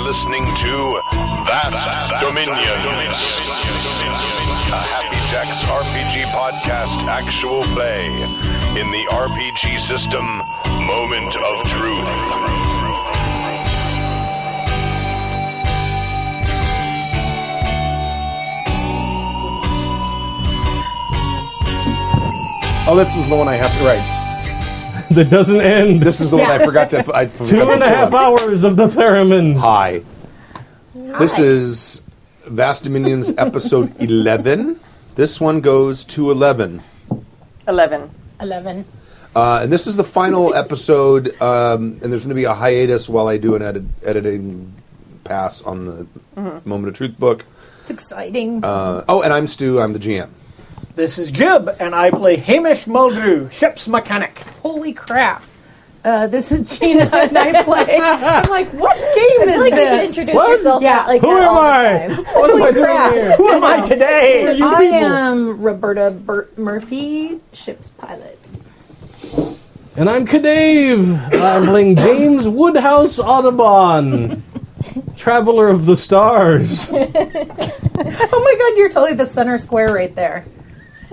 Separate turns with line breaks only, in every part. listening to Vast, Dominions. A Happy Jacks RPG podcast actual play in the RPG system Moment of Truth.
Oh, this is the one I have to write.
that doesn't end.
This is the one I forgot to. I forgot
Two and
to
a half hours of the theremin.
Hi. This is Vast Dominions episode 11. This one goes to 11.
11.
11.
Uh, and this is the final episode, um, and there's going to be a hiatus while I do an edit, editing pass on the
Mm-hmm.
Moment of Truth book.
It's exciting.
Uh, oh, and I'm Stu, I'm the GM.
This is Jib, and I play Hamish Mulgrew, ship's mechanic.
Holy crap. Uh, this is Gina and I play. I'm like, what game is
like you should
this?
introduce yourself
Yeah.
out like
Who
that
am
all the
I?
time.
What am I
crap.
doing here?
Who am I today?
You
I
people.
am Roberta Burt Murphy, ship's pilot.
And I'm Kadave. And I'm playing James Woodhouse Audubon, Traveler of the Stars.
Oh my god, you're totally the center square right there.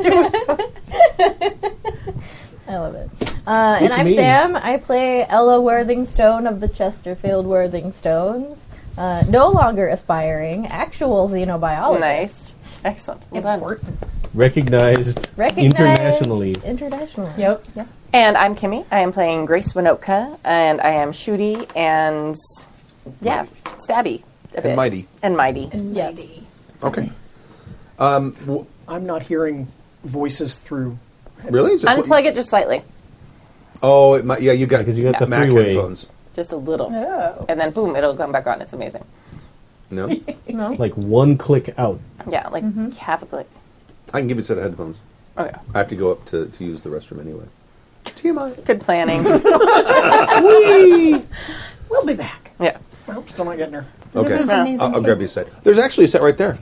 I love it. Uh, and I'm
me.
Sam. I play Ella Worthingstone of the Chesterfield Worthingstones. Uh, no longer aspiring, actual xenobiologist.
Nice. Excellent. Well done.
Important.
Recognized
Recognized
internationally.
Internationally.
Yep.
Yep.
And I'm Kimmy. I am playing Grace Winoka, and I am shooty and, yeah, stabby. A bit.
mighty.
And mighty.
Yep.
Mighty.
Okay. Um,
I'm not hearing voices through.
Really? Is it-
Unplug it just slightly.
Oh, it might, yeah, you got,
Because you got the
Mac
freeway.
headphones.
Just a little.
Oh.
And then boom, it'll come back on. It's amazing.
No?
Like one click out.
Yeah, like
Mm-hmm.
half a click.
I can give you a set of headphones.
Okay.
I have to go up to, to use the restroom anyway. TMI.
Good planning.
We'll be back.
yeah.
Nope, still not getting her.
Okay. Uh,
Yeah.
I'll, I'll grab you a set. There's actually a set right there.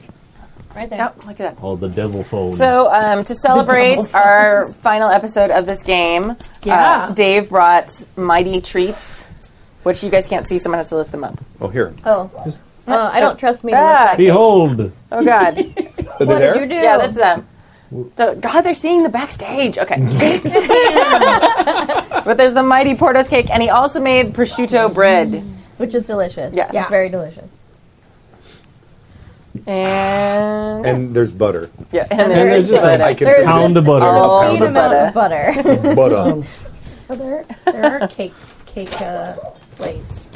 Right there.
Oh, look at that.
Oh, the devil phone.
So, um, to celebrate our final episode of this game,
Yeah.
uh, Dave brought mighty treats, which you guys can't see. Someone has to lift them up.
Oh, here.
Oh. Uh, I don't trust me. to
Ah.
look
Behold,
Oh, God.
Are they
What
there?
did you do?
Yeah, that's them. So, God, they're seeing the backstage. Okay. but there's the mighty Portos cake, and he also made prosciutto bread.
Which is delicious.
Yes.
It's very delicious.
And,
And there's butter.
yeah, and
there
there's
is just
butter.
I can
There is
Pound
just
of butter.
A
Pound
obscene
of
amount of butter.
butter.
So there, there are cake, cake uh, plates.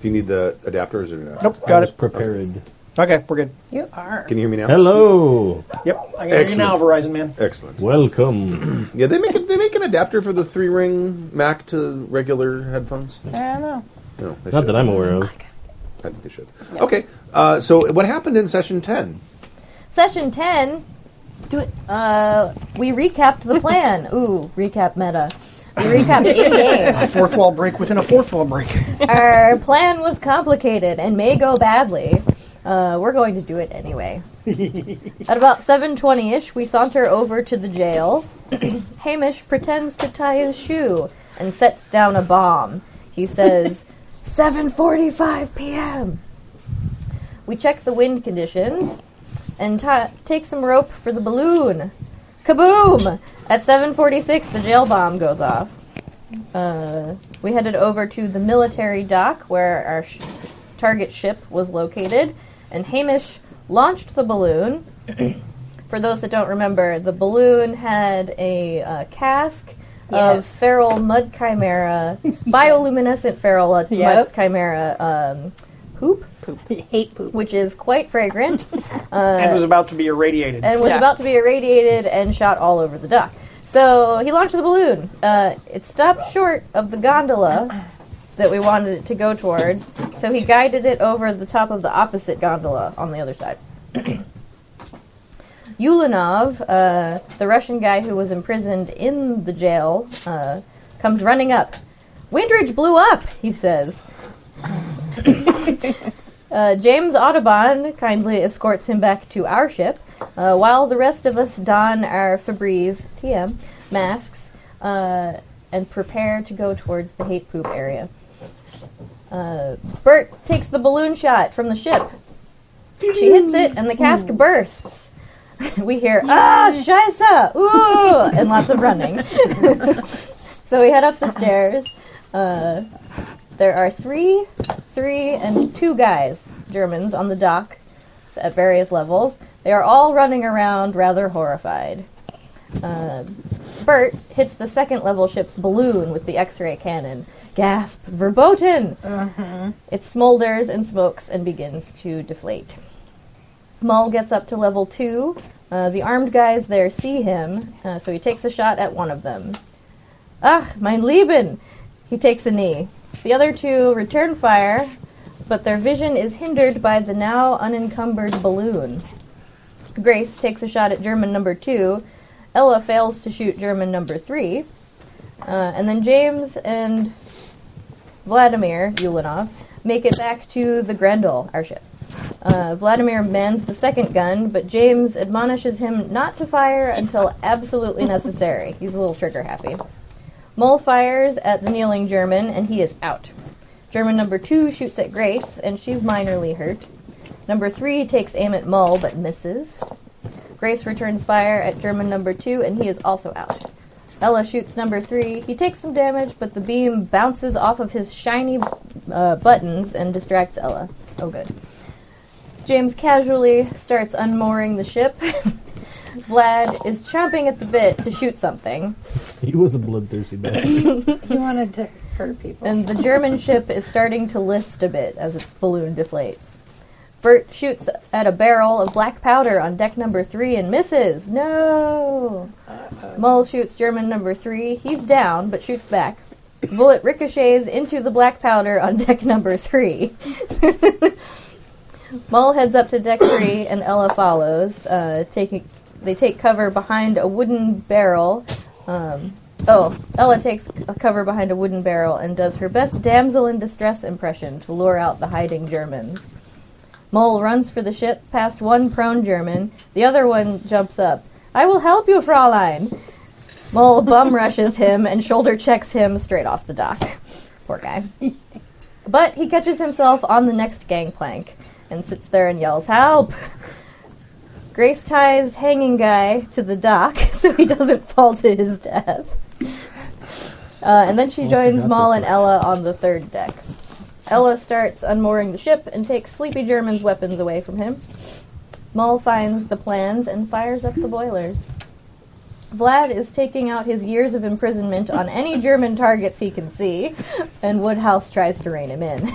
Do you need the adapters or not?
Nope,
I
got
was
it.
prepared.
Okay, we're good.
You are.
Can you hear me now?
Hello,
Yep, I got you
Excellent.
now, Verizon man.
Excellent.
welcome.
Yeah, they make a, they make an adapter for the three ring Mac to regular headphones.
I don't know. Oh
No, they
Not
should.
that I'm aware of.
I think they should. Okay. Uh, so what happened in session ten?
Session 10. Do it. Uh, we recapped the plan. Ooh, recap meta. We recapped in game.
A fourth wall break within a fourth wall break.
Our plan was complicated and may go badly. Uh, we're going to do it anyway. At about 7.20ish, we saunter over to the jail. Hamish pretends to tie his shoe and sets down a bomb. He says, 7.45 p.m. We check the wind conditions and ti take some rope for the balloon. Kaboom! At 7.46, the jail bomb goes off. Uh, We headed over to the military dock where our sh- target ship was located, and Hamish launched the balloon. For those that don't remember, the balloon had a uh, cask of
Yes.
feral mud chimera, bioluminescent feral uh, mud
Yep.
chimera um, hoop,
Hate poop.
which is quite fragrant,
and was about to be irradiated.
Uh, and was
Yeah.
about to be irradiated and shot all over the dock. So he launched the balloon. Uh, it stopped short of the gondola that we wanted it to go towards, so he guided it over the top of the opposite gondola on the other side. Yulinov, uh, the Russian guy who was imprisoned in the jail, uh, comes running up. Windridge blew up, he says. Uh, James Audubon kindly escorts him back to our ship, uh, while the rest of us don our Febreze TM masks uh, and prepare to go towards the hate poop area. Uh, Bert takes the balloon shot from the ship. She hits it, and the cask bursts. we hear ah, Shisa, ooh, and lots of running. so we head up the stairs. Uh, there are three, three, and two guys, Germans, on the dock at various levels. They are all running around, rather horrified. Uh, Bert hits the second level ship's balloon with the X ray cannon. Gasp! Verboten! It smolders and smokes and begins to deflate. Mull gets up to level two. Uh, the armed guys there see him, uh, so he takes a shot at one of them. Ach, mein Lieben! He takes a knee. The other two return fire, but their vision is hindered by the now unencumbered balloon. Grace takes a shot at German number two. Ella fails to shoot German number three. Uh, and then James and Vladimir Ulanov make it back to the Grendel, our ship. Uh, Vladimir mans the second gun, but James admonishes him not to fire until absolutely necessary. He's a little trigger happy. Mole fires at the kneeling German, and he is out. German number two shoots at Grace, and she's minorly hurt. Number three takes aim at Mull, but misses. Grace returns fire at German number two, and he is also out. Ella shoots number three. He takes some damage, but the beam bounces off of his shiny uh, buttons and distracts Ella. Oh, good. James casually starts unmooring the ship. Vlad is chomping at the bit to shoot something.
He was a bloodthirsty bastard.
He wanted to hurt people.
And the German ship is starting to list a bit as its balloon deflates. Bert shoots at a barrel of black powder on deck number three and misses. No! Mull shoots German number three. He's down, but shoots back. The bullet ricochets into the black powder on deck number three. Mull heads up to deck three, and Ella follows. Uh, taking, they take cover behind a wooden barrel Oh, Ella takes a cover behind a wooden barrel and does her best damsel in distress impression to lure out the hiding Germans. Mole runs for the ship past one prone German. The other one jumps up. I will help you, Fräulein. Mole bum rushes him and shoulder checks him straight off the dock. Poor guy. but he catches himself on the next gangplank and sits there and yells, Help! Grace ties hanging guy to the dock so he doesn't fall to his death. Uh, and then she joins Maul and Ella on the third deck. Ella starts unmooring the ship and takes Sleepy German's weapons away from him. Maul finds the plans and fires up the boilers. Vlad is taking out his years of imprisonment on any German targets he can see, and Woodhouse tries to rein him in.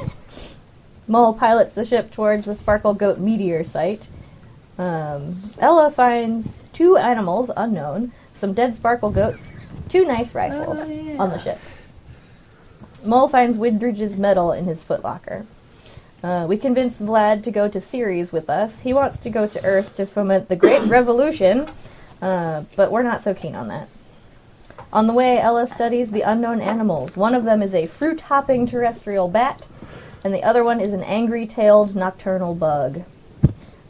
Maul pilots the ship towards the Sparkle Goat meteor site. Um, Ella finds two animals unknown, some dead sparkle goats, two nice rifles on the ship. Mole finds Windridge's medal in his footlocker. Uh, we convince Vlad to go to Ceres with us. He wants to go to Earth to foment the Great Revolution, uh, but we're not so keen on that. On the way, Ella studies the unknown animals. One of them is a fruit hopping terrestrial bat, and the other one is an angry tailed nocturnal bug.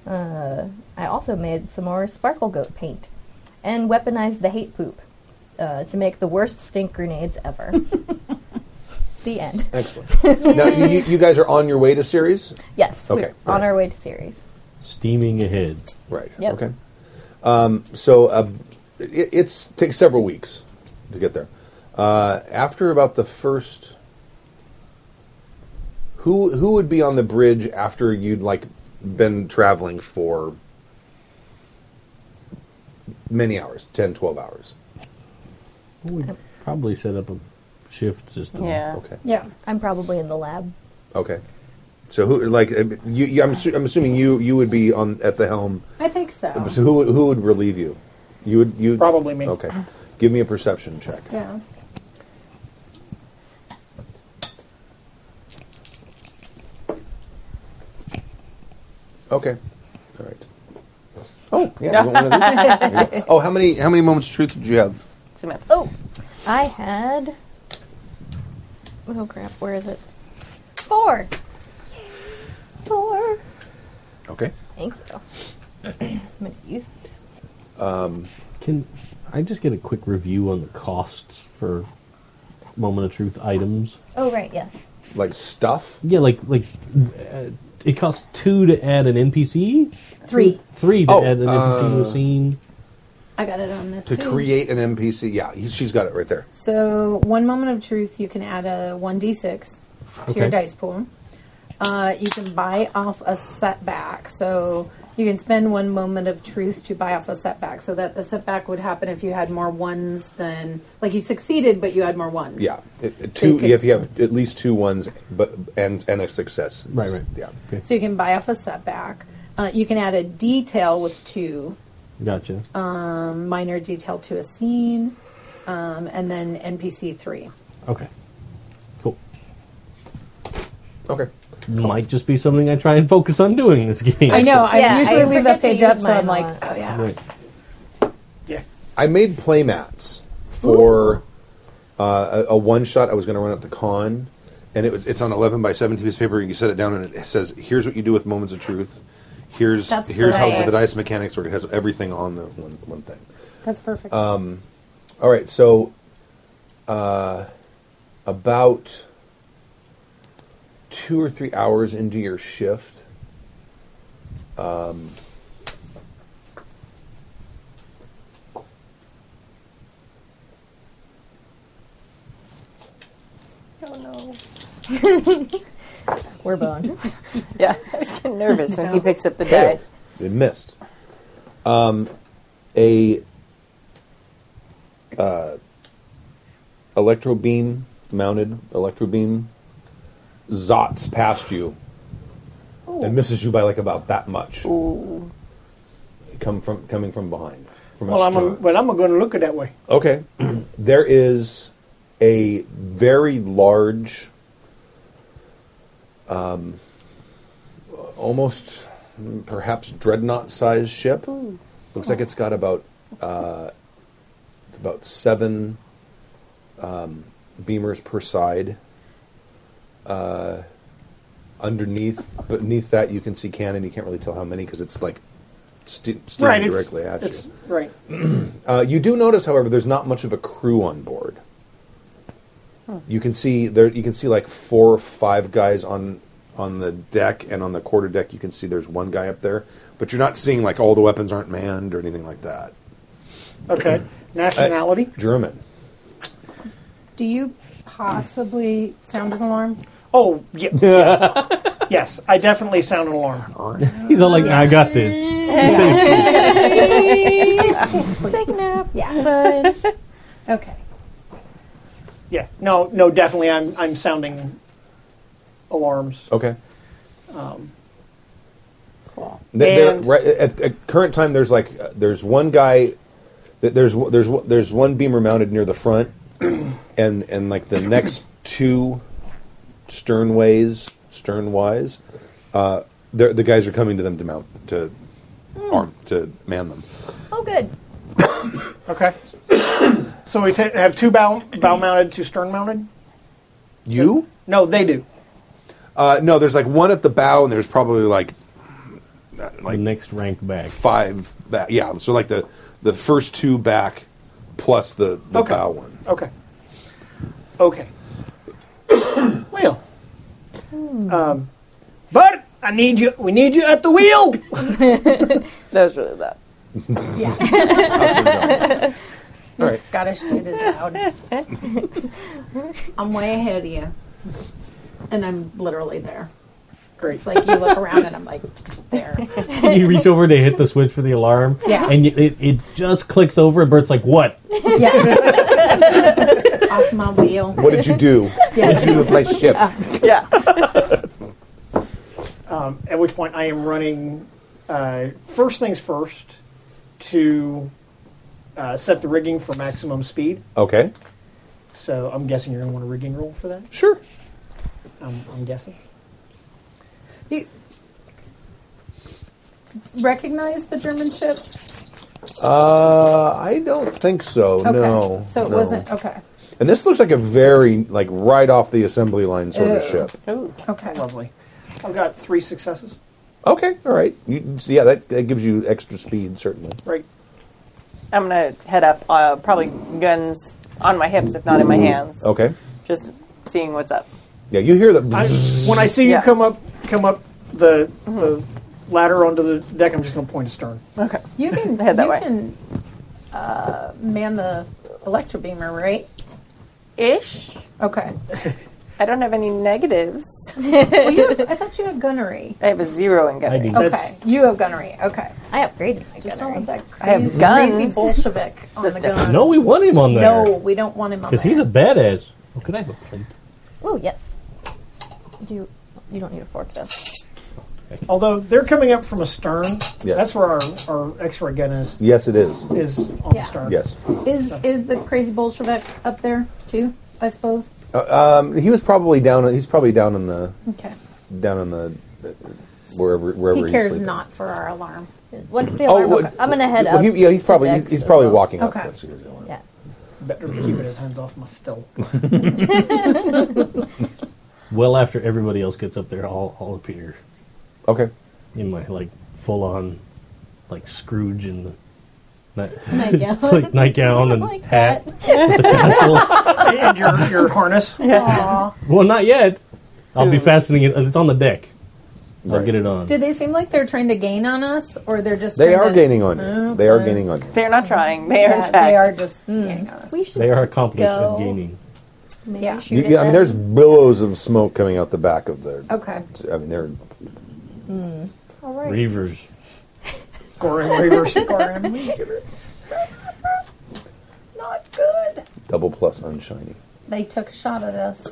Uh, I also made some more sparkle goat paint and weaponized the hate poop uh, to make the worst stink grenades ever. the end.
Excellent. now, you, you guys are on your way to series?
Yes, we're
Okay,
on
right.
our way to series.
Steaming ahead.
Right.
Yep.
Okay. Um, so um, it it's, takes several weeks to get there. Uh, after about the first, who who would be on the bridge after you'd like been traveling for many hours, 10, 12 hours?
We probably set up a shift system.
Yeah.
Okay.
Yeah.
I'm probably in the lab.
Okay. So who like uh, you? you I'm, assu- I'm assuming you you would be on at the helm.
I think so.
Um, So who who would relieve you? You would you
Probably me.
Okay. Give me a perception check.
Yeah.
Okay. All right. Oh, yeah. you want one of these? oh, how many how many moments of truth did you have?
Samantha.
Oh, I had. Oh crap! Where is it? Four.
Four.
Okay.
Thank you. I'm gonna use these.
Um,
Can I just get a quick review on the costs for Moment of Truth items?
Oh right, yes.
like stuff.
Yeah, like like uh, it costs two to add an NPC,
Three.
three to
Oh,
add an NPC to a scene.
I got it on this.
To
page.
create an NPC, yeah, he, she's got it right there.
So one moment of truth, you can add a one d six to your
Okay.
dice pool. Uh, you can buy off a setback, so you can spend one moment of truth to buy off a setback, so that the setback would happen if you had more ones than like you succeeded, but you had more ones.
Yeah, It- it-
So you
two.
could-
if you have at least two ones, but and and a success, It's
Right,
just-
right.
Yeah,
So you can buy off a setback. Uh, you can add a detail with two, um,
Gotcha.
minor detail to a scene, um, and then NPC three.
okay. Cool.
okay.
Might just be something I try and focus on doing this game.
I know.
Yeah,
I
I
usually leave that
forget to
page
use
up, so
mine
I'm
a
like,
lot.
oh yeah.
Right.
Yeah.
I made playmats for uh, a, a one shot I was going to run at the con, and it was it's on eleven by seventeen piece of paper. and You set it down, and it says, "Here's what you do with moments of truth." Here's
That's
here's how
nice.
the dice mechanics work. It has everything on the one, one thing. Um,
That's perfect.
All right, so uh, about two or three hours into your shift, um,
oh,
Oh, We're boned.
Yeah, I was getting nervous when he picks up the
Fail.
dice.
They missed. Um, a uh, electro beam mounted electro beam zots past you and misses you by like about that much. Come from coming from behind. From a
Well, I'm
stern.
a, well, I'm going to look at it that way.
Okay. there is a very large, um, almost mm, perhaps dreadnought sized ship. Looks like it's got about uh, about seven um, beamers per side. Uh, underneath, beneath that, you can see cannon. You can't really tell how many because it's like st- steaming
right. it's-
directly at
it's,
you.
Right.
Uh, you do notice, however, there's not much of a crew on board. You can see there. You can see like four or five guys on on the deck and on the quarter deck. You can see there's one guy up there, but you're not seeing like all the weapons aren't manned or anything like that.
Okay. Nationality.
German.
Do you possibly sound an alarm?
oh, yeah.
Uh,
yeah. yes, I definitely sound an alarm.
He's all like, I got this.
Take a nap. Yeah. It's fine.
Okay.
Yeah. No, no, definitely I'm I'm sounding alarms. um.
Okay. Th- there-
And-
right, at, at current time, there's like uh, there's one guy. th- There's w- there's w- there's one beamer mounted near the front, and and like the next two sternways sternwise, uh, they're- the guys are coming to them to mount to
Hmm.
arm to man them.
oh, good.
Okay. so we ta have two bow bow mounted, two stern mounted.
You?
No, they do.
Uh, no, there's like one at the bow, and there's probably like uh,
the next rank back.
five back. Yeah, so like the the first two back plus the, the
Okay.
bow one.
Okay. Okay. well, um,
Hmm.
but I need you. We need you at the wheel.
That was really loud.
Yeah.
All
Your
right.
Scottish dude is loud. I'm way ahead of you, and I'm literally there.
Great.
It's like you look around, and I'm like there.
you reach over to hit the switch for the alarm,
Yeah.
and you, it, it just clicks over, and Bert's like, "What?"
Yeah. Off my wheel.
What did you do? What did you do with my ship?
Yeah.
Um, At which point I am running. Uh, first things first, to uh, set the rigging for maximum speed.
Okay.
So I'm guessing you're going to want a rigging roll for that.
Sure.
I'm, I'm guessing.
You recognize the German ship?
Uh, I don't think so.
Okay.
No.
So it
no.
wasn't okay.
And this looks like a very like right off the assembly line sort
Uh,
of
Ew.
ship.
Uh, Ooh.
Okay.
Lovely. I've got three successes.
Okay. All right. You, so yeah, that, that gives you extra speed certainly.
Right.
I'm gonna head up, uh, probably guns on my hips, if not in my hands.
Mm-hmm. Okay.
Just seeing what's up.
Yeah, you hear that.
I, when I see you
Yeah. Mm-hmm.
come up, come up the the ladder onto the deck, I'm just going to point astern.
Okay.
You can
Head that
you
way.
can uh, man the electro beamer, right?
Ish.
Okay.
I don't have any negatives.
well, you have, I thought you had gunnery.
I have a zero in
I do.
gunnery.
Okay,
That's-
you have gunnery. Okay,
I upgraded my
just
gunnery.
don't want that crazy,
I have guns.
crazy Bolshevik on
This
the
definitely-
gun.
No, we want him on there.
no, we don't want him on
Because he's a
there.
badass. What could I have a plate?
Oh yes. Do you, you don't need a fork though.
Although they're coming up from astern,
Yes.
that's where our, our X-ray gun is
yes, it is.
is on
Yeah.
astern.
Yes,
is is the crazy Bolshevik up there too? I suppose.
Um, he was probably down. He's probably down in the
Okay,
down in the wherever wherever
he
he's
cares
sleeping.
not for our alarm.
Once the alarm,
what-
I'm gonna head
Well,
up.
he- yeah, he's
to
probably he's,
decks
he's
as
probably
well.
walking up.
Okay.
That's what he's doing.
Yeah.
Better be keeping his hands off my still.
Well, after everybody else gets up there, I'll, I'll appear
Okay.
in my like full on like Scrooge in the night-
Nightgown.
like nightgown and
Like
hat with the tassel.
and your, your harness.
Aw.
Well, not yet. I'll be
So-
fastening it. It's on the deck. I'll
Right.
get it on.
Do they seem like they're trying to gain on us, or they're just
They
trying
are
to-
gaining on you. They are
Okay.
gaining on you.
They're not trying. They are, in
Yeah,
fact.
they are just Mm. gaining on us.
We should
They are accomplished
go.
at gaining.
Maybe
Yeah.
shoot
you
at
yeah, I mean,
them.
there's billows of smoke coming out the back of their.
Okay.
I mean, they're
Hmm.
All right.
Reavers.
Goring reverse. Goring.
Not good.
double plus unshiny.
They took a shot at us.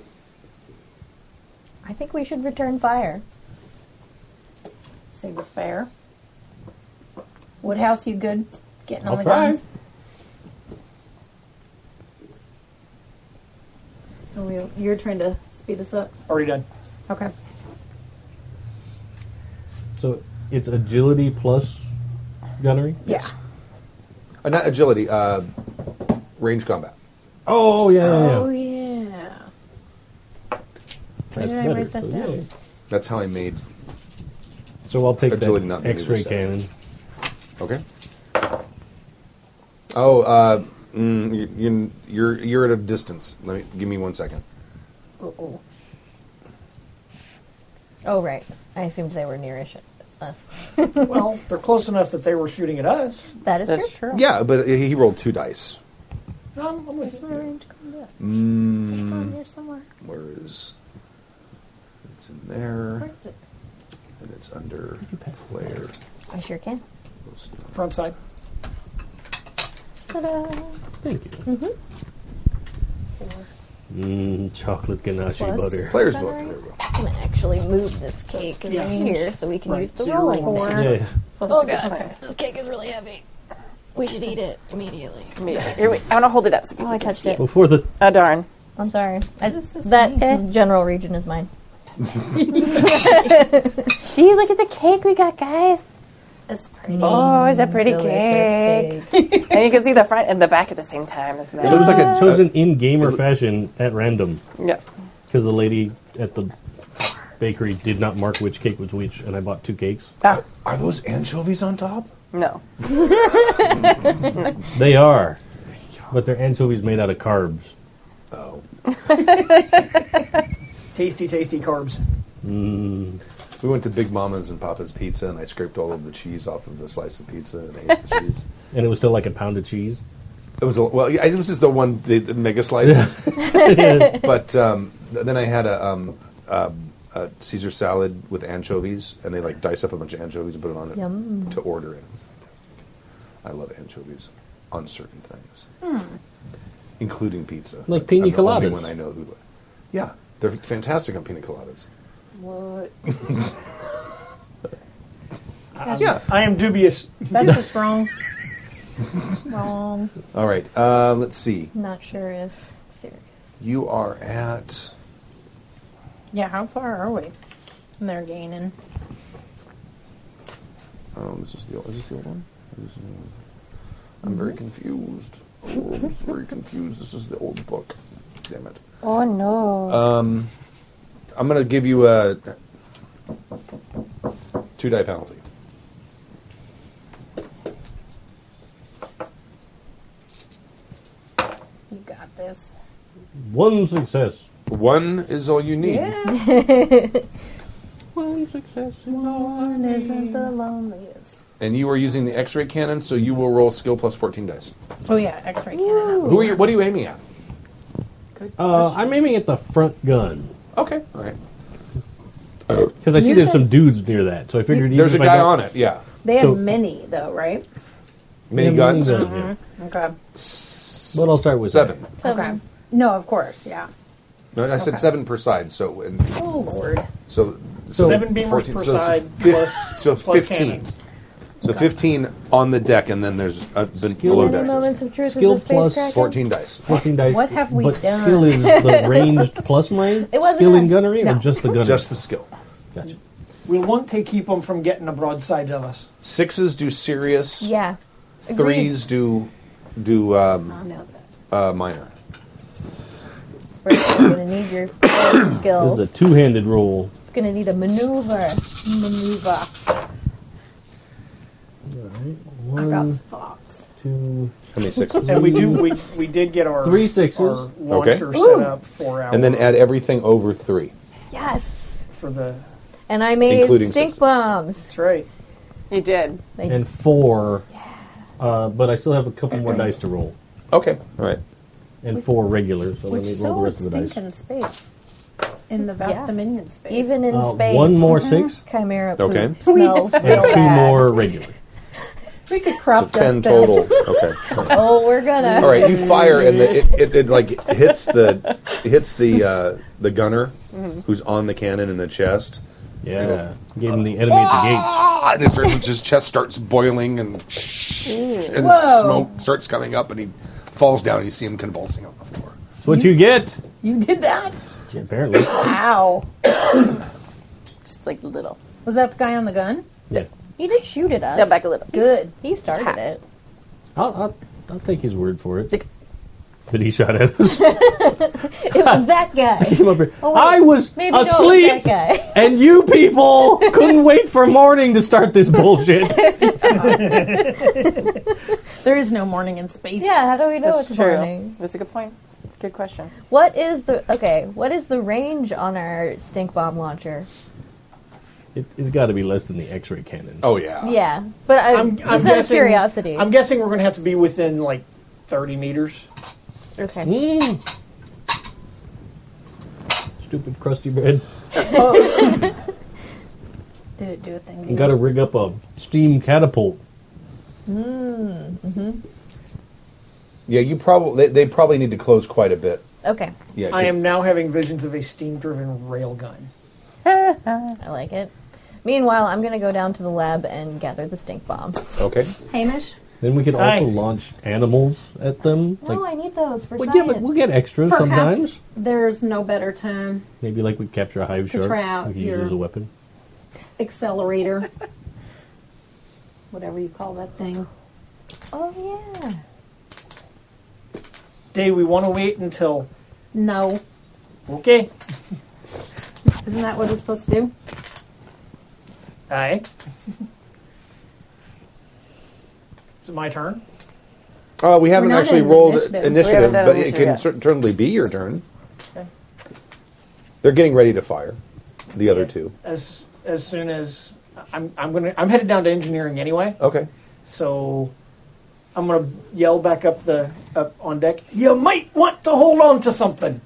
I think we should return fire.
Seems fair. Woodhouse, you good? Getting on
I'll
the
try.
guns? And Oh, we, you're trying to speed us up.
Already done.
Okay.
So it's agility plus gunnery.
Yeah.
Uh, not agility. Uh, range combat.
Oh yeah, yeah, yeah.
Oh yeah.
That's
did I
better.
write that
So,
down?
yeah.
That's how I made.
So I'll take
Agility,
that
not maneuver
X-ray
set.
cannon.
Okay. Oh, uh, mm, you, you, you're you're at a distance. Let me give me one second.
Uh-oh.
Oh right. I assumed they were nearish us.
Well, they're close enough that they were shooting at us.
That is
That's
true.
true.
Yeah, but he he rolled two dice.
Um, I'm with you.
It's on here somewhere.
Mm. Where is it's in there
Where is it?
and it's under player.
I sure can.
front side.
Ta-da.
Thank you. Mm-hmm. Mm, chocolate ganache
Plus-
butter.
Player's book. There we go.
I'm gonna actually move this cake in
Yeah.
here so we can
Right,
use the
so you're
rolling.
rolling.
thing.
Four.
Yeah.
Plus
Oh
two.
god,
Okay.
this cake is really heavy. We should eat it immediately.
Me- Here, wait, I'm gonna hold it up. So people
Oh, I
can
touched
see
it.
Before the
Oh darn.
I'm sorry. I,
This is
that
mean.
general region is mine.
See, look at the cake we got, guys.
It's pretty.
Oh, is that pretty
Delicious
cake? and you can see the front and the back at the same time. That's
It
magic.
looks like a
chosen in gamer fashion at random
yeah.
because the lady at the bakery did not mark which cake was which, and I bought two cakes.
Oh,
Are those anchovies on top?
no.
They are, but they're anchovies made out of carbs.
Oh.
Tasty, tasty carbs.
Mm. We went to Big Mama's and Papa's Pizza and I scraped all of the cheese off of the slice of pizza and I ate the cheese.
And it was still like a pound of cheese.
It was a, well, yeah, it was just the one the, the mega slices.
yeah,
but um, th- then I had a, um, um, a Caesar salad with anchovies, and they like dice up a bunch of anchovies and put it on it
Yum.
to order. And it was fantastic. I love anchovies on certain things,
Hmm.
including pizza.
Like pina
I'm the only
coladas.
one I know who. Yeah, they're fantastic on pina coladas.
What?
Yeah.
I am dubious.
That's just wrong. wrong.
All right. Uh, let's see.
Not sure if serious.
You are at.
Yeah. How far are we? And they're gaining.
Oh, this is the old, is this the old one? Is this the old one? I'm very confused. Oh, I'm very confused. This is the old book. Damn it. Um,
Oh no.
I'm going to give you a two die penalty.
You got this.
One success.
One is all you need.
One success.
Isn't the loneliest?
And you are using the X-ray cannon, so you will roll skill plus 14 dice.
Oh yeah, X-ray cannon.
Who are you? What are you aiming at?
Uh, I'm aiming at the front gun
Okay, all right. Oh.
because I see there's
Music.
some dudes near that, so I figured even
There's a
if I
guy
got-
on it. Yeah,
They have
So-
many though, right? Mm-hmm.
mini
Yeah,
guns.
minigun, yeah.
Okay.
But I'll start with
Seven.
So-
Okay. No, of course, yeah.
No, I said
Okay.
seven per side. So and
Oh lord.
so
Seven beamers
14
per
so it's
side
fif-
plus,
so
plus
15.
cannons.
So 15 on the deck, and then there's uh, been
Skill
below
Low
How many
deck.
moments of truth
Skill
is a space
plus
Kraken?
14 dice.
14 dice.
What have we
but
done?
Skill is the ranged plus my
It wasn't
skill in
us.
gunnery,
No.
or just the gunnery?
Just the skill.
Gotcha.
We want to keep them from getting a broadside of us.
Sixes do serious.
Yeah.
Threes do do um,
I know that.
uh, minor.
We're gonna need your skills.
This is a two-handed roll.
It's gonna need a maneuver.
Maneuver. I got
One,
thoughts.
two,
How many sixes?
And we do. We, we did get our
Three sixes.
our launcher
Okay.
set up for our
and then add everything over three.
Yes.
for the.
And I made
Including
stink
sixes.
bombs.
That's right.
You did.
Like,
and four. Uh, but I still have a couple more dice to roll,
Okay. All right.
and four regular. So let
Which
me roll the
still would
rest of the
stink
dice.
in space. In the vast
Yeah.
dominion space. Mm-hmm.
even in
Uh,
space. Mm-hmm.
one more six,
Chimera poop
Okay.
smells
and
real
two
bad.
more regular.
we could
So
crop
ten
dust
total. Okay. All right.
Oh, we're gonna.
All right. You fire, and the, it, it, it like hits the it hits the uh, the gunner
Mm-hmm.
who's on the cannon in the chest.
Yeah, gave him the enemy at
Ah, and it starts, his chest starts boiling and and
Whoa.
smoke starts coming up, and he falls down, and you see him convulsing on the floor.
the gate. What you get?
You did that?
Apparently,
Wow.
Just like little.
Was that the guy on the gun?
yeah.
He did shoot at us.
Go back a little.
Good.
He started it.
I'll, I'll, I'll take his word for it.
Like-
That he shot at us.
It was that guy.
Came up here.
Oh, wait.
I was
Maybe no, it was
asleep,
that guy.
and you people couldn't wait for morning to start this bullshit.
There is no morning in space.
Yeah. How do we know
That's
it's
true.
morning?
That's a good point. Good question.
What is the okay? What is the range on our stink bomb launcher?
It, it's got to be less than the X-ray cannon.
Oh yeah.
Yeah, but I,
I'm,
just
I'm
out of
guessing,
curiosity.
I'm guessing we're going to have to be within like 30 meters.
okay.
Mm. Stupid crusty bread. Oh.
Did it do a thing? to
You
you?
got to rig up a steam catapult.
Hmm.
Mm-hmm.
Yeah. You probably they, they probably need to close quite a bit.
Okay.
Yeah.
I
'cause-
am now having visions of a steam-driven railgun.
I like it. Meanwhile, I'm gonna go down to the lab and gather the stink bombs.
Okay.
Hamish?
Then we could also
Aye.
launch animals at them.
No, Oh, I need those for
we'll,
science.
get, we'll get extras
Perhaps
sometimes.
there's no better time.
Maybe like we capture a hive
To
shark.
try out
we could use it
your-
as a weapon.
Accelerator. Whatever you call that thing.
oh yeah.
Day, we want to wait until.
No.
Okay.
Isn't that what it's supposed to do?
Aye. Is it my turn?
Uh, we haven't
not
actually
in
rolled
initiative.
initiative,
We haven't done
but it
initiative
can
yet.
certainly be your turn. They're getting ready to fire. The other two.
As as soon as I'm I'm gonna I'm headed down to engineering anyway,
Okay.
so I'm gonna yell back up the up on deck. You might want to hold on to something.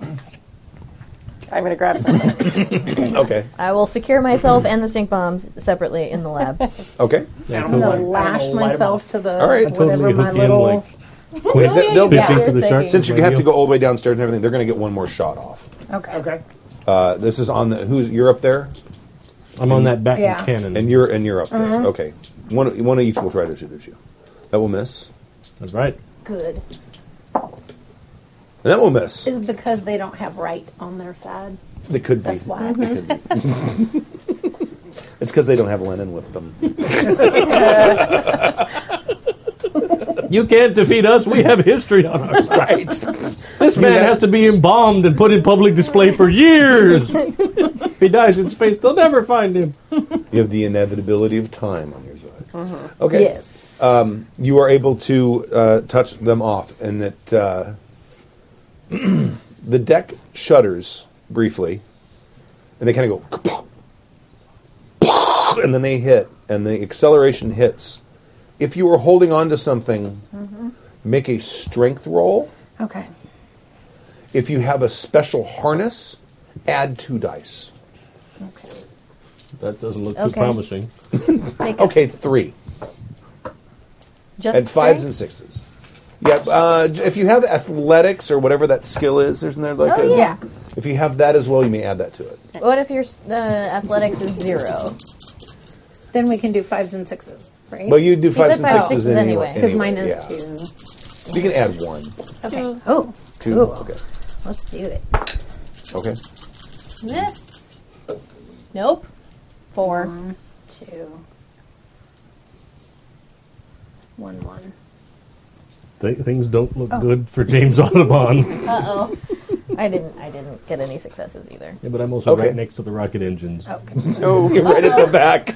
I'm gonna grab something.
Okay.
I will secure myself and the stink bombs separately in the lab.
Okay.
Yeah,
I'm
I'm
cool.
gonna
Light-
lash
I don't know, light 'em
myself
up.
to the
All right. I
whatever
Totally
my
hook in
little.
like quick.
Oh, yeah,
They'll be
yeah,
thinking
you're
for the shark.
thinking.
Since you have to go all the way downstairs and everything, they're going to get one more shot off.
okay.
Okay.
Uh, this is on the who's you're up there
I'm on that back
Yeah. Uh-huh.
cannon.
and you're and you're up there. Okay. One one of each will try to shoot at you. That will miss.
That's right.
Good.
And that will miss.
Is it because they don't have right on their side?
They could be.
That's why.
They could be. it's because they don't have linen with them.
You can't defeat us. We have history on our side. This man
got-
has to be embalmed and put in public display for years. if he dies in space, they'll never find him.
You have the inevitability of time on your side.
Uh-huh.
Okay. Um,
Yes.
you are able to uh, touch them off, and that uh, the deck shudders briefly, and they kind of go, "Kapow!" and then they hit, and the acceleration hits. If you were holding on to something,
Mm-hmm.
make a strength roll.
Okay.
If you have a special harness, add two dice.
Okay.
That doesn't look too
Okay.
promising.
Take a
Okay,
s-
three.
Just
At fives
straight?
and sixes. Yep. Uh, j- if you have athletics or whatever that skill is, isn't there like
Oh,
a,
yeah.
If you have that as well, you may add that to it.
What if your uh, athletics is zero?
Then we can do fives and sixes, right?
Well, you do fives
said
and
five
sixes,
and sixes
anyway.
anyway.
because
anyway,
mine is
yeah.
two.
You can add one,
Okay. Oh,
two.
Ooh.
Okay.
Let's do it.
Okay.
Meh. Nope. Four.
one, two, one, one.
Th- things don't look good for James Audubon.
Uh oh. I didn't. I didn't get any successes either.
yeah, but I'm also
Okay.
right next to the rocket engines.
Okay.
No, you're right at the back.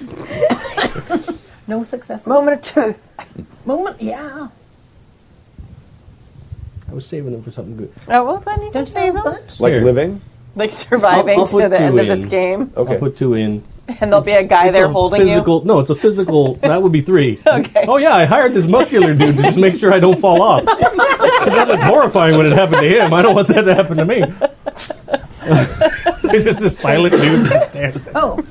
No successes.
Moment of truth.
Moment. Yeah.
I was saving them for something good.
Oh well, then you can
Don't
save
save
them.
much.
Like
Here.
living.
Like surviving
I'll- I'll
to
put
the
two
end of this
in.
game,
Okay.
I'll put two in.
and there'll be a guy
It's
there
a
holding
physical, No, it's a physical. that would be three.
Okay.
Oh yeah, I hired this muscular dude to just make sure I don't fall off. 'Cause that looked horrifying when it happened to him. I don't want that to happen to me. it's just a silent dude. that stands there.
Oh,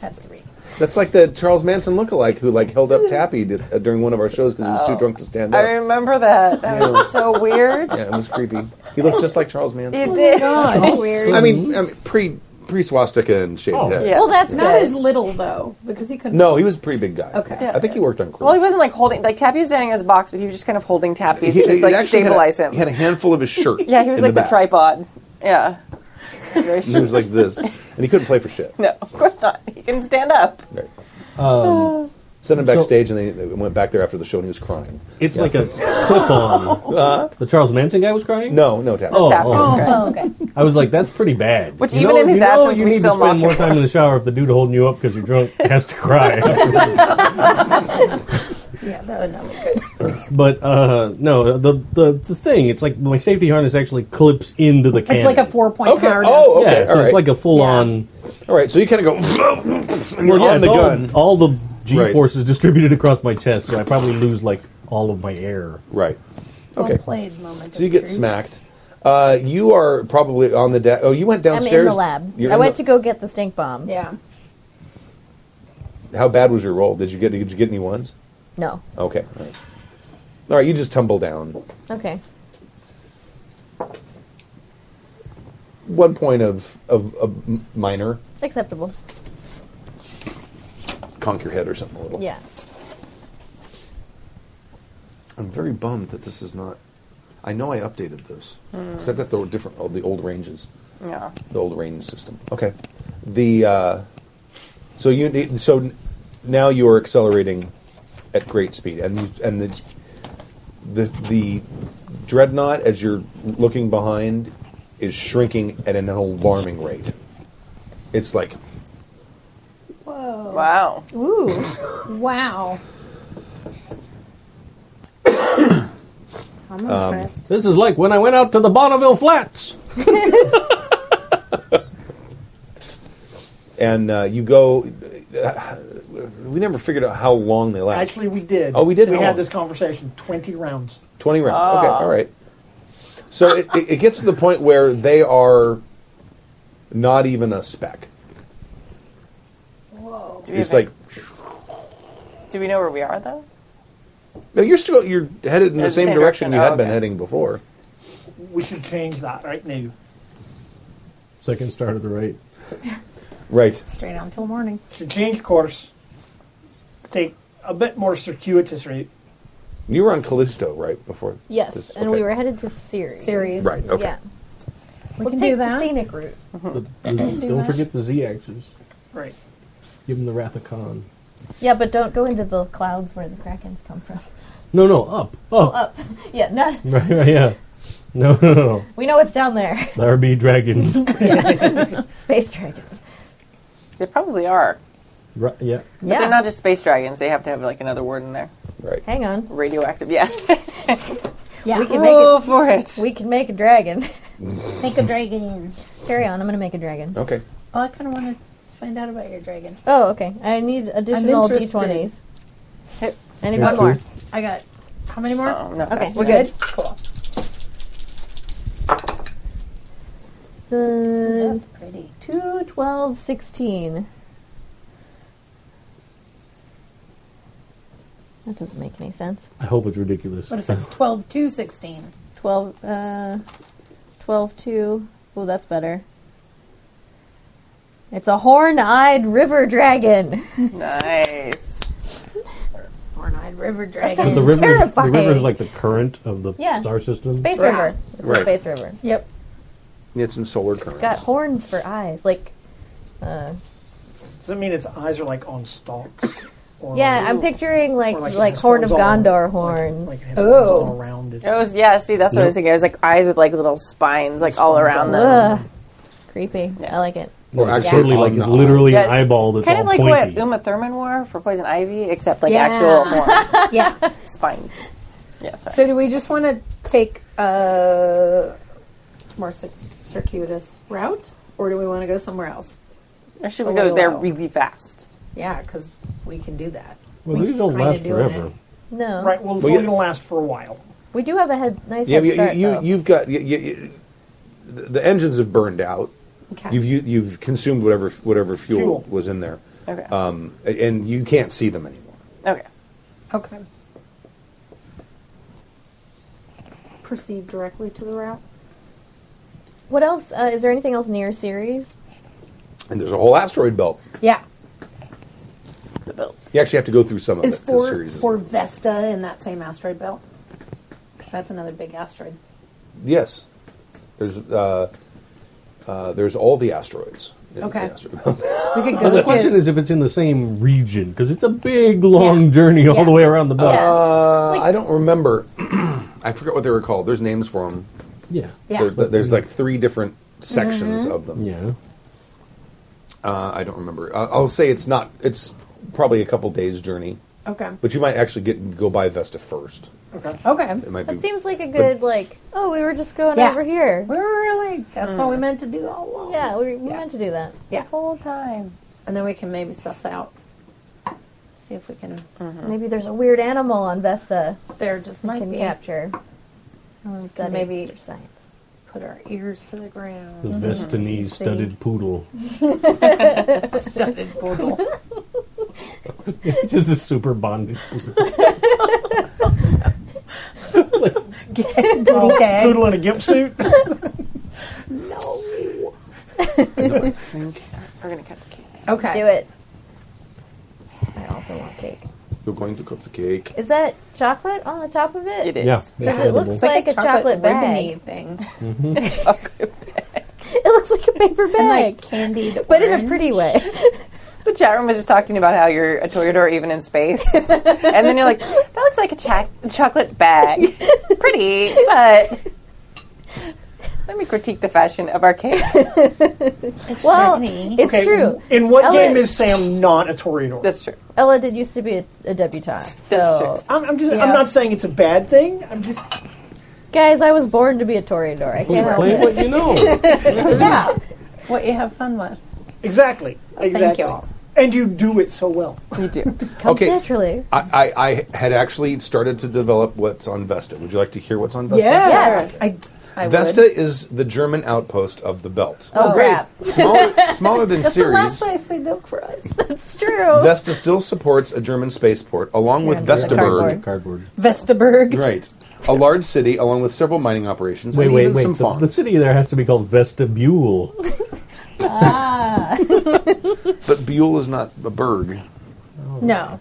that's three.
That's like the Charles Manson lookalike who like held up Tappy d- uh, during one of our shows because he
Oh.
was too drunk to stand
you. I
up.
remember that. That was so weird.
Yeah, it was creepy. He looked just like Charles Manson.
It did.
Oh, weird.
I mean, I mean pre pre swastika and shaved
Oh.
head.
Yeah.
Well, that's
Not as
good.
little though, because he couldn't.
No, he was a pretty big guy.
Okay.
I think he worked on.
Well, he wasn't like holding like Tappy was standing as a box, but he was just kind of holding Tappy
He-
to
he actually
like
had a-
stabilize him.
He had a handful of his shirt.
yeah, he was
in
like the,
back.
tripod. Yeah.
He was like this, and he couldn't play for shit.
no, of course not. He can stand up.
Right.
Um,
Sent him
so-
backstage, and they, they went back there after the show, and he was crying. Uh-huh.
It's like a clip-on. the Charles Manson guy was crying.
No, no tap.
Oh,
Tappy was
oh.
great.
Oh, okay.
I was like, that's pretty bad.
Which even in his
you
absence,
you
we
need
still
to spend
mocked
more
him.
time in the shower if the dude holding you up because you're drunk has to cry.
Yeah, that would not be good.
but uh, no, the, the the thing, it's like my safety harness actually clips into the
It's
cannon.
like a four-point
Okay.
harness.
Oh, okay.
yeah, so
all
it's
right.
like a full-on.
all right. So you kind of go and you're
Well, yeah,
on the
it's all,
gun.
all the G
Right.
forces distributed across my chest, so I probably lose like all of my air.
Right. Okay.
Well played moment.
So you get smacked. Uh, you are probably on the deck. Oh, you went
I'm
downstairs.
in the lab.
You're
I
in
went
the-
to go get the stink bombs.
Yeah.
How bad was your roll? Did you get? Did you get any ones?
No.
Okay. All right. All right. You just tumble down.
Okay.
One point of of, of m- minor.
Acceptable.
Conk your head or something a little.
Yeah.
I'm very bummed that this is not. I know I updated this because I've got the different oh, the old ranges,
Yeah.
the old range system. Okay, the uh, so you need- so n- now you are accelerating at great speed, and you, and the the the dreadnought as you're looking behind is shrinking at an alarming rate. It's like
Wow.
Ooh.
Wow. I'm
Um,
Um,
impressed.
This is like when I went out to the Bonneville Flats.
and uh, you go. uh, we never figured out how long they last.
Actually, we did.
Oh, we did?
We
How
had
long?
this conversation 20 rounds. Uh,
20 rounds.
Ah.
Okay, all right. So it, it, it gets to the point where they are not even a speck.
Do we
It's
have
like
any- do we know where we are though?
no, you're still you're headed in the
the
same
same
direction
direction.
you
Oh,
had been
okay.
heading before.
We should change that right now.
Second star to the right.
Right.
Straight on till morning.
Should change course. Take a bit more circuitous route.
You were on Callisto right before.
Yes.
this,
And
okay.
we were headed to Ceres.
Series.
right. Okay.
Yeah.
We
We'll
can
take
do
the
that.
scenic route.
Don't forget the Z axis.
Right.
Give him the Wrath of Khan.
Yeah, but don't go into the clouds where the krakens come from.
No, no, up, up.
Up. Yeah. No.
Right, right, yeah. No, no, no.
We know it's down there.
There be dragon.
Space dragons.
They probably are.
right, yeah.
But
yeah.
they're not just space dragons. They have to have like another word in there.
Right.
Hang on.
Radioactive. Yeah.
Yeah.
We can make
Go
it.
for it.
We can make a dragon.
Make a dragon.
Carry on. I'm gonna make a dragon.
Okay.
Oh, I kind of want to find out about your dragon.
Oh, okay. I need additional
interested.
d20s.
Hey.
I need
Here's
one more.
two.
I got how many more?
Oh, no.
Okay,
that's-
we're good.
Cool.
Uh,
That's pretty.
2, 12, 16. That doesn't make any sense.
I hope it's ridiculous.
What if it's 12 to 16?
12, uh, 12, 2. Oh, that's better. It's a horn eyed river dragon.
Nice.
Horn-eyed river
But
dragon.
the
It's
river, the
terrifying.
river is like the current of the
Yeah.
star system.
Space
Right.
river. It's
Right.
a space river.
Yep.
It's in solar currents.
Got horns for eyes. Like, uh,
Does that mean its eyes are like on stalks? Or
yeah, I'm picturing like
or
like,
it has
Horn of
horns all-
Gondor
like-
horns.
Like it has horns all
Oh.
around it.
It was, yeah, see, that's what I was thinking. It was like eyes with like little spines like all around
Ugh,
them.
creepy. I like it.
Or
It's
actually
totally like
on
it's
the
literally
eyes.
an eyeball that's
Kind
all
of like
pointy.
what Uma Thurman wore for Poison Ivy, except like
Yeah.
actual horns,
Yeah.
spine. Yeah, sorry.
So do we just want to take a more cir- circuitous route, or do we want to go somewhere else?
or should we
it's a
go there
little-
really fast?
Yeah, because we can do that.
well, these don't
kinda
last
doing it.
forever.
No,
Right. Well, it's
Well,
only
yeah.
gonna last for a while.
we do have a head, nice
Yeah,
head
you,
start.
you,
though.
you've got you, you, you- the the engines have burned out.
Okay.
You've you, you've consumed whatever whatever fuel,
Fuel.
was in there,
Okay.
Uh,
um, a- and you can't see them anymore.
Okay.
Okay. Proceed directly to the route.
What else? Uh, is there anything else near series?
And there's a whole asteroid belt.
Yeah.
The belt.
You actually have to go through some of
Is
it. 'cause
for
Ceres is-
for Vesta in that same asteroid belt? 'Cause that's another big asteroid.
yes, there's uh, uh, there's all the asteroids. in
Okay.
The asteroid belt.
We could
But
go
the question
to.
is if it's in the same region because it's a big, long journey all
Yeah.
the way around the belt.
Yeah.
Uh,
Like-
I don't remember. I forget what they were called. There's names for them.
yeah,
yeah.
there's like three different sections
Mm-hmm.
of them.
Mm-hmm. yeah.
Uh, I don't remember. I- I'll say it's not. It's probably a couple days journey,
Okay.
but you might actually get go by Vesta first.
Okay.
Okay.
It might be.
That seems like a good like. Oh, we were just going
Yeah.
over here. Hmm.
We're really. That's what we meant to do all along.
Yeah, we, we meant to do that.
Yeah.
Whole time.
And then we can maybe suss out. See if we can.
Maybe there's a weird animal on Vesta
There
Mm-hmm.
just
we
might
can
be.
capture. Study
maybe-
for science.
Put our ears to the
The
ground.
Vestanese
See.
studded poodle.
Studded poodle.
It's just a super bonded poodle.
Poodle gag.
Poodle in a gimp suit.
We're gonna cut the cake.
Okay.
Do it. I also want cake.
You're going to cut the cake.
Is that chocolate on the top of it?
It
Yeah,
is.
Because it looks
It's
like, a chocolate, bag.
ribbony thing.
Mm-hmm.
Chocolate.
It looks like a paper bag,
And like candied.
but in a
orange.
pretty way.
The chat room was just talking about how you're a Toreador even in space. and then you're like, that looks like a cha- chocolate bag. Pretty, but. Let me critique the fashion of our cake.
well,
Funny.
it's true.
In what
Elliot-
game is Sam not a Toreador?
That's true.
Ella did used to be a, a debutante. So,
I'm, I'm just.
Yeah.
I'm not saying it's a bad thing. I'm just.
guys, I was born to be a Toreador. I can't help
Play
it.
what you know.
Yeah. What you have fun with.
Exactly. Exactly.
y'all.
And you do it so well.
You do.
Comes
Okay.
naturally.
I, I, I had actually started to develop what's on Vesta. Would you like to hear what's on Vesta?
Yes.
I, I
Vesta
would.
is the German outpost of the belt.
Oh, crap.
Smaller, smaller than
That's the last
Ceres,
place they look for us.
It's true.
Vesta still supports a German spaceport along with Vestaberg.
cardboard.
Cardboard.
Vestaberg.
Right. A large city along with several mining operations
Wait,
and
wait,
even
wait.
some
The,
farms.
the city there has to be called Vestibule.
Ah.
But Buell is not a berg. Oh,
No.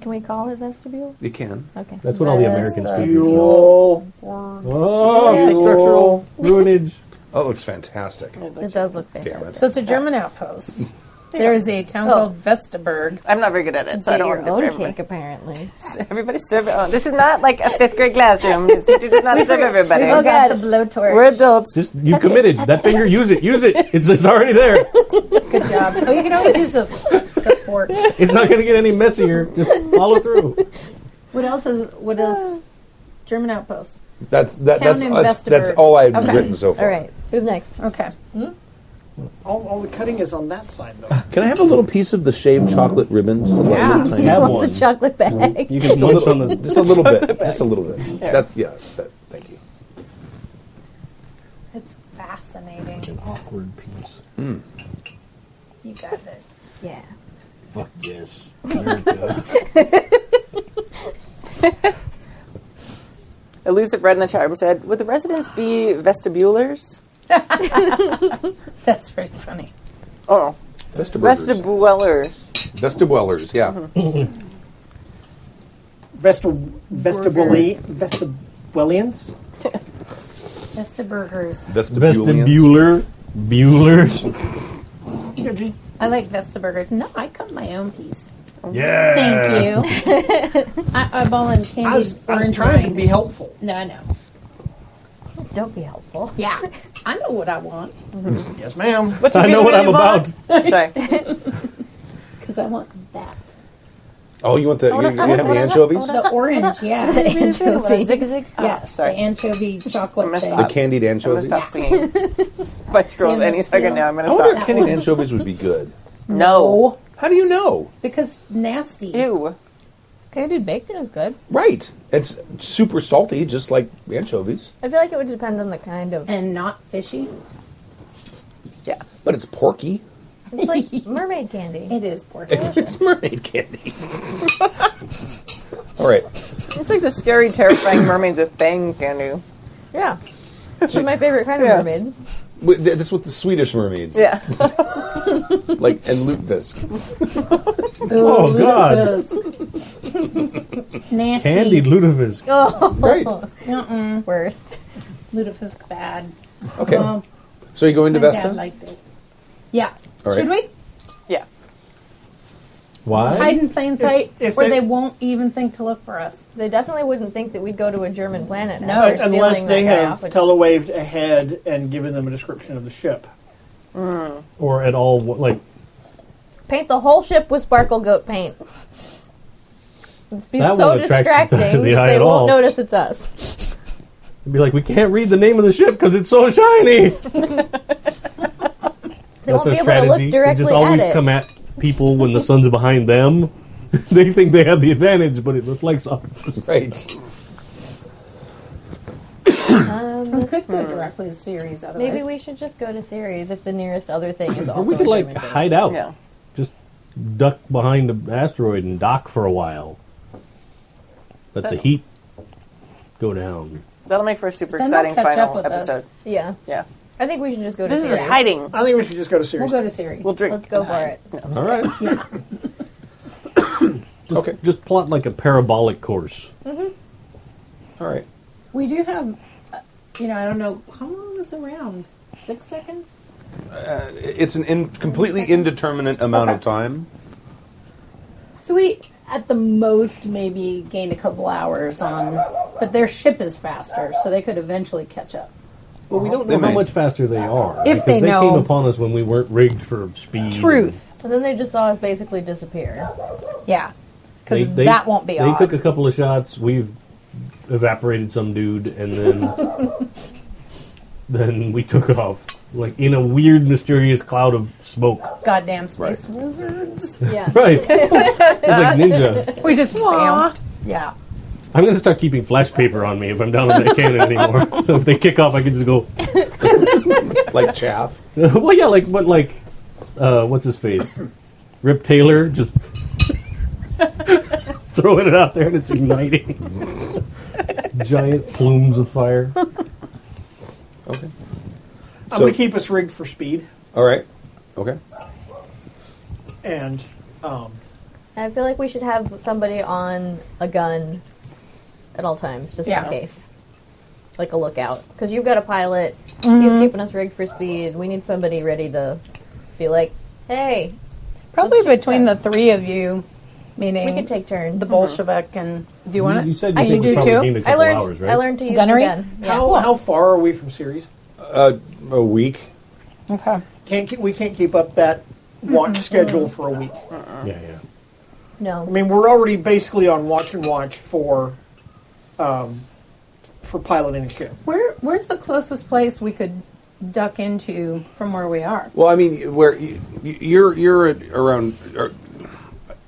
Can we call it vestibule?
It can.
Okay.
That's what all the Americans do.
You'll
Oh,
Yeah.
structural ruinage.
Oh, it looks fantastic.
It does look fancy.
Damn it.
Oh, So it's a German outpost. There is a town
Oh.
called Vestaberg.
I'm not very good at it, so I
Get
don't
your
want to do it
own
for
cake,
everybody.
apparently.
Everybody serve their own. This is not like a fifth grade classroom. This teacher does not serve everybody.
Oh, God. The blowtorch.
We're adults.
Just you committed that finger. Use it. Use it. It's, it's already there.
Good job. Oh, you can always use the, the fork.
It's not going to get any messier. Just follow through.
What else is what is German outpost?
That's that,
Town
that's, that's that's
investigator.
all I had
Okay.
written so far.
All right, who's next?
Okay.
Hmm? All, all the cutting is on that side, though.
Can I have a little piece of the shaved chocolate ribbon? Just a little,
Yeah.
little tiny-
You
Have
want
one.
the chocolate bag?
You can
just a
munch on
little,
the.
just a little bit. Just a little bit. That's yeah. That, thank you.
It's fascinating.
Awkward piece.
You got it.
Yeah.
Fuck yes. America.
Elusive Red in the chat room said, Would the residents be vestibulars?
That's pretty funny.
Oh,
Vestibular.
vestibulars.
Vestibulars.
Mm-hmm.
Yeah.
Vestal, vestibuli, vestibulians?
Mr. Burgers.
Vestibulians.
Vestibular. Bueller's.
Yeah, gee.
I like Vesta Burgers. No, I cut my own piece.
Yeah.
Thank you. I, I'm all in candy.
I was, I was
orange
trying to
wine.
be helpful.
No, I know.
Don't be helpful.
Yeah, I know what I want
Mm-hmm. Yes, ma'am.
What you
I know
really
what I'm
want?
about.
Sorry.
because I want that.
Oh, you want the you, you have the anchovies?
The orange, yeah, the anchovy.
Zig zig.
Yeah,
Ah, sorry.
the anchovy
I
chocolate
messed
thing.
The
up.
candied
I'm going
anchovies.
to stop singing Spice Girls any second now. I'm going
I
to
wonder if
stop.
candied anchovies would be good.
No.
Oh,
How do you know?
because nasty.
Ew.
Candied bacon is good.
Right. It's super salty, just like anchovies,
I feel like it would depend on the kind of.
And not fishy.
Yeah.
but it's porky.
It's like mermaid candy.
It is pork.
It's mermaid candy. All right.
It's like the scary, terrifying mermaids with fang can do.
Yeah. It's my favorite kind of
Yeah.
mermaid.
Wait, th- That's what the Swedish mermaids
Yeah.
like, and lutefisk.
Oh, God.
nasty.
Candied lutefisk.
Oh,
Right.
Mm-mm.
worst.
Lutefisk bad.
Okay.
Um,
so you go into
my dad
Vesta.
liked it. Yeah.
All right.
Should we
Yeah.
Why?
hide in plain sight,
if
where
they-
they won't even think to look for us?
They definitely wouldn't think that we'd go to a German planet.
No,
after
Unless
stealing
they
that guy
have
off a-
telewaved ahead and given them a description of the ship.
Or at all? what- Like
paint the whole ship with sparkle goat paint. It'd be
That
so
won't attract the-
distracting
the
that
eye
they
at
won't
all.
notice it's us.
It'd be like, we can't read the name of the ship because it's so shiny.
They won't be able to look
We just
directly at
always
it.
come at people when the sun's behind them. they think they have the advantage, but it reflects off.
Right.
We could go directly to series otherwise.
Maybe we should just go to Ceres if the nearest other thing is also.
Or we could
a
like
German thing.
hide out,
Yeah.
just duck behind an asteroid and dock for a while. Let the heat go down.
That'll make for a super
Then they'll
exciting
catch up
final
with us.
episode.
Yeah,
Yeah.
I think we should just go to
This
Ceres.
is hiding.
I think we should just go to
We'll
series.
go to series.
We'll drink.
Let's go for it.
All right.
Okay.
Just plot like a parabolic course.
Mm-hmm.
All right.
We do have, uh, you know, I don't know how long is around. Six seconds.
Uh, It's an in, completely indeterminate amount of time.
So we, at the most, maybe gain a couple hours on, but their ship is faster, so they could eventually catch up.
Well, we don't
They
know how
may.
much faster they are.
If
because
they know-
came upon us when we weren't rigged for speed.
Truth.
And then they just saw us basically disappear.
Yeah.
They-
Because
they-
that won't be
They
odd.
took a couple of shots. We've evaporated some dude, and then then we took off like in a weird, mysterious cloud of smoke.
Goddamn space wizards.
Yeah.
Right, it's like ninja.
We just bounced. Yeah.
I'm gonna start keeping flash paper on me if I'm down in that cannon anymore. So if they kick off, I can just go.
Like chaff.
well, yeah, like what, like uh, what's his face? Rip Taylor just throwing it out there and it's igniting. Giant plumes of fire.
Okay.
I'm
So-
going to keep us rigged for speed.
All right. Okay.
And um,
I feel like we should have somebody on a gun at all times, just
Yeah.
in case. Like a lookout. Because you've got a pilot, he's keeping us rigged for speed. We need somebody ready to be like, hey,
Probably
Let's check
between the three of you, meaning
we can take turns. Mm-hmm.
the Bolshevik and. Do you want it?
You said
I
you think
do
we probably
too.
need a
I
couple
learned,
hours, right?
I learned to use
Gunnery?
the gun. Yeah.
how, how far are we from series?
Uh, A week.
Okay.
Can't keep, we can't keep up that watch schedule for a week.
Yeah, yeah.
No.
I mean, we're already basically on watch and watch for um, for piloting a ship.
Where where's the closest place we could duck into from where we are?
Well, I mean, where you, you're you're at around or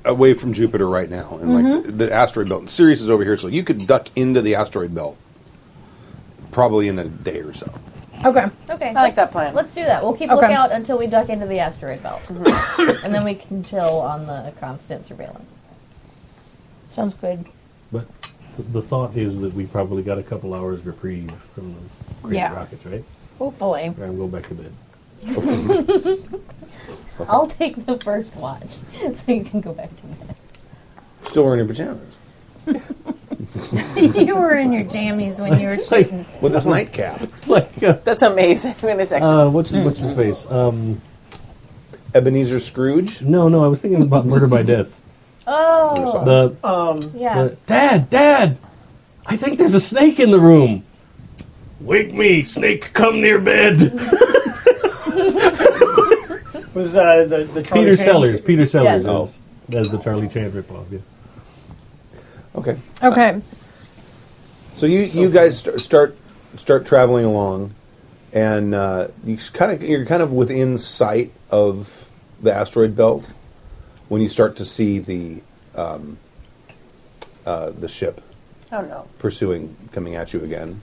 away from Jupiter right now, and like
Mm-hmm.
the, the asteroid belt. And Sirius is over here, so you could duck into the asteroid belt probably in a day or so.
Okay.
Okay.
I like that plan.
Let's do that. We'll keep
Okay.
lookout until we duck into the asteroid belt.
Mm-hmm.
and then we can chill on the constant surveillance.
Sounds good.
But th- the thought is that we probably got a couple hours reprieve from the great
Yeah.
rockets, right?
Hopefully.
And go back to bed.
I'll take the first watch so you can go back to bed.
Still wearing your pajamas
you were in your jammies when you were
Like,
shooting.
with this nightcap,
it's like uh,
That's amazing. I mean, this actually.
uh, what's what's his face? Um,
Ebenezer Scrooge.
no, no, I was thinking about Murder by Death.
Oh,
The,
Um,
yeah.
the Dad, Dad, I think there's a snake in the room. Wake me, snake! Come near bed.
Was uh, the the Charlie
Peter
Chan-
Sellers. Peter Sellers.
Yes.
Oh.
is- That's the Charlie Chan ripoff. Yeah.
Okay,
Okay.
so you you guys st- start start traveling along, and uh, you kind of you're kind of within sight of the asteroid belt when you start to see the um, uh, the ship
oh no.
pursuing coming at you again.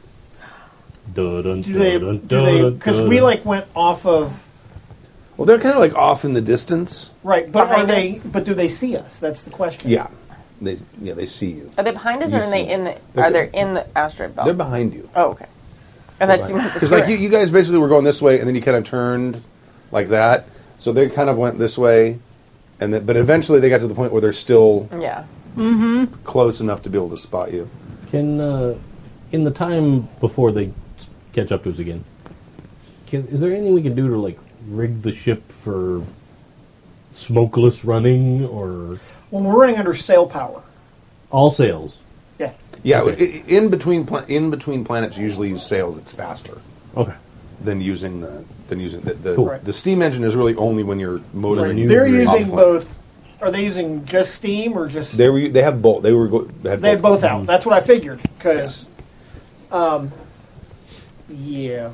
Dun, dun,
Do they?
dun,
Do
dun,
they? Because
dun,
we
dun.
like went off of
Well, they're kind of like off in the distance.
right, but are
Behind
they?
us.
But do they see us? That's the question.
Yeah, they yeah they see you.
Are they behind us, or
You
are they
see.
in the?
They're-
Are they in the asteroid belt?
They're behind you.
Oh, okay. And that's
Because like you, you guys basically were going this way, and then you kind of turned like that. So they kind of went this way, and then, but eventually they got to the point where they're still
Yeah.
Mm-hmm.
close enough to be able to spot you.
Can uh, in the time before they s- catch up to us again, can is there anything we can do to like rig the ship for smokeless running or
Well, we're running under sail power.
all sails?
Yeah.
Yeah,
Okay.
i- i- in between pla- in between planets, you usually use sails. It's faster
Okay,
than using the than using the the,
Cool.
the steam engine is really only when you're motoring.
Right.
They're
You're
using
off-planet.
both. Are they using just steam or just?
They were they have both. They were go- they had
They have both
going.
Mm.
out. That's what I figured. Because, um, yeah,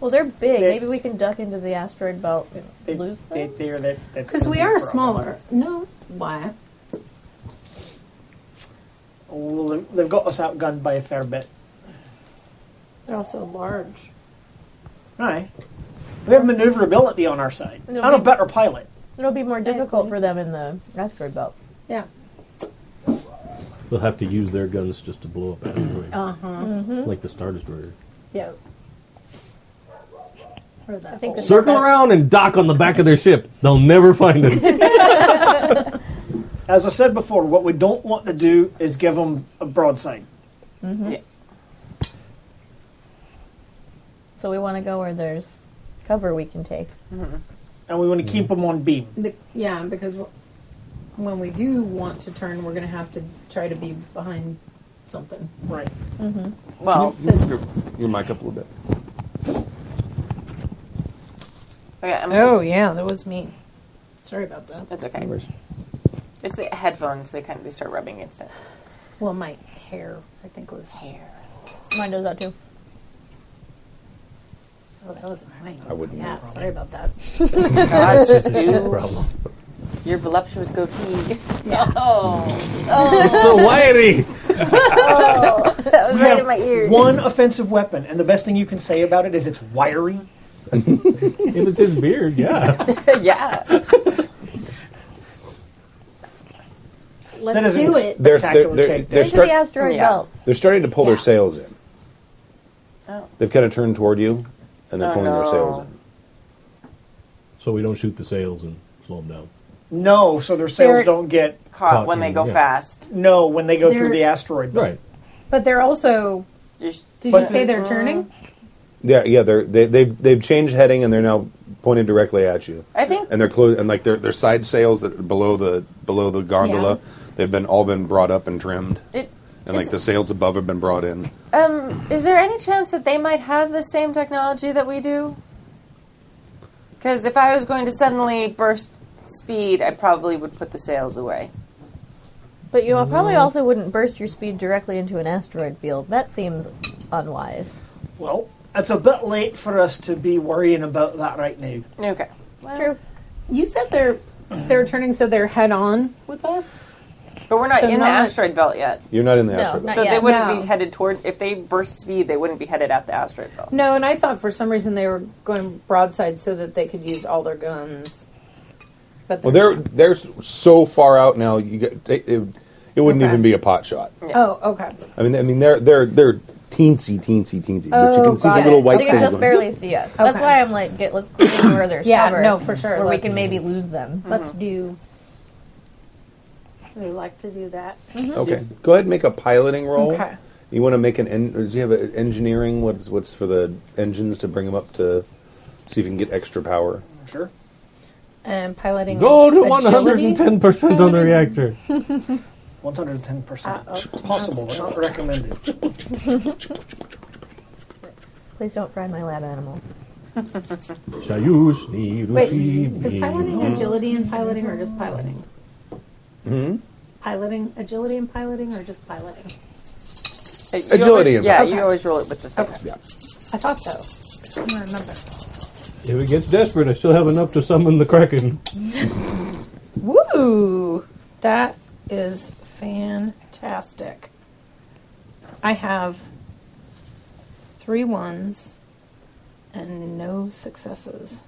Well, they're big.
They-
Maybe we can duck into the asteroid belt and
they,
lose
they,
them.
they're that. that's
Because
gonna
we
be a
are
problem.
smaller. No. Why?
Well, they- they've got us outgunned by a fair bit.
They're also large.
All right. We have maneuverability on our side.
It'll
I'm a
be-
better pilot.
It'll be more
Exactly.
difficult for them in the asteroid belt.
Yeah.
they'll have to use their guns just to blow up asteroid,
Uh-huh.
Uh-huh.
Mm-hmm.
Mm-hmm.
like the Star Destroyer.
Yeah. Or that.
I think
hole.
it's-
Circle around and dock on the back of their ship. They'll never find us.
As I said before, what we don't want to do is give them a broadside.
Mm-hmm.
Yeah.
So we want to go where there's cover we can take.
Mm-hmm.
And we want to keep them on beam.
Be- yeah, because w- when we do want to turn, we're going to have to try to be behind something.
Right.
Mm-hmm.
Well,
Move your, your mic up a little bit.
okay, I'm,
Oh, yeah, that was me. Sorry about that.
that's okay. It's the headphones. They kind of they start rubbing against it.
Well, my hair, I think, was hair.
Mine does that too.
Oh, that was mine.
I wouldn't
Yeah, sorry about that.
God, Stu, your voluptuous goatee. Oh,
so wiry.
Oh,
that was
We
right
have
in my ears.
one offensive weapon, and the best thing you can say about it is it's wiry.
If it's his beard, yeah.
yeah.
That
Let's
is
do
an-
it.
They're they're
Spectacular
they're,
cake.
they're,
Into
start,
the asteroid
Yeah.
belt.
they're starting to pull their sails in.
Oh.
They've kind of turned toward you, and they're
Oh,
pulling their
no.
sails in.
So we don't shoot the sails and slow them down.
No, so their sails
They're-
don't get
Caught when they go
Yeah.
fast.
no when they go through
They're-
the asteroid. belt.
Right.
But they're also.
You're s-
Did
But-
you say they're turning?
Yeah, yeah, they're, they, they've they've changed heading and they're now pointed directly at you.
I think
And they're close and like their their side sails that are below the below the gondola, they've been all been brought up and trimmed,
it.
and like the sails above have been brought in.
Um, is there any chance that they might have the same technology that we do? Because if I was going to suddenly burst speed, I probably would put the sails away.
But you probably also wouldn't burst your speed directly into an asteroid field. That seems unwise.
Well, it's a bit late for us to be worrying about that right now.
Okay.
True.
You said they're they're turning, so they're head on with us.
But we're not
So
in the
not-
asteroid belt yet.
You're not in the
No,
asteroid
not
belt.
So they
yet.
wouldn't
No.
be headed toward. If they burst speed, they wouldn't be headed at the asteroid belt.
No, and I thought for some reason they were going broadside so that they could use all their guns. But
Well, they're they're so far out now. You get it. It, it wouldn't
Okay.
even be a pot shot.
oh okay.
I mean, I mean, they're they're they're teensy, teensy, teensy. but you
Oh,
can see the
got
little
it.
white
they
thing.
can just
going-
barely see us. That's
Okay.
why I'm like, get, let's get where there's
Yeah,
cover,
no, for sure, Mm-hmm.
where we
let's-
can maybe lose them.
Let's do. We Uh-huh. like to do that.
Okay, go ahead and make a piloting roll.
Okay.
You want to make an en- or do you have an engineering? What's what's for the engines to bring them up to see if you can get extra power?
Sure.
And piloting.
Go to one hundred
agility?
and ten percent on the reactor.
110%.
Uh-oh.
Possible, but not recommended.
Please don't fry my lab animals.
Shayush Hmm? ni
Wait,
rushi
is
ni-
piloting agility and piloting, or just piloting? Hmm. Piloting agility and piloting, or just piloting?
Hey, you
Agility
Always,
is
yeah,
up.
you always roll it with the thing.
Okay. I thought so. I don't remember.
If it gets desperate, I still have enough to summon the Kraken.
Woo! That is fantastic. I have three ones and no successes.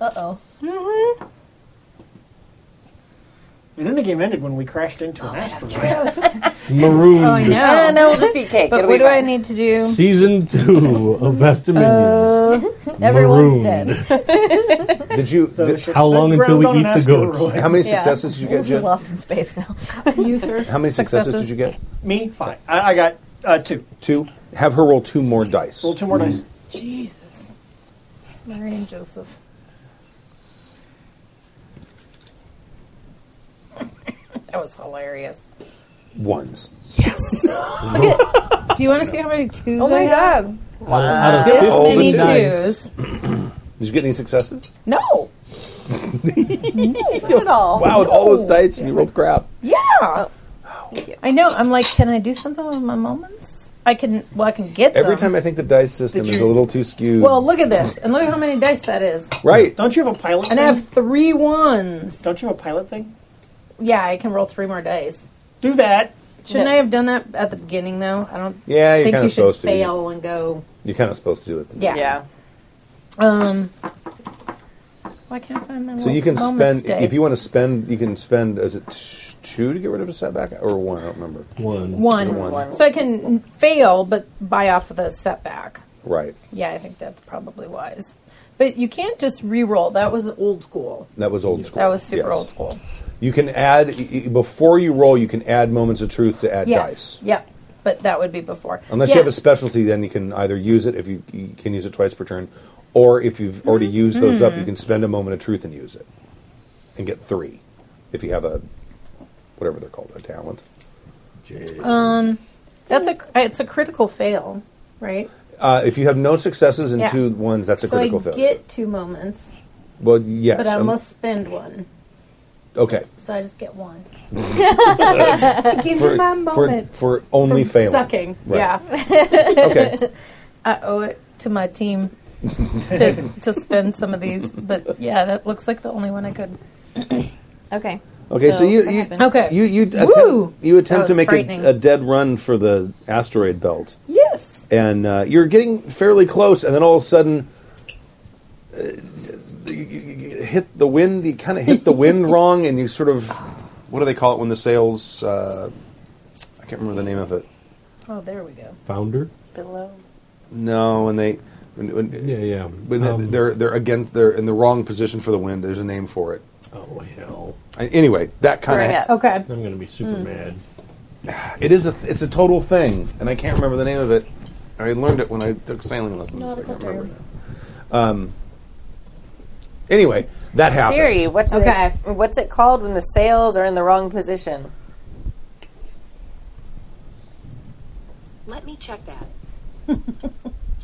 Uh oh.
And then the game ended when we crashed into
Oh,
an asteroid.
Marooned.
No, no, we'll just eat cake.
But
It'll
what
be
do I
fine.
need to do?
Season two of Vast Dominion.
Uh, Mm-hmm.
Everyone's
Marooned.
dead.
Did you?
The
did-
ship
How
said
long until we
ground on
eat
an
the goat?
asteroid.
how many
Yeah.
successes did you get,
We're
Jim?
lost in space now.
You, sir?
How many successes, did you get?
Me? Fine. I, I got uh, two.
Two. Have her roll two more dice.
Roll two more dice.
Jesus. Mary and Joseph. that was hilarious.
Mm-hmm. Ones.
Do you want to see how many twos
Oh
I
my
have?
god.
Oh,
Out of
Uh, This
50
many
dice.
twos.
Did you get any successes?
No.
Not at all.
Wow, with all those dice, and you rolled crap.
Yeah. I know. I'm like, can I do something with my moments? I can. Well, I can get
Every
them.
time I think the dice system
Did
is
you-
a little too skewed.
Well, look at this, and look how many dice that is.
right.
Don't you have a pilot
And I
thing?
have three ones.
Don't you have a pilot thing?
Yeah, I can roll three more dice.
Do that.
Shouldn't I have done that at the beginning though? I don't.
Yeah, you're
think
kind
you
of
should
supposed to.
fail and go.
You're kind of supposed to do it.
Yeah.
Yeah.
Um. Why can't I find my?
So you can spend
moments day?
if you want to spend. You can spend. Is it t- two to get rid of a setback or one? I don't remember.
One.
one.
One.
So I can fail, but buy off of the setback.
Right.
Yeah, I think that's probably wise. But you can't just re-roll. That was old school.
That was old school.
That was super
Yes.
old school.
You can add y- y- before you roll. You can add moments of truth to add
Yes.
dice.
Yep. But that would be before.
Unless you
Yeah.
have a specialty, then you can either use it if you, you can use it twice per turn, or if you've already
Mm-hmm.
used those up, you can spend a moment of truth and use it, and get three, if you have a whatever they're called a talent.
Oh, Um, That's a it's a critical fail, right?
Uh, if you have no successes and
Yeah.
two ones, that's a
so I
critical failure.
get two moments,
well, yes.
but I
um,
must spend one.
okay.
So I just get one. Give me my
for,
moment.
for only
for
failing.
Sucking.
Right.
Yeah.
Okay.
I owe it to my team to to spend some of these. But yeah, that looks like the only one I could.
Okay.
Okay. So,
So,
you
what
you
happened?
Okay.
you you
Woo!
attempt, you attempt
That
to
was
make
frightening.
a, a dead run for the asteroid belt,
yes.
and uh, you're getting fairly close, and then all of a sudden. Uh, you, you, you hit the wind. You kind of hit the wind wrong, and you sort of, what do they call it when the sails? Uh, I can't remember the name of it.
Oh, there we go.
Founder?
Below.
No, when they, when, when,
Yeah, yeah.
when they-
Um,
they're they're against they're in the wrong position for the wind. There's a name for it.
Oh, hell.
Uh, Anyway, that
Bring
kind
it.
of
Okay.
I'm going to be super mad.
it is a it's a total thing, and I can't remember the name of it. I learned it when I took sailing lessons. so I can't remember now. Um. Anyway, that happens.
Siri, what's
Okay.
it, what's it called when the sails are in the wrong position?
Let me check that.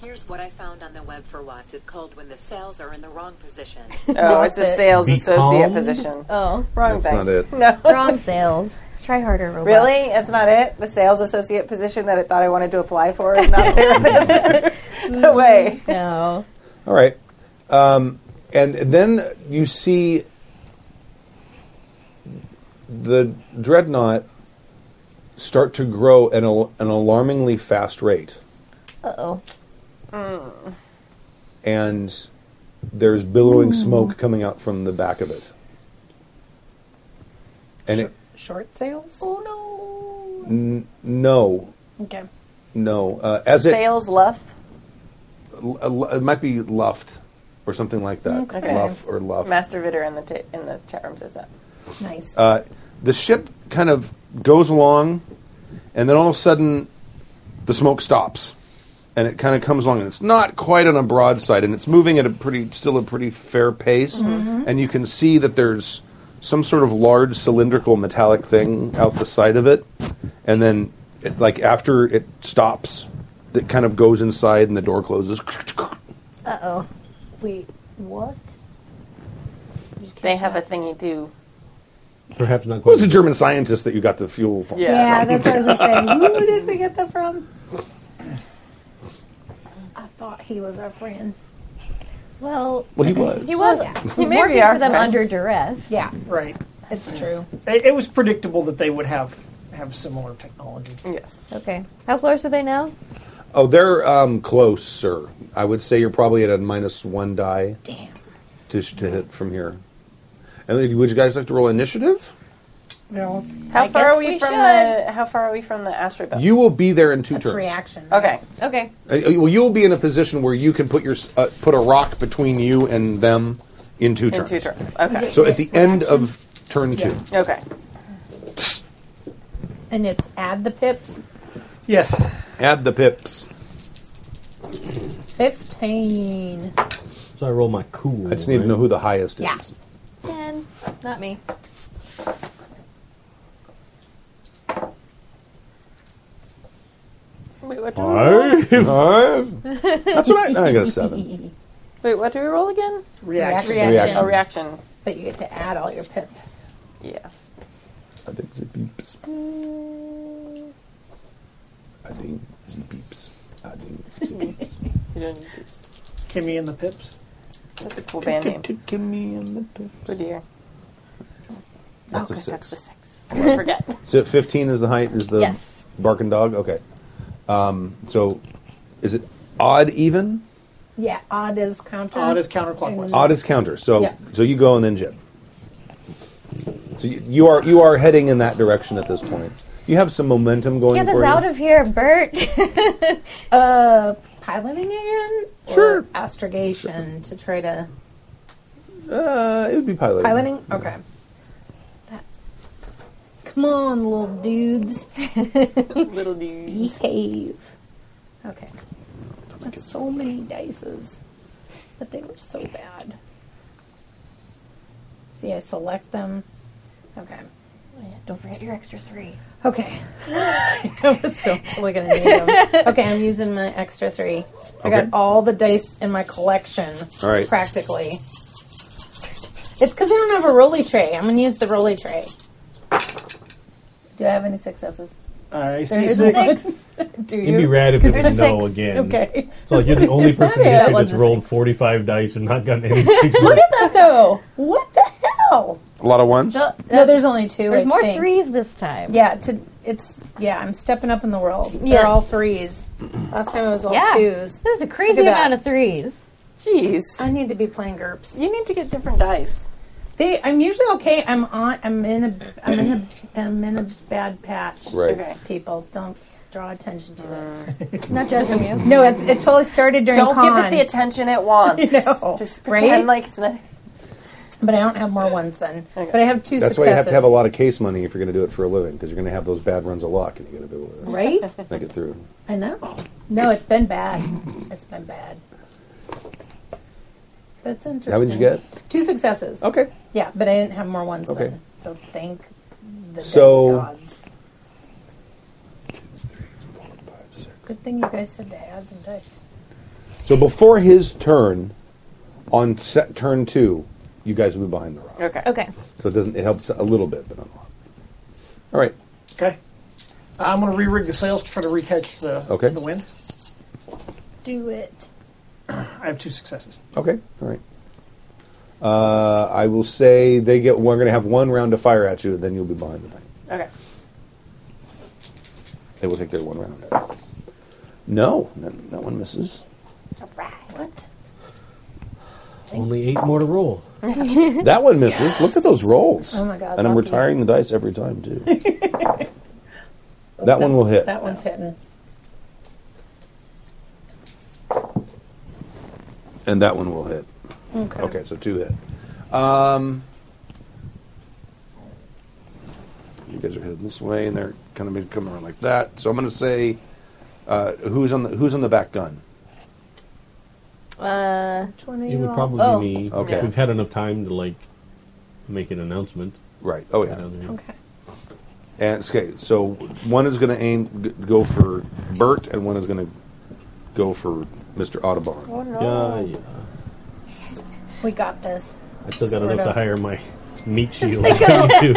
Here's what I found on the web for what's it called when the sails are in the wrong position.
Oh, it's a
it.
sales
Be
associate
calm.
position.
Oh.
Wrong
That's
thing.
not it.
No.
Wrong sales. Try harder, robot.
Really? That's not it? The sales associate position that I thought I wanted to apply for is not there? That's- no way.
No.
All right. Um, and then you see the dreadnought start to grow at a, an alarmingly fast rate.
Uh oh.
Mm.
And there's billowing
Hmm.
smoke coming out from the back of it. And it,
Short sales? Oh
n- no,
no. Okay.
no. Uh, as it,
Sales luff?
l- l- it might be luffed or something like that.
Okay.
Luff or luff.
Master Vitter in the, t- in the chat room says that.
Nice.
uh, the ship kind of goes along, and then all of a sudden, the smoke stops, and it kind of comes along, and it's not quite on a broadside, and it's moving at a pretty, still a pretty fair pace, and you can see that there's some sort of large cylindrical metallic thing out the side of it, and then, it, like after it stops, it kind of goes inside, and the door closes.
Uh oh.
Wait, what?
They have a thingy do.
Perhaps not
Who
quite.
was the German scientist that you got the fuel from?
Yeah.
Yeah, that's what I was gonna say. Who did we get that from? I thought he was our friend.
Well,
Well, he was.
he
Oh,
was
He may
working
be our
for them
friend.
under duress.
Yeah,
Right.
it's true.
It, it was predictable that they would have have similar technology.
Yes.
Okay. How close are they now?
Oh, they're um, close, sir. I would say you're probably at a minus one die. Damn. To, sh- to hit from here. And then would you guys like to roll initiative?
How
I
far
guess
are we,
we
from
should.
the How far are we from the astrobot?
You will be there in two
It's
turns.
reaction.
okay.
Okay.
Uh, well, you will be in a position where you can put your s- uh, put a rock between you and them in two
In
turns.
two turns. Okay.
So at the end of turn two,
Okay.
And it's add the pips.
Yes.
add the pips.
Fifteen.
So I roll my cool.
I just need to know who the highest
Yeah.
is.
Ten. Not me.
Wait, what do we roll?
Five.
Five. That's what I, no, I got a seven.
Wait, what do we roll again?
Reaction.
Reaction.
Reaction.
Oh, reaction.
But you get to add all your pips.
Yeah.
I dig the beeps. I ding the beeps. I ding the beeps.
You don't-
Kimmy and the Pips.
That's a cool band name.
Give me a little-
Good year.
That's
oh,
a
good,
six.
That's the six. I always forget.
So fifteen is the height is the
Yes.
barking dog. Okay. Um, so is it odd even?
Yeah, odd is counter.
Odd is counterclockwise.
Odd is counter. So
Yeah.
so you go and then Jib. So you, you are you are heading in that direction at this point. You have some momentum going
Get us
for you.
out of here, Bert.
Uh, piloting again?
Sure.
Or astrogation to try to.
uh, it would be piloting.
Piloting? Okay. That- Come on, little dudes.
Little dude.
Behave. Okay. That's so many dices. But they were so bad. See, I select them. Okay.
Oh, Don't forget your extra three.
Okay. I was so totally gonna need them. Okay, I'm using my extra three. I
Okay.
got all the dice in my collection.
All right.
Practically. It's because I don't have a rolly tray. I'm gonna use the rolly tray. Do I have any successes?
I see
There's
six.
a six. Do
It'd be
you?
rad if it
There's
was
a
no
six.
again.
Okay.
So like you're the only
Is that
person in
it?
history
That
that's
wasn't-
rolled 45 dice and not gotten any sixes.
Though, what the hell?
A lot of ones.
So,
No, there's only two.
there's
I
more
think.
threes this time.
Yeah, to it's yeah. I'm stepping up in the world. They're
Yeah.
all threes. Last time it was all
Yeah.
twos.
This is a crazy
Look at that.
amount of threes.
I
Jeez.
need to be playing GURPS.
You need to get different dice.
They, I'm usually okay. I'm on. I'm in a. I'm in a. I'm in a bad patch.
Right.
Okay.
People don't draw attention to it.
Mm. Not judging you.
No, it, it totally started during
Don't
con,
give it the attention it wants.
know,
Just
right?
pretend like it's not.
but I don't have more ones then. But I have two.
That's
successes.
why you have to have a lot of case money if you're going to do it for a living, because you're going to have those bad runs a lot, and you got to be able to
Right?
make it through.
I know. No, it's been bad. It's been bad. But it's interesting.
How many did you get?
Two successes.
Okay.
Yeah, but I didn't have more ones
Okay.
then. So thank the
So-
so, gods. Good thing you guys said to add some dice.
So before his turn, on set turn two, you guys will be behind the rock.
Okay.
Okay.
So it doesn't. It helps a little bit, but not a lot. All right.
Okay. I'm going to re rig the sails to try to recatch the,
Okay.
the wind.
Do it.
I have two successes.
Okay. All right. Uh, I will say they get. We're going to have one round to fire at you, and then you'll be behind the bank.
Okay.
They will take their one round. No, that, that one misses.
All right. What?
Only eight more to roll.
That one misses. Look at those rolls.
Oh my God,
And I'm
lucky.
retiring the dice every time too. that one will hit.
That one's hitting.
and that one will hit.
Okay.
Okay, so two hit. Um, you guys are heading this way, and they're kind of coming around like that. So I'm going to say, uh, who's on the who's on the back gun?
Uh,
It would probably
Oh.
Oh.
be me.
Okay.
We've had enough time to like make an announcement.
Right. Oh yeah.
You know, the-
Okay.
And okay, so one is going to aim g- go for Bert, and one is going to go for Mr. Audubon.
Oh no.
Yeah, yeah.
We got this.
I still got
Sort
enough to
of.
hire my meat shield. too.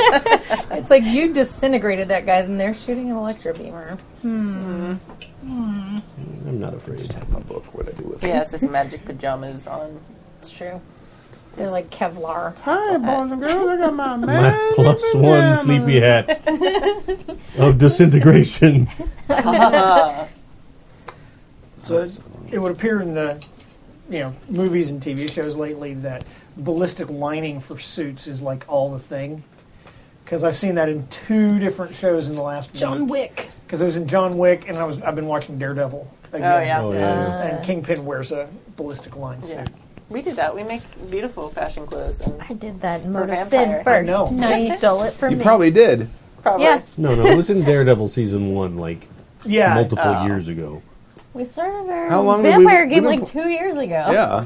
It's like you disintegrated that guy, then they're shooting an electro beamer.
Hmm.
I'm not afraid.
Just have my book. What I do with
He
it?
has his magic pajamas on.
It's true. They're like Kevlar.
Hi, boys
and girls, I got my
My plus one sleepy hat of disintegration.
So it, it would appear in the you know movies and TV shows lately that ballistic lining for suits is like all the thing. Because I've seen that in two different shows in the last
John Wick.
Because it was in John Wick, and I was I've been watching Daredevil.
Oh yeah.
Oh, yeah.
And Kingpin wears a ballistic line suit.
Yeah. We do that. We make beautiful fashion clothes and
I did that in Mode
Or
of
vampire.
Sin first.
No.
Now you stole it from
You
me.
probably did.
probably
Yeah.
No, no, it was in Daredevil season one, like
Yeah.
multiple
Oh.
years ago.
We started our
How long did we-
vampire
we've
game
been
like
pl-
two years ago.
Yeah.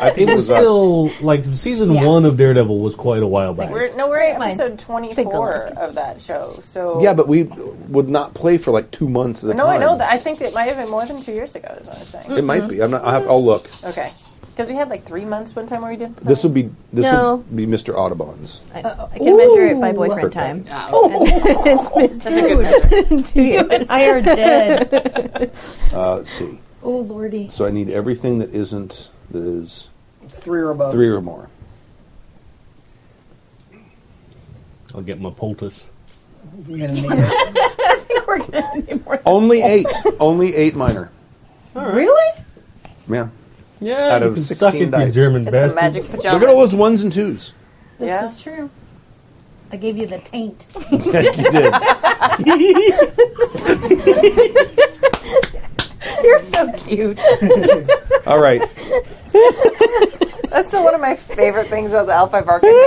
I think
It was
us.
still like season
Yeah.
one of Daredevil was quite a while back.
We're no, we're at
Mine.
episode
Think
twenty-four
alike.
of that show. So
Yeah, but we would not play for like two months at a
no, I
time.
know that. I think it might have been more than two years ago. Is what I'm saying.
It might be. I'm not. I have, I'll look.
Okay, because we had like three months one time where we did. not
This will be. This
No.
will be Mr. Audubon's.
I, I can measure it by boyfriend
Perfect.
time.
it's been That's a good measure.
two years.
I are dead.
Uh, let's see.
oh lordy.
So I need everything that isn't that is
Three or above.
three or more.
I'll get my poultice.
You're gonna need it.
We're gonna need more.
Only eight. Only eight minor.
Really?
Yeah.
Yeah,
Out
you
of
can suck
16
it, you
dice.
German
It's the
bastard.
magic pajamas.
Look at all those ones and twos.
This
Yeah.
is true. I gave you the taint.
you did.
You're so cute.
All right.
That's still one of my favorite things about the Alpha Varkin.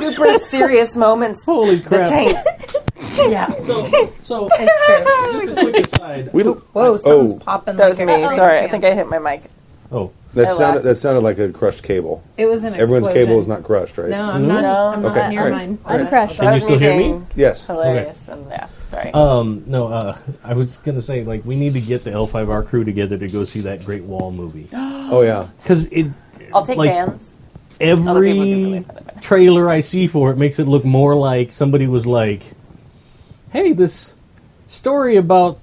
Super serious moments.
Holy
the
crap!
taint.
yeah.
So, so
It's true.
just a quick aside.
We don't.
Whoa, something's
Oh.
popping.
That was
like
me.
a-
Sorry, I think I hit my mic.
Oh,
That
I
sounded.
laugh.
That sounded like a crushed cable.
It was an
Everyone's
explosion.
cable is not crushed, right?
No, I'm not.
No.
I'm not
Okay,
near
all right.
mine.
I'm crushed.
That
you
was
still
me
hear me?
being
Yes.
hilarious and yeah. Sorry.
um, no. Uh, I was gonna say like we need to get the L5R crew together to go see that Great Wall movie
Oh yeah.
because it.
I'll take
like,
vans. Other people do really
every
bad about it.
trailer I see for it makes it look more like somebody was like, "Hey, this story about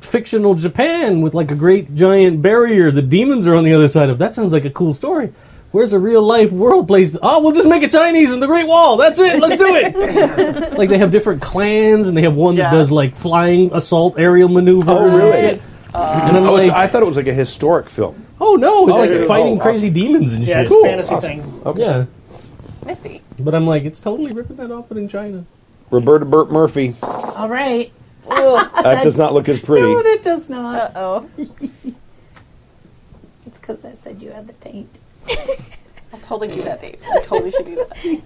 fictional Japan with like a great giant barrier the demons are on the other side of. That sounds like a cool story. Where's a real life world place? Oh, we'll just make it Chinese and the Great Wall. That's it. Let's do it. like they have different clans and they have one that
Yeah.
does like flying assault aerial maneuvers. and
Oh, really?
Oh, shit. and I'm
Oh, it's,
like,
I thought it was like a historic film.
oh no, it's
Oh,
like
yeah, yeah.
fighting
Oh,
crazy demons and
Yeah,
shit.
it's a fantasy thing.
Okay.
Yeah.
Nifty.
But I'm like, it's totally ripping that off, but in China.
Roberta Burt Murphy.
All right.
That does not look as pretty.
No, that does not. Uh oh. it's because I said you had the taint.
I'll totally do that, Dave. I totally should do that.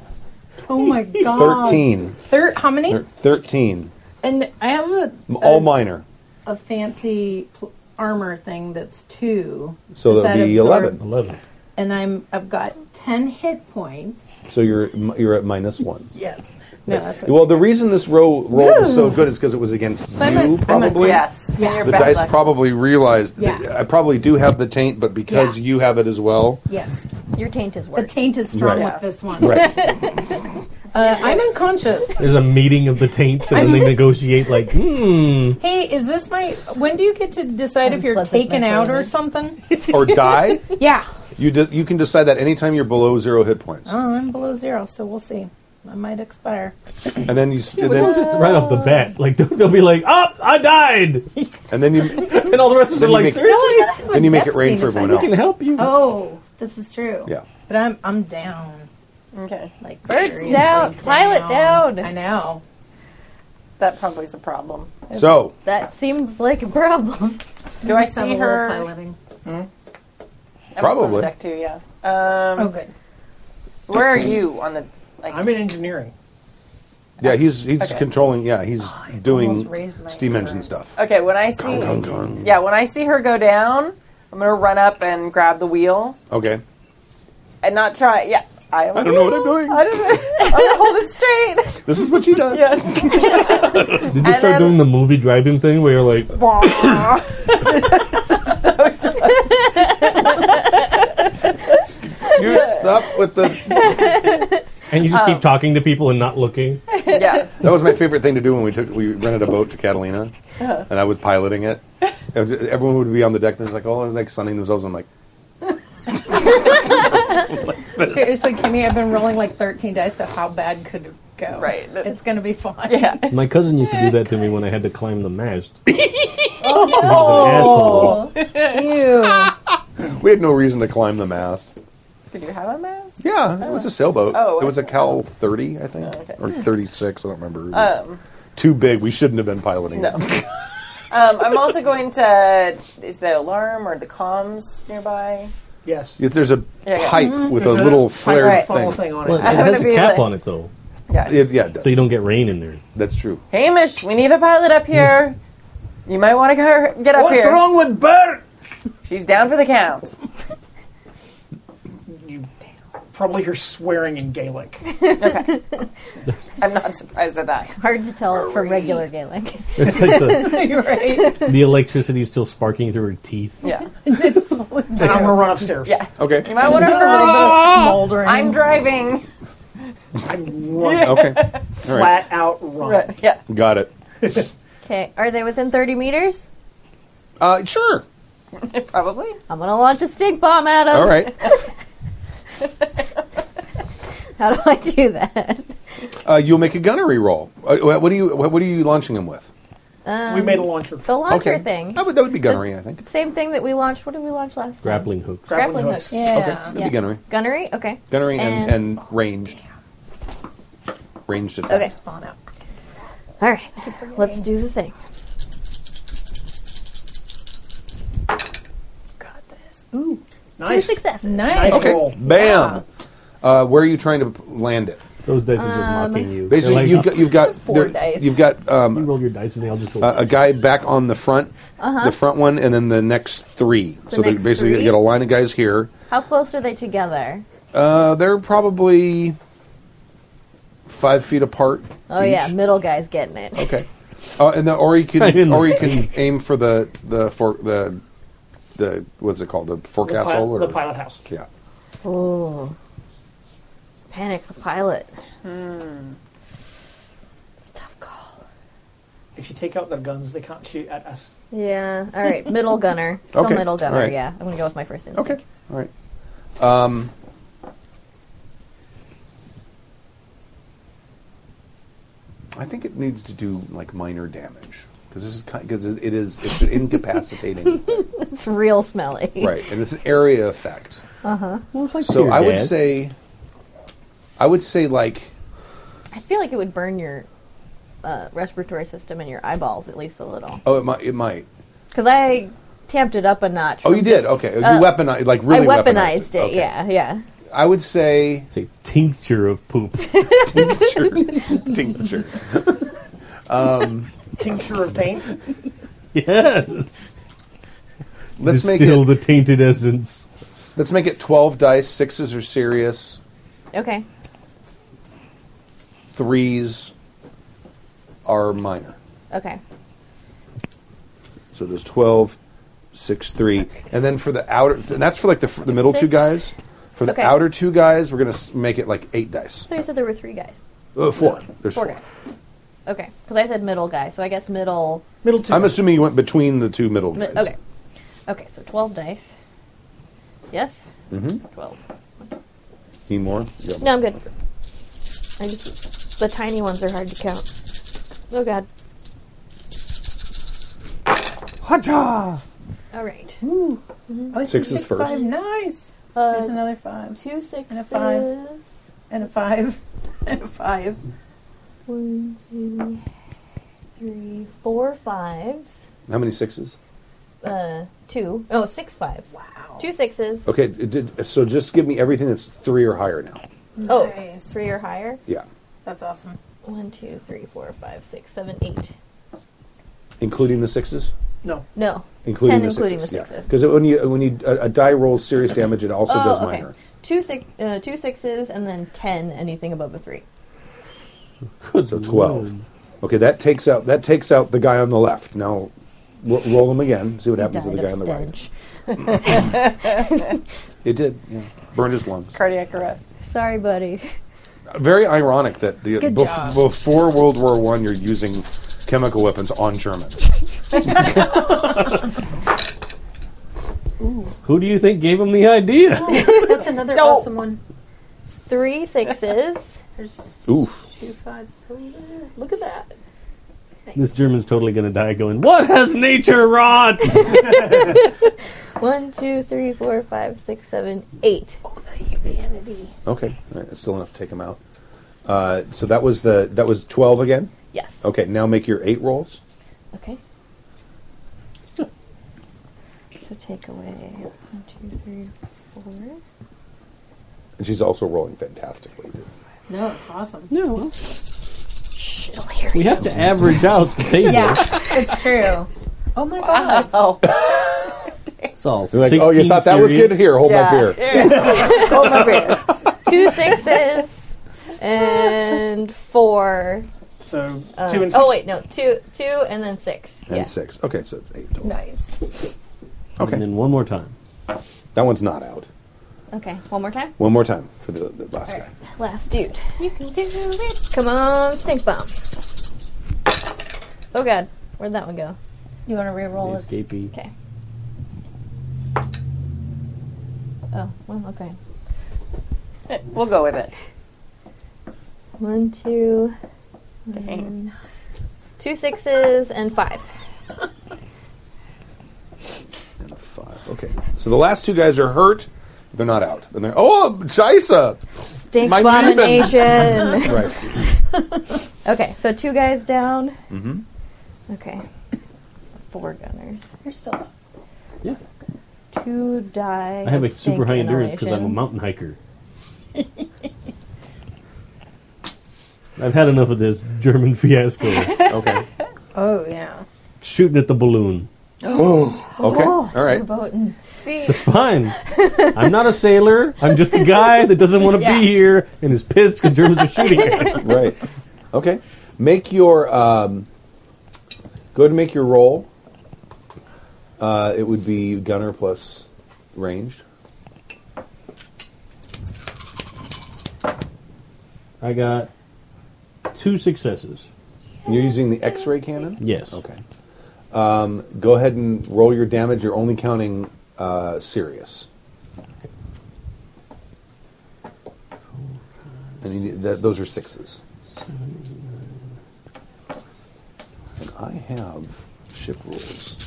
Oh my god.
Thirteen.
Thir- how many?
Thir- Thirteen.
And I have a,
M- All
a,
minor.
a fancy pl- armor thing that's two.
So
Does
that'll
that
be
absorb-
eleven.
11.
And I'm I've got ten hit points.
So you're m- you're at minus one.
Yes. No, that's what
Well, the reason this roll roll was so good is because it was against
I'm
you,
a- I'm a-
probably.
Yes.
Yeah.
And your
The
bad
dice
luck.
probably realized. that
Yeah.
I probably do have the taint, but because
Yeah.
you have it as well.
yes.
Your taint is
The
worse.
taint is strong
Right.
with this one.
Right.
Uh, I'm unconscious.
There's a meeting of the taints, and then they negotiate like, hmm.
Hey, is this my? When do you get to decide if you're
Unpleasant
taken out or
mentality.
something?
or die.
Yeah.
You de- you can decide that anytime you're below zero hit points,
Oh, I'm below zero, so we'll see. I might expire.
and then you s and,
But
then,
don't just right off the bat. Like don't- they'll be like, "Up, I died,"
and then you
and all the rest of them
Then
are
you
like,
make-
"Seriously,
then you make it rain for
Death scene
everyone
we can
else.
help you."
Oh, this is true.
Yeah.
But I'm I'm down.
Okay.
Like
Birds
seriously
down. Tile it
I
down.
know.
That probably is a problem.
So
That seems like a problem.
Do I
Just
see
have a little
her?
piloting.
I'm up on
Hmm? Probably.
deck too. Yeah. Um,
Oh, good.
Where are you on the? Like,
I'm in engineering.
yeah, he's he's controlling. Yeah, he's
Oh,
almost
doing
raised my
steam engine
eyebrows.
stuff.
okay. When I see,
Gong, gong.
yeah, when I see her go down, I'm gonna run up and grab the wheel
Okay,
and not try. Yeah. I,
I don't know what I'm doing.
I don't know. I'm gonna hold it straight.
this is what you done.
Yes.
Did you
And
start
then-
doing the movie driving thing where you're like,
Wah.
You stop with the.
and you just
Oh.
keep talking to people and not looking?
Uh, yeah.
That was my favorite thing to do when we took we rented a boat to Catalina, and I was piloting it. And Everyone would be on the deck, and it's like, oh, and like sunning themselves. I'm like,
Seriously, Kimmy, I've been rolling like 13 dice of how bad could it go.
Right.
It's gonna be fun.
Yeah.
My cousin used to do that to me when I had to climb the mast. oh.
Ew.
we had no reason to climb the mast.
Did you have a mask?
Yeah, it was a sailboat.
Oh,
it was a
okay.
Cal
Oh,
30, I think,
okay. Oh.
or 36. I don't remember. It was
Um,
too big. We shouldn't have been piloting.
No.
it.
Um, I'm also going to. Is the alarm or the comms nearby?
Yes.
If there's a
Yeah, Mm-hmm. yeah.
pipe with a
There's
little
funnel-
flared
funnel
thing.
thing on
Well, it
it.
wanna
has a
be
cap
like-
on it though,
Yeah.
It, yeah, it does.
so you don't get rain in there.
That's true.
Hamish, we need a pilot up here. You might want to get up
What's
here.
wrong with Bert?
She's down for the count.
You probably hear swearing in Gaelic.
I'm not surprised by that.
Hard to tell from regular Gaelic.
It's like the,
You're right.
the electricity's still sparking through her teeth.
Yeah.
and I'm gonna run upstairs.
Yeah. You
Okay.
might want to
Smoldering.
I'm driving.
I'm running
Okay. All right.
flat out run.
Right. Yeah.
Got it.
Okay, are they within 30 meters?
Uh, sure.
Probably.
I'm gonna launch a stink bomb at them.
All right.
How do I do that?
Uh, you'll make a gunnery roll. Uh, what are you? What are you launching him with?
We made a launcher.
Um, The launcher thing.
That would, that would be gunnery, I think.
Same thing that we launched. What did we launch last time?
Grappling hook.
Grappling
hook.
hooks.
Yeah.
That'd be gunnery.
Gunnery? Okay.
Gunnery and,
And-
and, ranged. Ranged attack.
Okay.
Spawn out.
Alright. Let's do the thing.
Got this. Ooh,
Two
Nice.
successes.
nice.
Nice. Roll.
Okay. Oh, Bam. Uh, where are you trying to p- land it?
Those dice are just
Um,
mocking you. They're
Basically,
like,
you've got you've got
Four
there-
dice.
You've got um,
you roll your dice and they all just roll.
a, a guy back on the front, the front one, and then the next three. so they
Uh-huh. next
basically
three?
you got a line of guys here.
How close are they together?
Uh, they're probably five feet apart.
Oh
each.
yeah, middle guy's getting it.
Okay. Uh, and the, or you
I didn't
can or you
like
can aim for the the for the the what's it called the
The, pi-
forecastle
the
or
pilot house.
yeah.
Ooh. Panic the pilot.
Hmm.
Tough call.
If you take out their guns, they can't shoot at us.
Yeah. All right. Middle gunner. Still
Okay,
middle gunner.
all right.
Yeah. I'm gonna go with my first instinct.
Okay. All right. Um, I think it needs to do like minor damage because this is because it is it's an incapacitating
It's real smelly. Uh-huh.
right and it's an area effect.
Well, it's like
So
your
I would
dad.
say, I would say like
I feel like it would burn your uh, respiratory system and your eyeballs at least a little.
oh it might it might
Because I tamped it up a notch.
oh
from
you did
just-
okay you
uh,
weaponized like really
I weaponized, it.
Okay.
Yeah, yeah.
I would say
It's a tincture of poop.
tincture Um, tincture.
Tincture of taint.
yes.
Let's make
Distill
it
the tainted essence.
let's make it twelve dice sixes are serious.
Okay.
threes are minor.
Okay.
So there's 12, 6, 3. And then for the outer, and that's for like the, the middle two
Six.
guys. For the
Okay.
outer two guys, we're going to make it like eight dice.
So you said there were three guys.
Uh, four. There's
Four
four.
guys. Okay, because I said middle guy, so I guess middle.
Middle two.
I'm assuming you went between the two middle
mi-
guys.
okay. Okay, so 12 dice. Yes?
Mm-hmm.
12.
Need more? Yeah.
No, I'm good. I just, the tiny ones are hard to count. Oh, God.
Ah!
Hacha!
All right.
Oh, it's
Six
a
is first.
Five. Nice. There's
Mm-hmm. Uh,
another five
two
And a five.
sixes.
and a five and a five.
One, two, three, four fives.
How many sixes?
Uh, two. Oh, six fives. Wow. Two sixes.
Okay, it did, so just give me everything that's three or higher now.
Oh,
Nice.
three or higher.
Yeah,
That's awesome.
One, two, three, four, five, six, seven, eight.
including the sixes.
No.
No.
Including
Ten,
the
including
sixes.
the sixes.
Because when you when you a, a die rolls serious damage, it also does
oh, okay.
minor.
Two six, uh, two sixes, and then ten. Anything above a three.
So twelve. Okay, that takes out that takes out the guy on the left. Now ro- roll him again. See what happens to the
Died
guy
of
on the right.
stench.
It did. Yeah. Burned his lungs.
Cardiac arrest.
Sorry, buddy.
Very ironic that the
Good
bef-
job.
before World War One, you're using chemical weapons on Germans.
Who do you think gave him the idea?
That's another
Don't.
awesome one.
Three sixes.
There's
Oof.
two fives over there. Look at that.
this German's totally gonna die. Going, what has nature wrought?
One, two, three, four, five, six, seven, eight.
Okay, All right, that's still enough to take him out. Uh, so that was the that was twelve again.
Yes.
Okay, now make your eight rolls.
Okay. So take away one, two, three, four.
And she's also rolling fantastically.
No, it's awesome.
no. well, We have to average out the table.
Yeah, it's true.
Oh my god.
Oh,
It's all
You're like, oh, you
16
thought that was
series.
good? Here, hold my beer.
Hold my beer.
Two sixes and four.
So
uh,
two and six.
Oh wait, no, two, two, and then six.
And
yeah.
six. Okay, so eight total.
Nice.
Okay,
And then one more time.
that one's not out.
Okay, one more time.
One more time for the, the last guy.
Last dude. You can do it. Come on, stink bomb. Oh god, where'd that one go?
You want to re-roll it?
Escapee.
Okay. Oh well, okay.
We'll go with it.
One, two,
Dang.
two sixes and five.
And a five. Okay, so the last two guys are hurt. They're not out. And they're oh, Jaisa.
Stink
My demon.
abomination.
Right.
okay, so two guys down. Mm-hmm. Okay. Four gunners.
You're still up.
Yeah.
Two die.
I have a
of
super
stink
high endurance because I'm a
inhalation.
mountain hiker. I've had enough of this German fiasco.
Okay.
Oh yeah.
Shooting at the balloon.
Okay.
Oh,
All right.
verboten.
See,
Fine. I'm not a sailor. I'm just a guy that doesn't want to
Yeah.
be here and is pissed because Germans are shooting at me.
Right. Okay. Make your um, go ahead and make your roll. Uh, it would be gunner plus ranged.
I got two successes.
You're using the X-ray cannon.
Yes.
Okay. Um, go ahead and roll your damage. You're only counting uh, serious. And you need, that, those are sixes. And I have ship rules.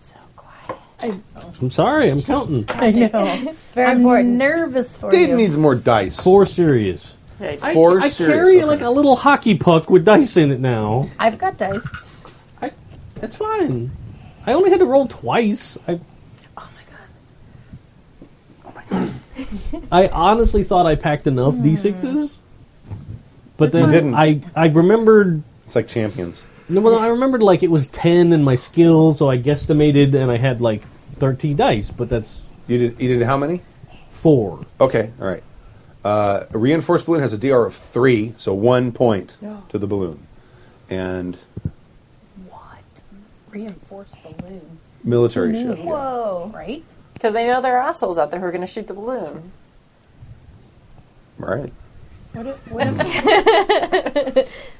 so quiet.
I'm sorry. I'm counting.
I know.
It's very
I'm
important.
nervous for
Dave
you.
needs more dice.
Four series.
Yeah,
I,
Four
I
series,
carry
okay.
like a little hockey puck with dice in it now.
I've got dice.
I, that's fine. I only had to roll twice. I, oh my god. Oh my god. I honestly thought I packed enough d6s, but then
didn't.
I I remembered.
It's like champions.
No, well, I remembered like it was ten in my skill, so I guesstimated, and I had like thirteen dice, but that's
You did. You did how many?
four.
Okay. All right. Uh, a reinforced balloon has a DR of three, so one point to the balloon, and
reinforced balloon.
Military
Oh,
Who knew?
ship. yeah.
Right?
Because they know there are assholes out there who are going to shoot the balloon.
Right.
What if, what if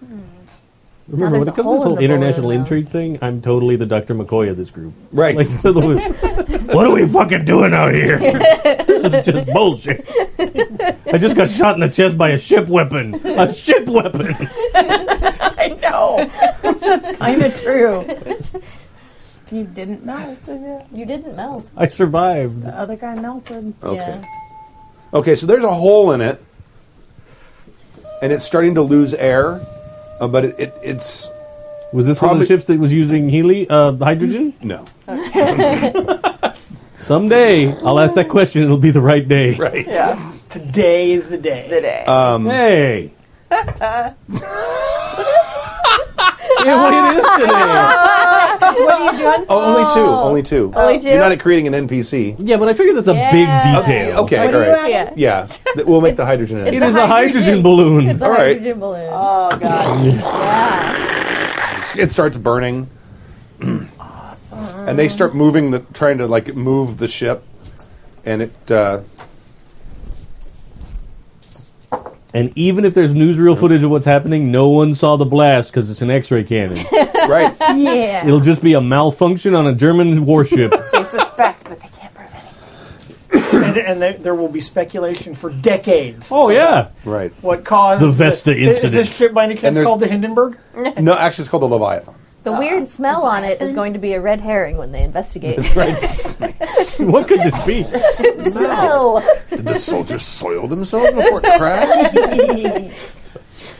Hmm.
Remember, when
there's
it
a
comes to this
hole in
whole
the
international
balloon, though.
intrigue thing, I'm totally the Dr. McCoy of this group.
Right.
Like, so the- what are we fucking doing out here? this is just bullshit. I just got shot in the chest by a ship weapon. A ship weapon.
I know. That's kind of true. You didn't melt. did you?
You didn't melt.
I survived.
The other guy melted.
Okay.
Yeah.
Okay, so there's a hole in it, and it's starting to lose air, uh, but it, it, it's
Was this one
Probably-
of the ships that was using heli uh, hydrogen?
no
Someday I'll ask that question. It'll be the right day.
right. Um,
Yeah.
Today is the day.
Today.
Hey.
Uh,
yeah, what it is today.
What are you doing?
Oh, only two, only two.
Only two?
You're not creating an NPC.
Yeah, but I figured that's a
Yeah.
big detail.
Okay,
What
all
are you
right.
at?
Yeah,
Yeah.
Th- we'll make the hydrogen. in
It
it.
is a hydrogen
hydrogen.
balloon.
It's a
Hmm. All right.
hydrogen balloon.
Oh, God.
It starts burning. awesome. And they start moving the, trying to like move the ship, and it. Uh,
And even if there's newsreel footage of what's happening, no one saw the blast because it's an X-ray cannon.
right.
Yeah.
It'll just be a malfunction on a German warship.
they suspect, but they can't prove anything.
and and there, there will be speculation for decades.
oh yeah,
Right.
What caused
The Vesta
Is
incident.
this ship by any
And
chance
there's-
called the Hindenburg?
No, actually, it's called the Leviathan.
The
Oh,
weird smell on it is going to be a red herring when they investigate.
what could this be?
Did the soldiers soil themselves before it cracked?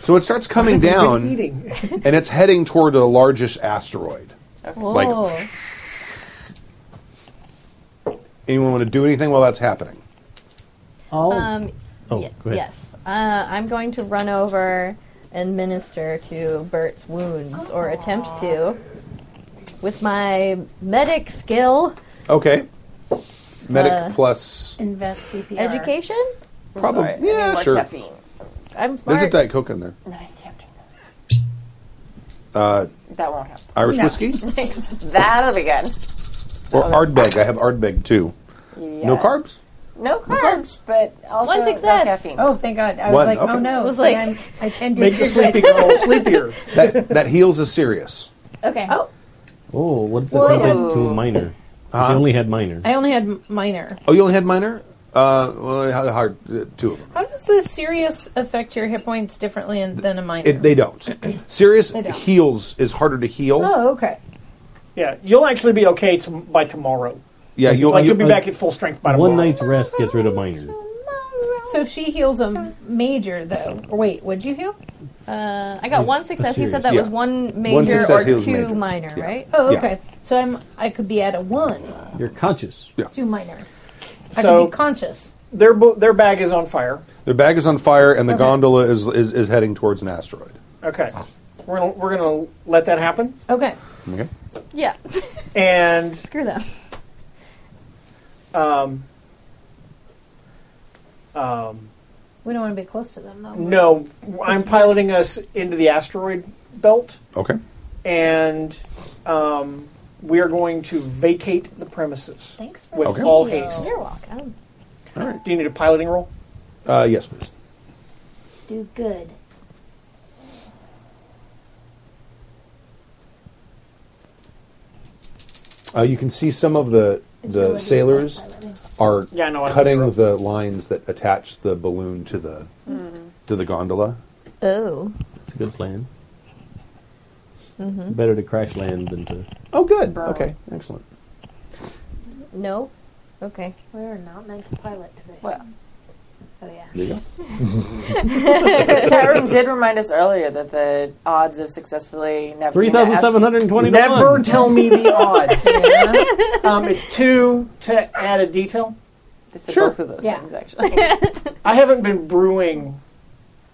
so it starts coming down,
Eating.
and it's heading toward a largish asteroid. Like-
Whoa.
Anyone want to do anything while that's happening?
Oh,
um,
Oh,
ye-
go ahead.
yes. Uh, I'm going to run over and minister to Bert's wounds or attempt to with my medic skill
Okay. Medic
Uh,
plus
Invent CPR.
education.
probably
Sorry, I need
yeah
more
sure.
Caffeine.
I'm smart.
There's a Diet Coke in there.
No, I can't drink that.
Uh,
That won't happen.
Irish
No.
whiskey
That'll be good.
or Ardbeg. I have Ardbeg too.
Yeah.
No carbs.
No carbs, but also
One
no
success.
caffeine.
Oh, thank God. I
One,
was like,
okay.
oh no.
It was
See,
like-
I'm- i tend to
Make the
do
sleepy
that.
girl sleepier.
That that heals is serious.
Okay.
Oh,
oh, what if
Whoa.
I did to a minor? She only had minor.
I only had m- minor.
Oh, you only had minor. Uh, well, I had a hard uh, two of them.
How does the serious affect your hit points differently in, than a minor?
It, they don't. Serious
They don't.
heals is harder to heal.
oh, okay.
yeah, you'll actually be okay to, by tomorrow.
Yeah, you'll,
like
you
you'll be back at full strength by tomorrow.
uh, One night's rest gets rid of minor.
So if she heals a major, though. Or wait, would you heal?
Uh, I got one success. He said that
Yeah.
was one major
One success,
or
he was
two
major.
minor,
Yeah.
right?
Oh,
Yeah.
okay. So I'm. I could be at a one,
You're conscious.
two minor. I
So-
could be conscious.
Their bo- their bag is on fire.
Their bag is on fire, and the
Okay.
gondola is, is is heading towards an asteroid.
Okay, we're gonna, we're gonna let that happen.
Okay.
Okay.
Yeah.
And
Screw them.
um, um,
We don't want to be close to
Oh,
them, though.
no, I'm piloting us into the asteroid belt,
Okay.
and um, we are going to vacate the premises
Thanks for
with
the
all
video.
haste.
You're welcome.
Do you need a piloting roll?
Uh, yes, please.
Do good.
Uh, you can see some of the the sailors are
Yeah, I know, I
cutting
was-
the lines that attach the balloon to the
Hmm.
to the gondola.
Oh.
It's a good plan.
Mm-hmm.
Better to crash land than to.
Oh, good. Okay, excellent.
No. Okay.
We are not meant to pilot today.
Well,
Oh yeah.
There you go.
the chat room did remind us earlier that the odds of successfully navigating
Three thousand seven hundred twenty.
Never tell me the odds. um, it's two to add a detail.
Sure. Both of those
Yeah.
things, actually.
I haven't been brewing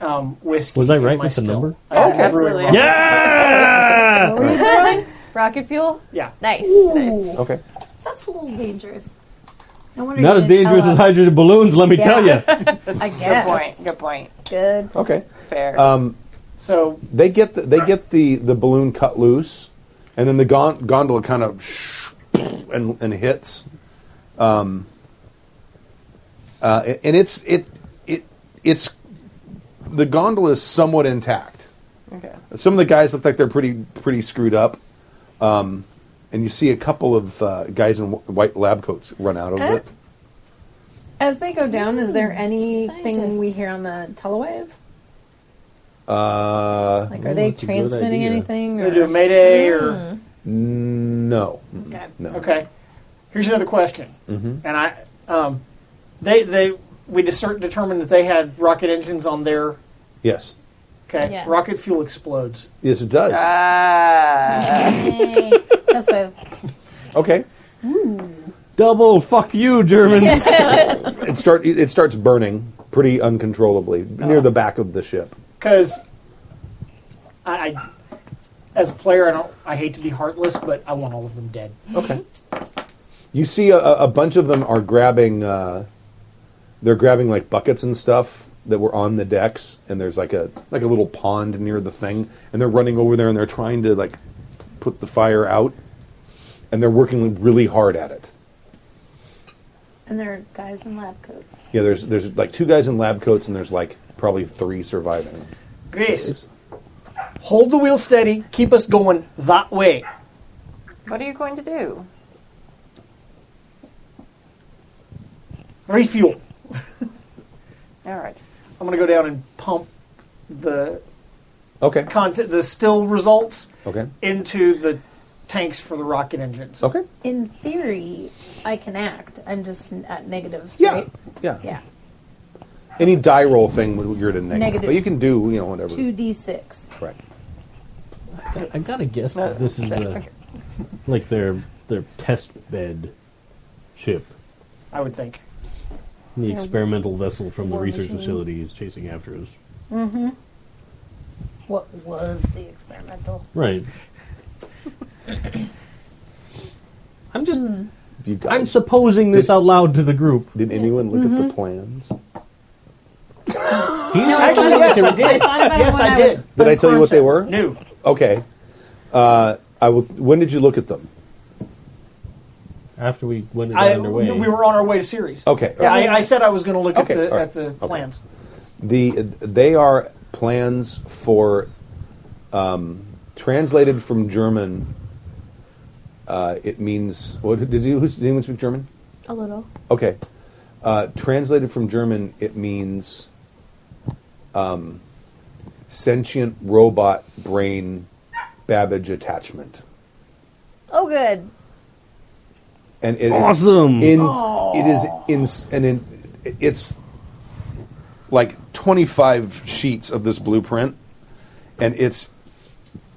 um, whiskey.
Was I
in
right
my
with the
still.
number?
I haven't been brewing
Absolutely.
rum.
Yeah.
Rocket fuel.
Yeah.
Nice.
Nice.
Okay.
That's a little dangerous. No wonder
Not
you
as
didn't
dangerous
tell
as
us.
hydrogen balloons, let me tell you.
I
Good
guess.
point. Good point.
Good.
Okay.
Fair.
Um,
So
They get the, they get the, the balloon cut loose, and then the gon- gondola kind of sh- and and hits, um, uh, a- and it's it it it's the gondola is somewhat intact.
Okay.
Some of the guys look like they're pretty pretty screwed up, um, and you see a couple of uh, guys in wh- white lab coats run out of
Uh,
it.
As they go down, is
Hmm.
there anything we hear on the telewave?
Uh,
Like, are they transmitting anything?
they do a mayday or
No.
Okay.
No.
okay. Here's another question,
Mhm.
and I um, they they we discern, determined that they had rocket engines on their
Yes.
okay
Yeah.
rocket fuel explodes.
Yes, it does.
Hey, that's why.
okay.
Double fuck you, German.
It start it it starts burning pretty uncontrollably near the back of the ship.
because I, I as a player I don't I hate to be heartless, but I want all of them dead.
Okay. You see a, a bunch of them are grabbing uh, they're grabbing like buckets and stuff that were on the decks and there's like a like a little pond near the thing and they're running over there and they're trying to like put the fire out and they're working really hard at it.
And there are guys in lab coats.
Yeah, there's there's like two guys in lab coats and there's like probably three surviving.
Grace, hold the wheel steady. Keep us going that way.
What are you going to do?
Refuel.
All right.
I'm gonna go down and pump the
Okay.
content, the still results,
Okay.
into the tanks for the rocket engines.
Okay.
In theory, I can act. I'm just n- at negatives,
Yeah.
right?
Yeah.
Yeah.
Any die roll thing would you're at a negative.
Negative.
But you can do, you know, whatever.
Two d six.
Correct.
I gotta guess that this is uh like their their test bed ship.
I would think.
The experimental vessel from the
War
research
machine.
facility is chasing after us.
Mm-hmm. What was the experimental?
Right. I'm just
Hmm.
You guys,
I'm supposing this out loud to the group.
Did anyone look at the plans?
He's
Actually, yes, I did.
thought about
Yes,
it when
I
I
did.
was-
Did I tell you what they were?
New.
Okay. Uh, I will. When did you look at them?
after we went and got
I,
underway.
we were on our way to series.
Okay.
Yeah, I, I said I was going to look
Okay,
at the
all right.
at the plans.
The they are plans for, um, translated from German. Uh, it means what? Did you? Who's, did anyone speak German?
A little.
Okay. Uh, translated from German, it means um, sentient robot brain Babbage attachment.
Oh, good.
And it,
Awesome.
In, it is in, and in, it's like 25 sheets of this blueprint, and it's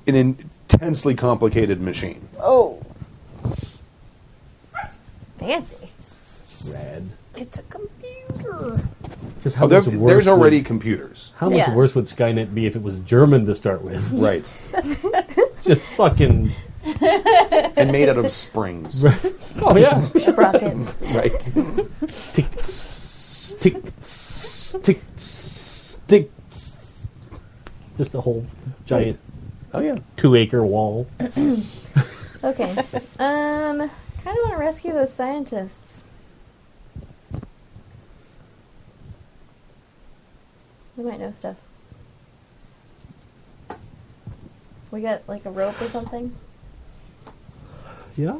an intensely complicated machine.
Oh,
Fancy.
rad.
It's a computer.
Because how
Oh, there,
much worse
there's already
would,
computers.
how much
Yeah.
worse would Skynet be if it was German to start with?
Right.
just fucking
and made out of springs.
oh yeah,
Rockets.
right.
tick tss, tick tss, tick tss, tick tss. just a whole giant
Oh, yeah.
two acre wall.
Okay. Um, kind of want to rescue those scientists. We might know stuff. We got like a rope or something.
Yeah,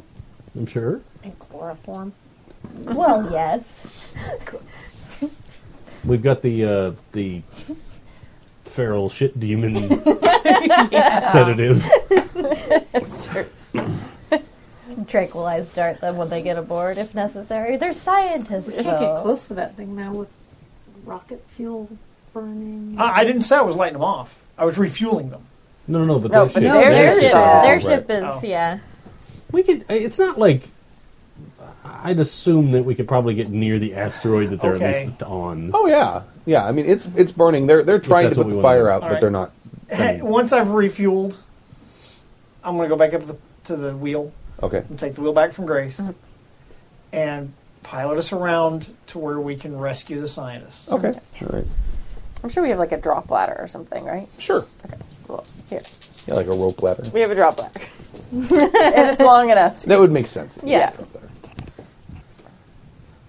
I'm sure.
And chloroform.
Well, yes.
We've got the uh, the feral shit demon sedative.
sure.
Tranquilize dart them when they get aboard if necessary. They're scientists.
We can't get
though.
close to that thing now with rocket fuel burning.
I, I didn't say I was lighting them off. I was refueling them.
No, no, no, but
No,
that
but
shit-
no, Their
Their,
ship
ship,
is all
their
right.
ship is
Oh.
yeah.
We could. uh, It's not like. I'd assume that we could probably get near the asteroid that they're
Okay.
at least on.
Oh yeah, yeah. I mean, it's it's burning. They're they're trying to
that's what
put
we
the
wanna
fire
do.
out, but
Alright.
they're not.
Hey, once I've refueled, I'm going to go back up the, to the wheel
Okay.
and take the wheel back from Grace
Mm-hmm.
and pilot us around to where we can rescue the scientists.
Okay. All right.
I'm sure we have like a drop ladder or something, right?
Sure.
Okay. Well, here.
Yeah, like a rope ladder.
We have a drop ladder. and it's long enough.
That would make sense.
Yeah.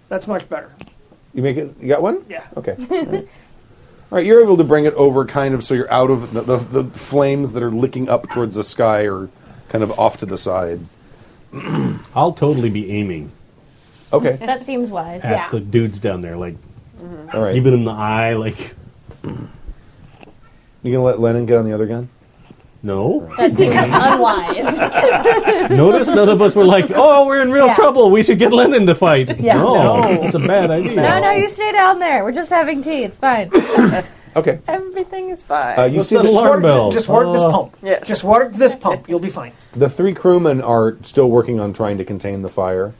That's much better.
You make it. You got one.
Yeah.
Okay. All right. All right, you're able to bring it over, kind of, so you're out of the, the, the flames that are licking up towards the sky, or kind of off to the side.
I'll totally be aiming
Okay.
That seems wise.
at
Yeah. Mm-hmm.
the dudes down there, like
All right.
giving them the eye, like
You gonna let Lennon get on the other gun?
no.
That seems unwise.
Notice none of us were like, "Oh, we're in real
Yeah.
trouble. We should get Lennon to fight."
Yeah.
No, it's a bad idea.
No, no, you stay down there. We're just having tea. It's fine.
Okay.
Everything is fine.
Uh, you
What's
see
that
the,
alarm?
Water,
Barbell.
Just water this
Uh,
pump.
Yes.
Just water this pump. You'll be fine.
the three crewmen are still working on trying to contain the fire,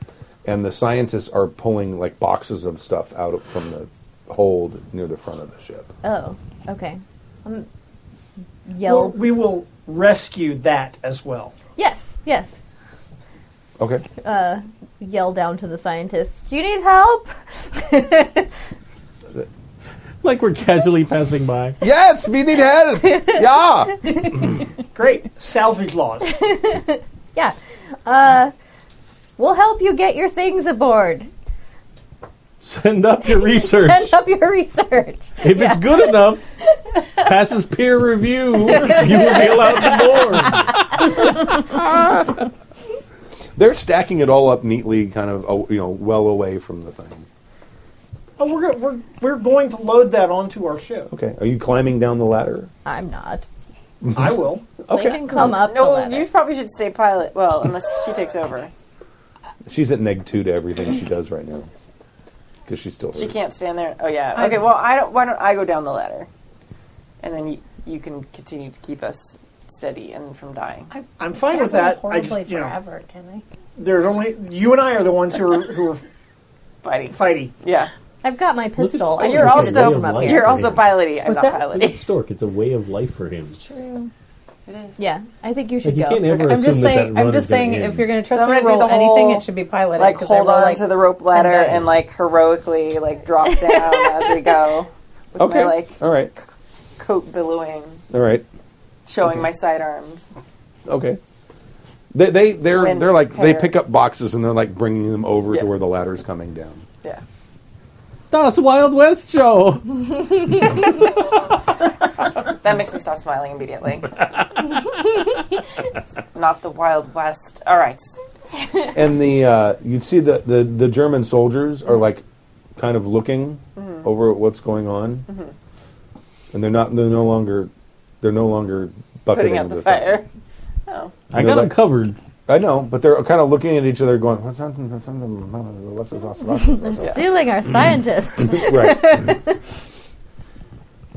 and the scientists are pulling like boxes of stuff out of- from the hold near the front of the ship.
oh, okay. Um,
Well,
yell.
we will rescue that as well.
yes, yes. Uh,
Okay.
Yell down to the scientists. Do you need help?
Like we're casually passing by.
yes, we need help. Yeah.
Great. Salvage laws.
yeah. Uh, we'll help you get your things aboard.
Send up your research.
Send up your research.
if it's good enough, passes peer review, you will be allowed to board.
They're stacking it all up neatly, kind of oh, you know, well away from the thing.
Oh, we're, gonna, we're, we're going to load that onto our ship.
Okay. Are you climbing down the ladder?
I'm not.
Mm-hmm.
I will.
They can come up the
no,
ladder.
you probably should stay pilot. Well, unless she takes over.
She's at neg two to everything she does right now because she's still.
She
hurt.
can't stand there. Oh yeah. Okay. Well, I don't. Why don't I go down the ladder, and then you, you can continue to keep us steady and from dying.
I'm fine with that. I
Horribly
just, you know,
forever, can I?
there's only you and I are the ones who are who are
Fighting.
fighty.
Yeah.
I've got my pistol.
Stork.
I
You're
can
It's a
also
way of life
you're
for
also
him.
piloty. I'm
What's
not
that?
Look at
piloty.
Stork. It's a way of life for him.
It is.
Yeah, I think you should
Like you
go.
can't ever
I'm
assume
just
that
saying.
that run
I'm just
is gonna
saying.
end.
If you're going to trust
So I'm
me to
gonna do
roll
the whole,
anything, it should be piloted.
Like
'cause I
hold
roll,
on
like,
to the rope
10
ladder and
dice.
like heroically like drop down as we go with
Okay.
my like
all right.
coat billowing,
All right.
showing my sidearms.
Okay. They they they're
Wind
they're like they
hair.
pick up boxes and they're like bringing them over
Yeah.
to where the ladder's coming down.
Yeah.
That's Wild West show.
That makes me stop smiling immediately. Not the Wild West. All right.
And the uh, you see the, the the German soldiers are like kind of looking
Mm-hmm.
over at what's going on, and they're not they're no longer they're no longer bucketing
Putting out the
thing.
fire. Oh.
I
No,
got him
like-
covered.
I know, but they're kind of looking at each other, going, "What's something? What's something? What's this? What's this?"
Stealing our scientists.
Mm. Right.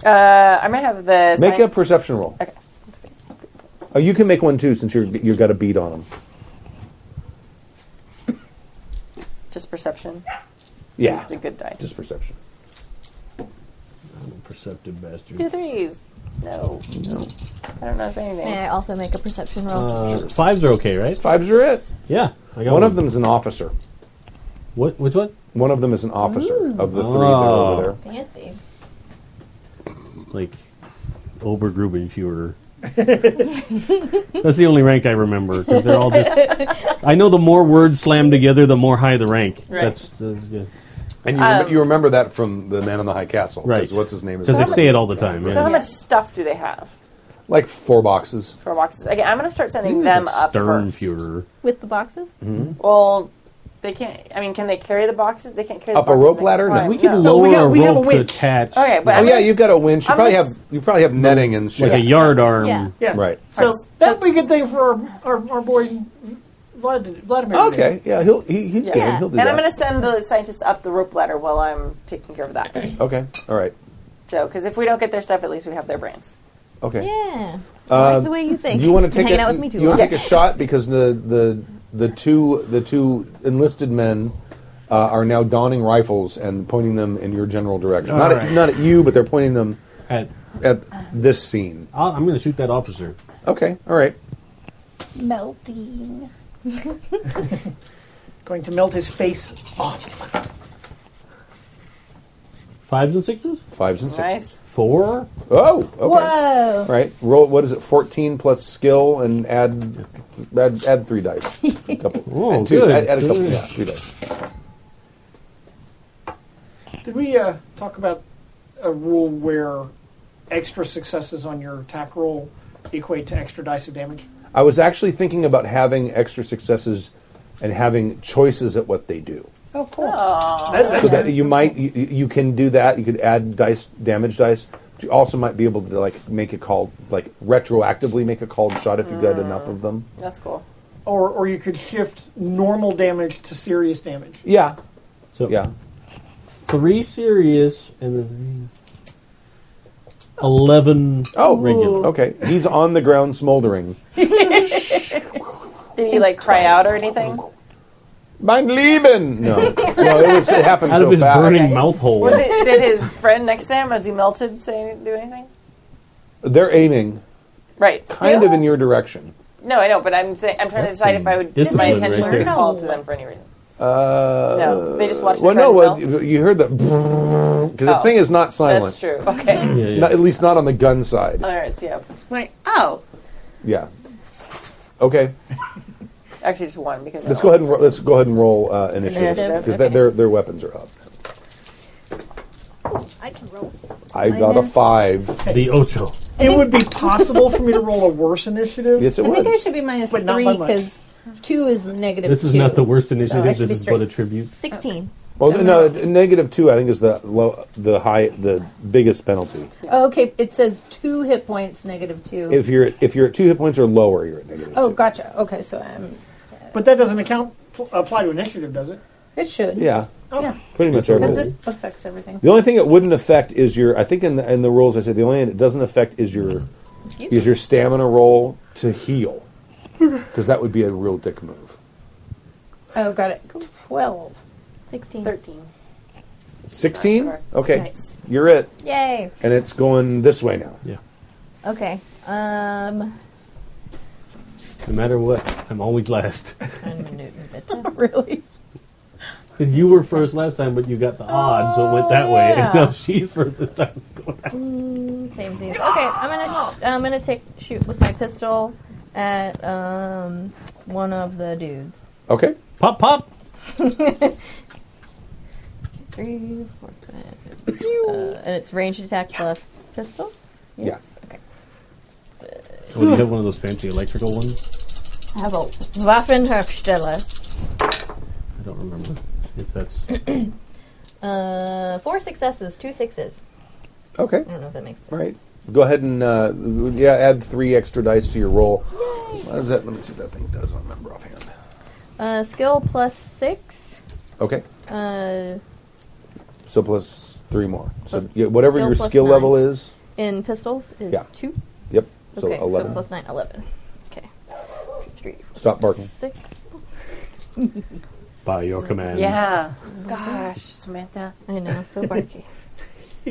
Uh, I might have the.
Make
sci-
a perception roll.
Okay. That's good.
Oh, you can make one too, since you're you've got a beat on them.
Just perception.
Yeah.
It's a good dice.
Just perception.
I'm a perceptive
Two
bastard.
threes. No.
No.
I don't know. Say anything.
May I also make a perception roll?
Uh, fives are okay, right?
Fives are it.
Yeah, I got
One of them's an officer.
What? Which one?
One of them is an officer of the three that are
Oh.
over there.
Fancy.
Like Obergrubenschurer. That's the only rank I remember because they're all just. I know the more words slammed together, the more high the rank.
Right. Um,
That's the yeah.
And you, remem- you remember that from the Man on the High Castle, 'cause
Right.
What's his name? Is
because they say it all the time.
So how
Yeah.
much stuff do they have
like four boxes.
for boxes? Okay, I'm gonna start sending them up first.
Sternfuhrer.
With the boxes?
Mm-hmm.
Well, they can't. I mean, can they carry the boxes? They can't carry
Up a
the boxes
rope
they can
ladder? No.
climb.
We could
No.
lower
we got-
a
we have a
rope to
winch.
attach.
Okay, but
Oh
I'm
yeah,
gonna-
you've got a winch. You
I'm
probably
gonna
have
s-
you probably have netting and shit.
Mm-hmm. like a yard arm.
Yeah.
Yeah.
Um, Right.
So
Alright,
that'd be a good thing for our, uh, our, our boy Vlad, Vladimir. to do.
Okay. Yeah. He'll he, he's good.
Yeah.
He'll do
And
that.
I'm gonna send the scientists up the rope ladder while I'm taking care of that.
Okay. All right.
so, because if we don't get their stuff, at least we have their brains.
Okay.
Yeah. I
Uh,
like the way you think.
You want to take
Been hanging
a,
out with me too
you
long.
want to take a shot because the the the two the two enlisted men uh, are now donning rifles and pointing them in your general direction. Not at,
Alright.
not at you, but they're pointing them
At,
at this scene.
I'll, I'm going to shoot that officer.
Okay. All right.
melting.
Going to melt his face off.
Fives and sixes?
Fives and sixes.
Nice.
Four?
Oh, okay.
Whoa.
All right. Roll. What is it? Fourteen plus skill and add add, add three dice. A couple.
Oh,
add two.
good.
Add, add a couple.
Good.
Yeah, two dice.
Did we uh, talk about a rule where extra successes on your attack roll equate to extra dice of damage?
I was actually thinking about having extra successes and having choices at what they do.
Oh, cool. That- that's
so that you might you, you can do that. You could add dice, damage dice. But you also might be able to like make a call, like retroactively make a called shot if you got enough of them.
Mm. That's cool.
or, or you could shift normal damage to serious damage.
Yeah,
So
yeah.
three serious and then eleven
Oh,
regular.
Okay, he's on the ground smoldering.
Did he like cry out or anything?
Mein Leben. No, no, it was it happened
Out
so
of his
fast.
burning mouth hole.
Was it? Did his friend next to him? Was he melted? Say do anything?
They're aiming
Right.
kind of in your direction.
No, I know, but I'm saying I'm trying to
That's
decide
some
if I would give my
discipline
attention
right
would be
there.
called to them for any reason.
Uh,
No, they just watched the
well, no,
friend
well,
melt.
you heard the because the
Oh.
thing is not silent.
That's true. Okay.
Yeah, yeah.
Not- at least not on the gun side.
All right. So yeah. Wait. Oh.
Yeah. Okay.
Actually, just one because I
Let's go ahead and
lost.
ro- let's go ahead and roll uh, initiative
Initiative,
because
okay.
their their weapons are up.
I can roll.
I got a
Minus-
five.
the ocho.
It would be possible for me to roll a worse initiative.
Yes, it
I
would.
think I should be minus
But not
three
by much.
because two is negative.
This is
two.
not the worst
So I
initiative.
should
this
be
is
three.
but a tribute.
Sixteen.
Well, Oh, no, negative two. I think is the low, the high, the biggest penalty.
Oh, okay, it says two hit points, negative two.
If you're at- if you're at two hit points or lower, you're at negative.
oh,
two.
gotcha. Okay, so um,
But that doesn't account apply to initiative, does it? Oh.
it should.
Yeah,
Yeah.
pretty much every.
Because it affects everything.
The only thing it wouldn't affect is your. I think in the, in the rules I said the only thing it doesn't affect is your is your stamina roll to heal because that would be a real dick move.
Oh, got it. Twelve.
Sixteen.
Thirteen.
Sixteen.
Sure.
Okay,
Nice.
you're it,
Yay.
and it's going this way now.
Yeah.
Okay. Um.
No matter what, I'm always last.
really?
Because you were first last time, but you got the odd, so it went that way. And
yeah.
now she's first this time.
Same thing. Okay. I'm gonna. I'm gonna take shoot with my pistol at um one of the dudes.
Okay,
Pop, pop.
Three, four, five. Uh, and it's ranged attack plus pistols.
Yeah.
Okay.
Oh, do you have one of those fancy electrical ones?
I have a Waffenhofstelle.
I don't remember if that's.
Uh, four successes, two sixes.
okay,
I don't know if that makes sense.
all right. Go ahead and uh, yeah, add three extra dice to your roll. What is that? Let me see what that thing does. I don't remember offhand.
Uh, skill plus six.
Okay,
Uh,
so plus three more. So yeah, whatever
skill
your
plus
skill
nine.
level is.
in pistols is
Yeah.
two.
Yep. So
okay,
eleven.
so plus nine, eleven. Okay. Three, four,
Stop barking.
six.
By your command.
Yeah. Gosh, Samantha.
I know, so barky.
I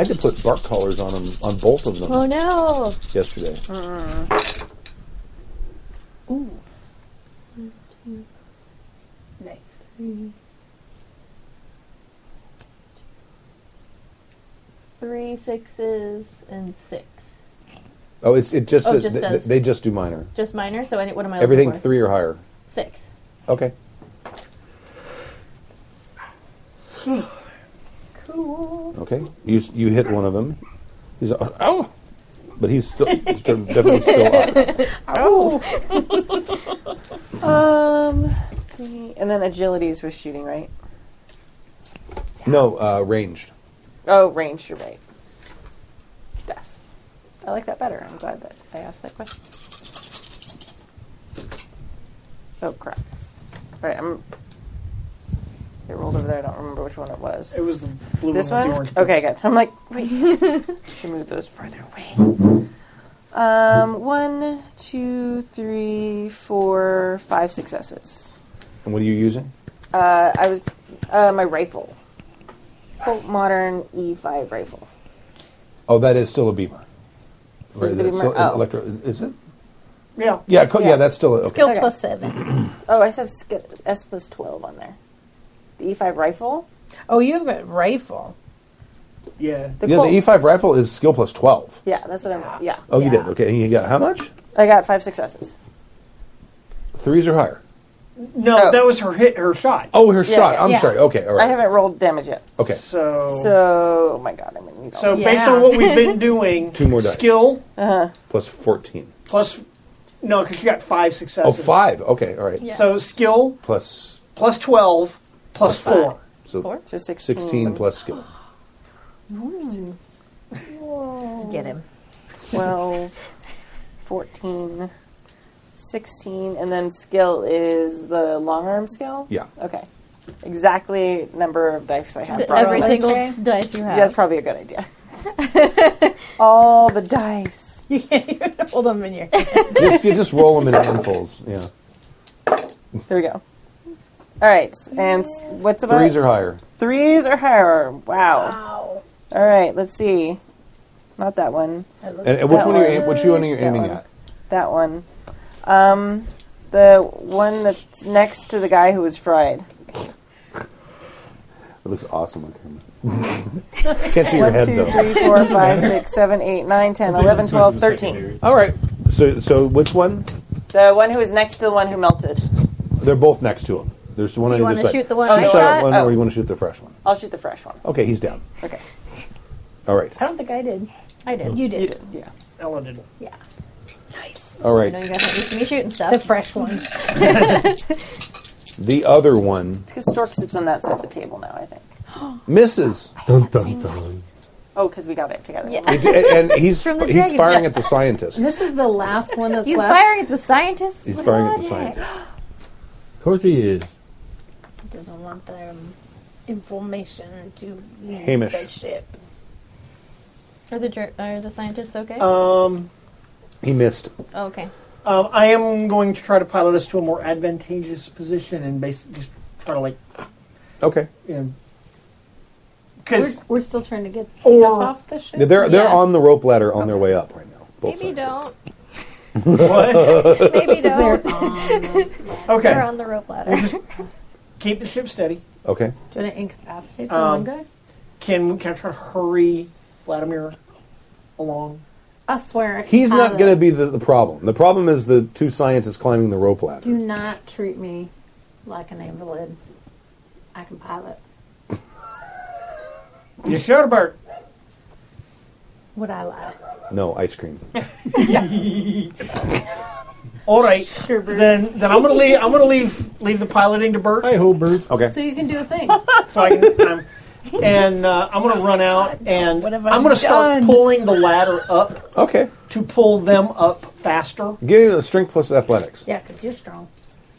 had to put bark collars on them on both of them
oh no!
yesterday.
Nice.
Three sixes and six.
Oh, it's it just,
Oh,
uh,
just
th- th-
does. Oh,
they just do minor.
Just minor. So any, what am I?
Everything
looking for?
three or higher.
Six.
Okay.
Oh.
Cool.
Okay. You s- you hit one of them. He's uh, oh, but he's still he's definitely still up.
Um. three- And then agilities was shooting, right?
No, uh, ranged.
Oh, range. You're right. Yes. I like that better. I'm glad that I asked that question. Oh crap! All right, I'm. It rolled over there. I don't remember which one it was.
It was the blue
This
one. with the
one?
orange
Okay,
bits.
good. I'm like, wait. Should move those further away. Um, one, two, three, four, five successes.
And what are you using?
Uh, I was uh, my rifle, Colt Modern E5 rifle.
Oh, that is still a beamer. Right,
it a
that's
beamer?
still an
Oh.
electro- is it?
Yeah.
Yeah, co- yeah,
Yeah.
that's still a, okay.
Skill
Okay.
plus seven.
Oh, I said sk- S plus 12 on there. The E5 rifle?
Oh, you've got rifle.
Yeah.
yeah, the E5 rifle is skill plus 12.
Yeah, that's what I'm. Yeah.
Oh, you did. Okay, you got how much?
I got five successes.
Threes or higher.
No,
Oh.
that was her hit, her shot.
Oh, her
Yeah,
shot.
yeah,
I'm
yeah.
sorry. Okay, all
I
right.
haven't rolled damage yet.
Okay.
So, so,
So, oh my god, I'm gonna need all
based
Yeah. Uh-huh.
on what we've been doing,
Two more dice.
skill
Plus 14.
plus no, because you got five
Oh,
successes.
five. Okay, all right.
Yeah.
So skill
Plus
plus twelve plus, four.
so
Four?
So 16.
16 plus skill.
Hmm.
Get him.
12, 14, 16, and then skill is the long arm skill?
Yeah.
Okay. Exactly number of dice I have.
Every
probably.
single dice you have.
That's probably a good idea. All the dice.
You can't even hold them in your hand.
just, you just roll them in handfuls. Yeah.
There we go. All right. And s- what's about
Threes or higher.
threes or higher? Wow. All right. Let's see. Not that one.
And, and which
That
one are you,
one.
aim- which one are you
That
aiming
one.
at?
That one. Um, the one that's next to the guy who was fried.
It looks awesome on camera. Can't see your
One,
head,
two,
though.
three, four, five, six, seven, eight, nine, ten, eleven, twelve, thirteen.
All right. So, so which one?
The one who was next to the one who melted.
They're both next to him. There's one
Do
on either
you want
side.
to shoot the one
Oh,
I
you
Shoot
shot?
that one,
Oh.
or you want to shoot the fresh one?
I'll shoot the fresh one.
Okay, he's down.
Okay.
All right.
I don't think I did.
I did.
You did.
You did, yeah.
Ella did.
Yeah.
All
I know you
right.
guys are used to me shooting
The
stuff.
fresh one.
The other one
It's because Stork sits on that side of the table now, I think.
misses,
Dun dun dun.
Oh, because we got it together.
Yeah.
and and he's
From the
he's
dragon,
firing
yeah.
at the scientist.
This is the last one that's
He's
left.
firing at the scientist.
He's
What
firing at the
is
scientist.
Of course he is.
Doesn't want the um, information to leave
Hamish.
the ship.
it? Are the jer- are the scientists okay?
Um,
He missed.
oh, okay.
um, I am going to try to pilot us to a more advantageous position and basically just try to like,
Okay.
you know,
We're,
because
we're still trying to get
Or-
stuff off the ship.
They're they're
Yeah.
on the rope ladder on their way up right now. both
Maybe
scientists.
don't. Maybe
They're
don't.
on. Do you
They're
okay,
on the rope ladder.
we'll just keep the ship steady.
Okay.
want to incapacitate the
Um,
one guy?
Can we can I try to hurry Vladimir along?
I swear. I
He's
can
not
have
going
it.
to be the, the problem. The problem is the two scientists climbing the rope ladder.
Do not treat me like an invalid. I can pilot.
You sure, Bert?
Would I lie?
No ice cream.
All right,
Sure, Bert.
then then I'm gonna leave. I'm gonna leave leave the piloting to Bert.
Hi, Hobart.
Okay.
So you can do a thing.
so I can, um, and uh, I'm going to run out and
What have I
I'm going to start
done?
pulling the ladder up
Okay.
to pull them up faster.
Give him a strength plus athletics.
Yeah, because you're strong.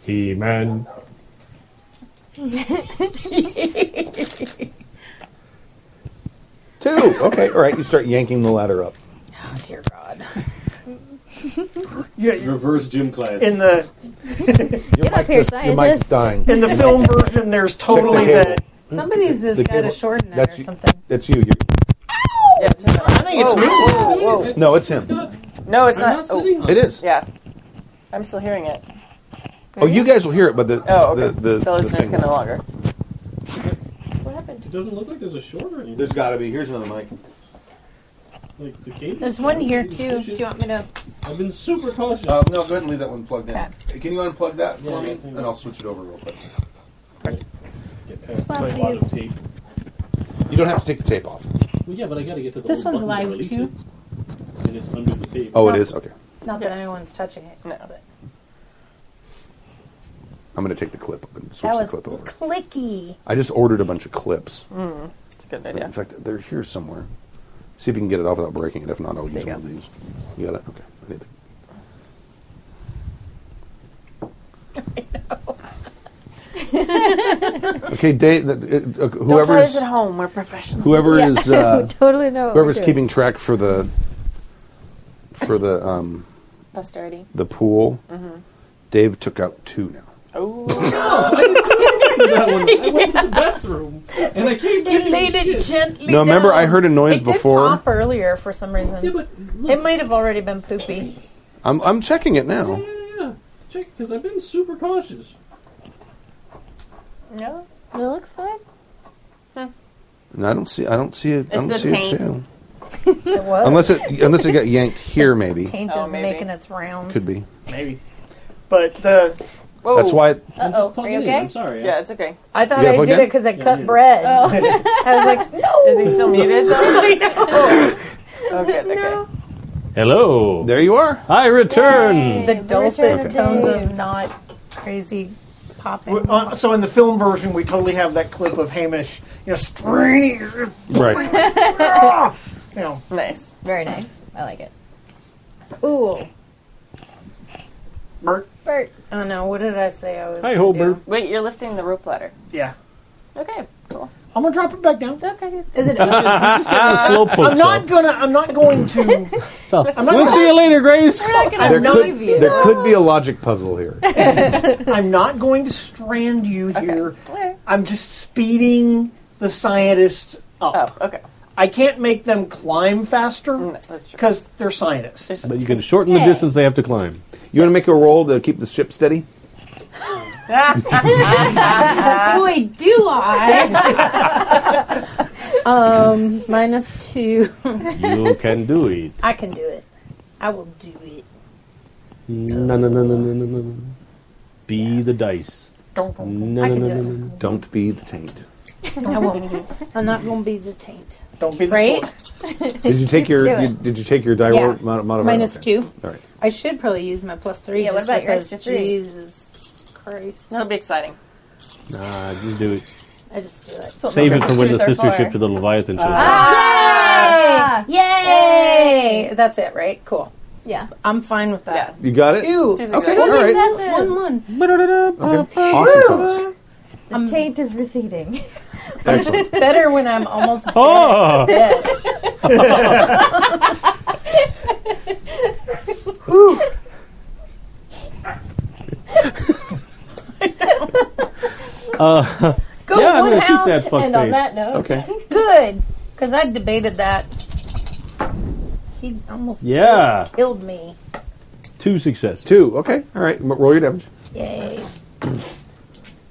He man.
Two. Okay. All right. You start yanking the ladder up.
Oh, dear God.
Yeah,
Reverse gym class.
in the
Get up here,
Your mic's
scientist.
dying.
in the film version, there's totally
cable.
that.
Somebody's
The
has got
cable-
to shorten it
that's
or
you-
something.
That's you. You're,
Yeah, turn it on.
I think it's me.
Whoa, whoa.
no, it's him.
No, it's
I'm
not.
not
oh,
sitting on
It is.
yeah. I'm still hearing it.
Oh, you guys will hear it, but the
Oh, okay.
the, the,
the listeners
thing-
can no longer.
What happened?
It doesn't look like there's a short or anything.
There's got to be. Here's another mic.
Like the cable.
There's one here, too. Do you want me to?
I've been super cautious.
Uh, no, go ahead and leave that one plugged in.
Okay.
Can you unplug that for
Yeah,
me,
yeah, yeah.
and I'll switch it over real quick.
Get
uh,
past my wad of tape.
You don't have to take the tape off.
Well, yeah, but I gotta get to the
This
little
one's
button to
live,
release
too.
It, and it's under the tape.
Oh, it is. Okay,
Not that anyone's touching it.
No.
but
I'm going to take the clip and switch
That
the
was
clip over.
clicky.
I just ordered a bunch of clips.
Mm.
It's a good
In
idea.
fact, they're here somewhere. See if you can get it off without breaking it. If not, I'll use one of these. You got it? Okay. I need the- okay, Dave. the- uh,
Don't try this
Whoever's
at home. We're professional.
whoever is uh,
Totally know. what we're
whoever's
doing.
keeping track for the for the um,
Posterity.
the pool, Dave took out two now.
Oh,
that one. I went to the bathroom and I came back.
You
and
laid it
shit.
gently.
No, remember I
down.
heard a noise
it
before.
Did pop earlier for some reason.
Yeah, but look,
it might have already been poopy.
I'm I'm checking it now.
yeah, yeah, yeah. Check, because I've been super cautious.
No.
It looks fine.
And I don't see. I don't see it. I
It's
don't
the
see
taint.
a tail.
It was.
Unless it unless it got yanked here, maybe.
Taint
Oh,
is making its rounds.
Could be.
Maybe. But the.
Whoa. That's why-
Uh oh. Are you okay?
Yeah, it's okay.
I thought
You gotta
I
plug
did
in? Oh.
it because I cut bread. I was like, no.
Is he still muted, though?
I know.
Oh, good. Okay.
Hello.
There you are.
I return.
The
return
dulcet
of
tones
Dave.
of not crazy popping.
w- uh, So in the film version, we totally have that clip of Hamish, you know, straining.
Right.
You know.
Nice.
Very nice. I like it.
Ooh.
Bert.
Bert. Oh no, what did I say? I was.
Wait, you're lifting the rope ladder.
Yeah.
Okay, cool.
I'm gonna drop it back down.
Okay. Is
it?
Slow poke,
I'm not gonna. I'm not going to.
So,
I'm not
we'll
gonna-
see you later, Grace.
We're not gonna
there
know
could,
you.
there could be a logic puzzle here.
I'm not going to strand you here. I'm just speeding the scientists up.
okay.
I can't make them climb faster because they're scientists.
But you can shorten the
Hey.
distance they have to climb.
You want to make a roll to keep the ship steady?
Boy, do I. um, minus two.
You can do it.
I can do it. I will do it.
No, no, no, no, no, no, no. Be the dice.
Don't-
No,
I
no,
can
no,
do
no,
it.
no.
Don't be the taint.
I won't. I'm not going to be the taint.
Don't be
the right?
Did you take your
Do it.
you, did you take your die roll
Yeah.
mod- modifier?
Minus two.
All right.
I should probably use my plus three.
Yeah, what
just
about your
because,
extra three?
Jesus Christ.
That'll be exciting.
Nah, you do it.
I just do it.
Save it for when the sister ship to the Leviathan shows up.
Ah! Yay!
Yay!
That's it, right? Cool.
Yeah.
I'm fine with that.
You got it?
Two.
Two Okay, all right.
One, one, one. Um,
Okay. Awesome sauce.
The taint is receding.
Excellent.
Better when I'm almost
Oh.
Ah!
dead.
Ooh.
Uh,
Go
yeah, I'm
one
gonna keep
house,
that fuck
and on
face.
that note,
Okay.
good, because I debated that. He almost
Yeah.
killed me.
Two successes.
Two. Okay. All right. M- Roll your damage.
Yay!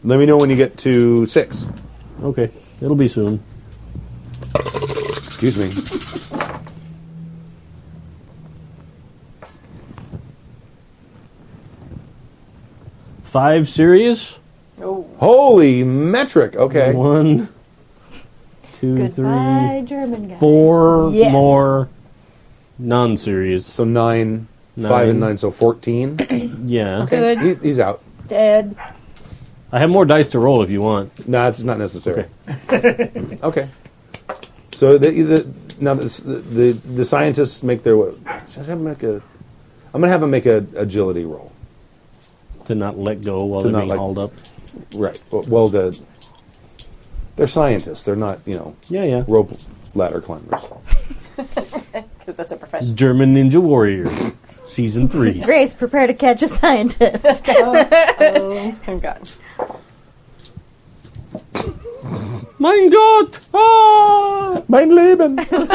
Let me know when you get to six.
Okay. It'll be soon.
Excuse me.
Five serious.
Holy metric. Okay.
One, two, three, four
Goodbye, German guy.
Yes.
more non-serious.
So nine, Five and nine, so fourteen.
Yeah.
Okay.
Good.
He, he's out.
Dead.
I have more dice to roll if you want.
No, it's not necessary. Okay. So the, the now this, the, the the scientists make their. Should I have them make a? I'm gonna have them make a agility roll.
To not let go while
To
they're
not
being
let-
hauled up.
Right. Well, well, the they're scientists. They're not you know.
Yeah, yeah.
Rope ladder climbers.
Because that's a profession.
German Ninja Warrior, season three.
Grace, prepare to catch a scientist.
oh,
God.
Mein Gott! Ah!
Mein Leben!
How,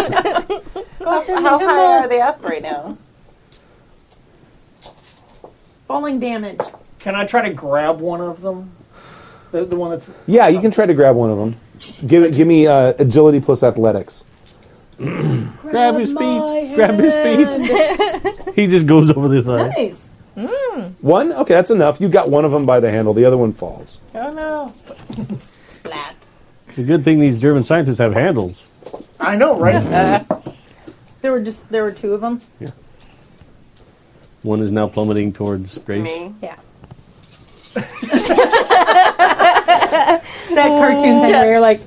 how high are they up right now?
Falling damage.
Can I try to grab one of them? The, the one that's
Yeah, you can try to grab one of them. Give it. Give me uh, agility plus athletics.
Grab his feet. Grab his feet. he just goes over the side.
Nice.
Mm.
One. Okay, that's enough. You got one of them by the handle. The other one falls.
Oh no.
Splat.
It's a good thing these German scientists have handles.
I know, right?
There were just there were two of them.
One is now plummeting towards Grace.
Yeah. that
Oh.
cartoon thing where you're like,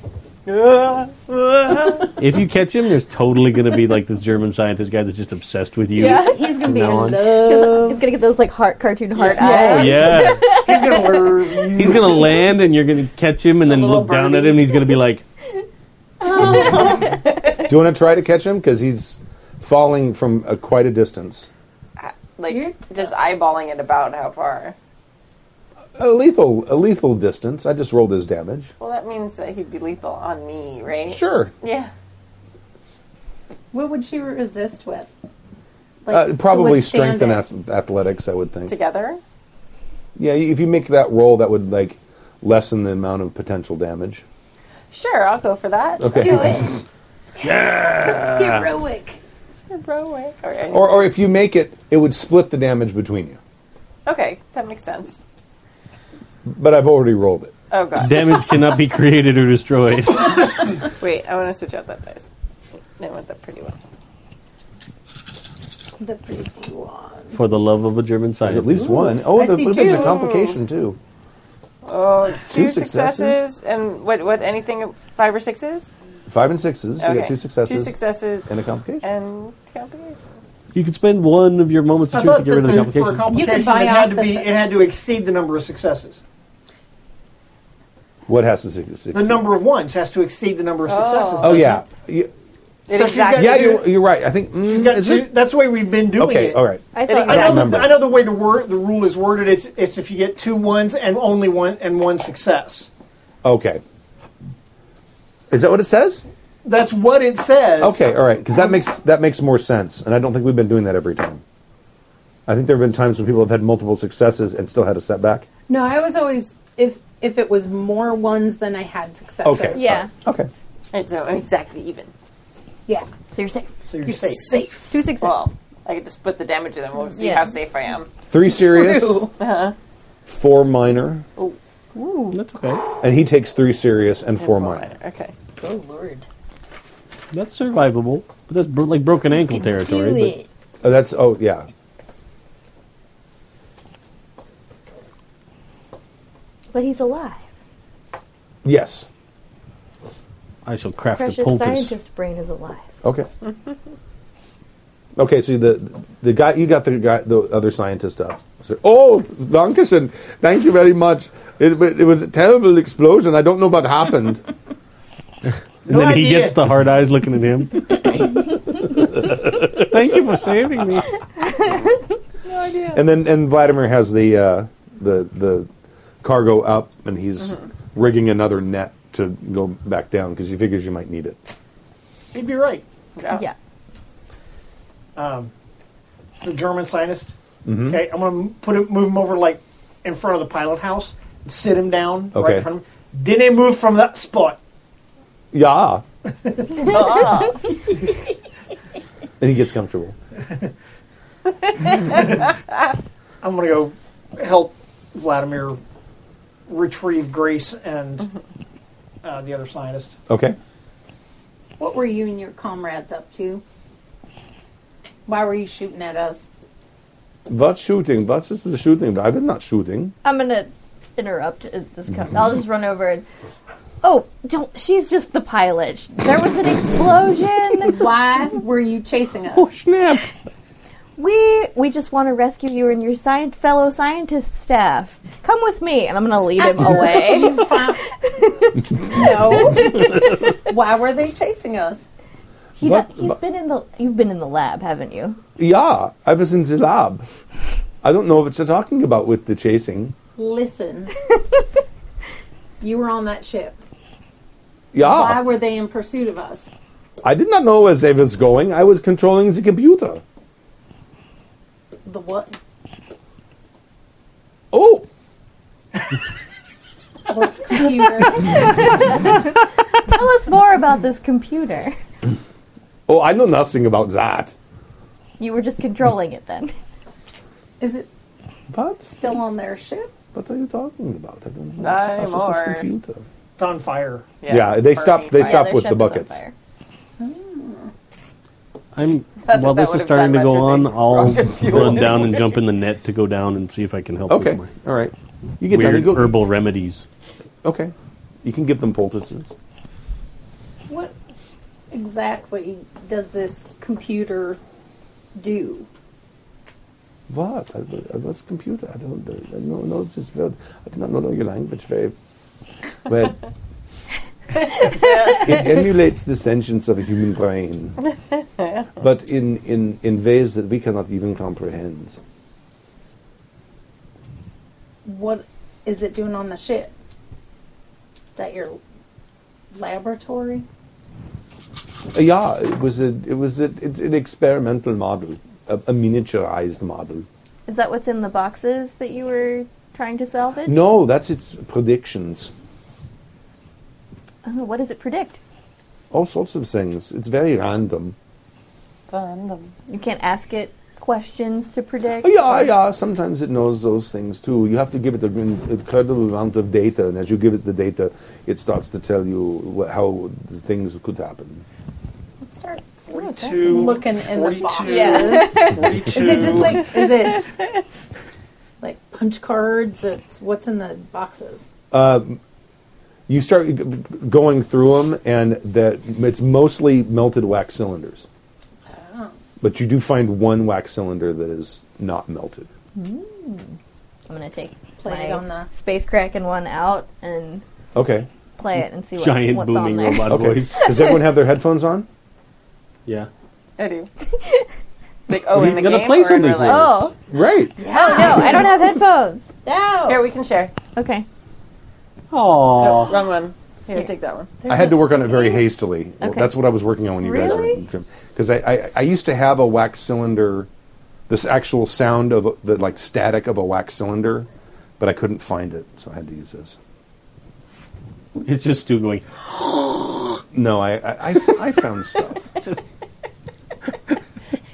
If you catch him, there's totally going to be like this German scientist guy that's just obsessed with you.
Yeah, he's gonna
from
be
now
in
on. Oh,
love. He's gonna get those like heart cartoon heart eyes.
Yeah.
He's gonna lure you.
He's going to land and you're going to catch him and then look down at him and he's going to be like,
Do you want to try to catch him because he's falling from a, quite a distance?
Like just eyeballing it about how far.
A lethal, a lethal distance. I just rolled his damage.
Well, that means that he'd be lethal on me, right?
Sure.
Yeah.
what would she resist with?
uh, probably
to withstand
strength and
it.
ath- athletics, I would think.
Together.
Yeah, if you make that roll, that would like lessen the amount of potential damage.
Sure, I'll go for that.
Okay. Do it. Yeah.
Heroic. Heroic. All right.
Or, or if you make it, it would split the damage between you.
okay, that makes sense.
But I've already rolled it.
Oh god.
Damage cannot be created or destroyed.
Wait, I want to switch out that dice. I want that pretty one.
The pretty one.
For the love of a German scientist.
at least one. Oh,
I
the,
see
but there's a
two.
complication too.
Oh,
Two
two
successes?
successes. and what? What? Anything? Five or sixes?
Five and sixes. You
Okay.
got two successes.
Two successes
and a complication.
and complication.
You could spend one of your moments to
I
choose to
thought
get rid of the
that the, for a
complication.
complication, it
buy
had
off
to
the
be
thing.
it had to exceed the number of successes.
What has to succeed?
The number of ones has to exceed the number of successes.
Oh yeah. You-
So she's got
yeah,
two-
you're, you're right. I think mm,
She's got
is
two.
it?
That's the way we've been doing
Okay,
it.
all right.
I
And
thought-
I, know
Remember.
the, I know the way the word the rule is worded. It's it's if you get two ones and only one and one success.
Okay. Is that what it says?
That's what it says.
Okay, all right, because that makes that makes more sense, and I don't think we've been doing that every time. I think there have been times when people have had multiple successes and still had a setback.
No, I was always if if it was more ones than I had successes.
Okay, Yeah. Okay.
And so I'm exactly even.
Yeah.
So you're safe.
So you're safe.
Two successes.
Well, I get to split the damage and then we'll see
Yeah.
how safe I am.
Three serious,
Uh-huh.
four minor,
Ooh.
That's okay.
and he takes three serious and four minor.
Okay.
Oh lord.
That's survivable, but that's bro- like broken ankle territory.
Do
but-
it.
Oh, that's oh yeah.
But he's alive.
Yes.
I shall craft a
Precious
poultice.
scientist brain is alive.
Okay. Okay, so the the guy you got the guy the other scientist up. So- oh, Dankeschön. Thank you very much. It, wa- it was a terrible explosion. I don't know what happened.
And then he gets the hard eyes looking at him. Thank you for saving me.
No idea.
And then and Vladimir has the uh, the the cargo up, and he's
Uh-huh.
rigging another net to go back down because he figures you might need it.
He'd be right.
Yeah.
Um, the German scientist.
Mhm.
Okay, I'm gonna put him, move him over like in front of the pilot house, sit him down right
Okay.
in front of him. Didn't move from that spot.
Yeah,
Ah.
and he gets comfortable.
Uh-uh.
I'm gonna go help Vladimir retrieve Grace
Mm-hmm.
and uh, the other scientist.
Okay.
What were you and your comrades up to? Why were you shooting at us?
What's shooting? What's the shooting? I've been not shooting.
I'm gonna interrupt uh, this. Com- I'll just run over and. Oh, don't! She's just the pilot. There was an explosion.
Why were you chasing us?
snap!
We we just want to rescue you and your sci- fellow scientist staff. Come with me, and I'm gonna lead him away.
You found- no. Why were they chasing us?
He
What-
do- he's been in the. You've been in the lab, haven't you?
Yeah, I was in the lab. I don't know what you're talking about with the chasing.
Listen. you were on that ship. Why
Yeah,
were they in pursuit of us?
I did not know where they was going. I was controlling the computer.
The what?
Oh,
What's computer?
Tell us more about this computer.
oh, I know nothing about that.
You were just controlling it then.
Is it
What?
still on their ship?
What are you talking about? I don't know.
Not
What's this
anymore.
computer?
It's on fire.
Yeah, they stop. They
Oh, Yeah,
stop
their
with the
ship is on
buckets.
fire.
I'm
That's
while
what that
this
would
is
have
starting to
done,
go
Roger,
on,
thank you.
I'll
Rocket fuel.
run down and jump in the net to go down and see if I can help.
Okay,
with
all right. You
my
get down. You
weird
go.
herbal remedies.
Okay, you can give them poultices.
What exactly does this computer do?
What? I, I was computer. I don't. I don't know this word. I do not know your language very well. it emulates the sentience of a human brain, but in, in, in ways that we cannot even comprehend.
What is it doing on the ship? Is that your laboratory?
Uh, Yeah, it was a, it was a, it's an experimental model, a, a miniaturized model.
Is that what's in the boxes that you were trying to salvage?
No, that's its predictions.
Oh, what does it predict?
All sorts of things. It's very random.
You can't ask it questions to predict.
Oh, yeah, yeah. Sometimes it knows those things too. You have to give it an incredible amount of data, and as you give it the data, it starts to tell you wha- how things could happen.
Let's start.
Forty-two.
Looking in the
42,
boxes.
Forty-two.
Is it just like? Is it like punch cards? It's what's in the boxes.
Um, you start g- g- going through them, and that it's mostly melted wax cylinders. But you do find one wax cylinder that is not melted.
Mm. I'm gonna take
Play
my
it on the-
space kraken one out and
Okay.
play it and see what,
Giant
what's on
booming
there.
robot
Okay.
voice.
Does everyone have their headphones on?
Yeah.
I do. like, oh, in
He's
the
gonna
game
play
or in
something
real
for
life?
us.
Oh.
Right.
Oh no, I don't have headphones. No.
Here, we can share.
Okay.
No,
Aww.
wrong one. Here, take that one.
I had to work on it very hastily. Well,
Okay.
That's what I was working on when you guys were because I, I I used to have a wax cylinder, this actual sound of a- the like static of a wax cylinder, but I couldn't find it, so I had to use this.
It's just Stu going.
No, I I, I, I found stuff.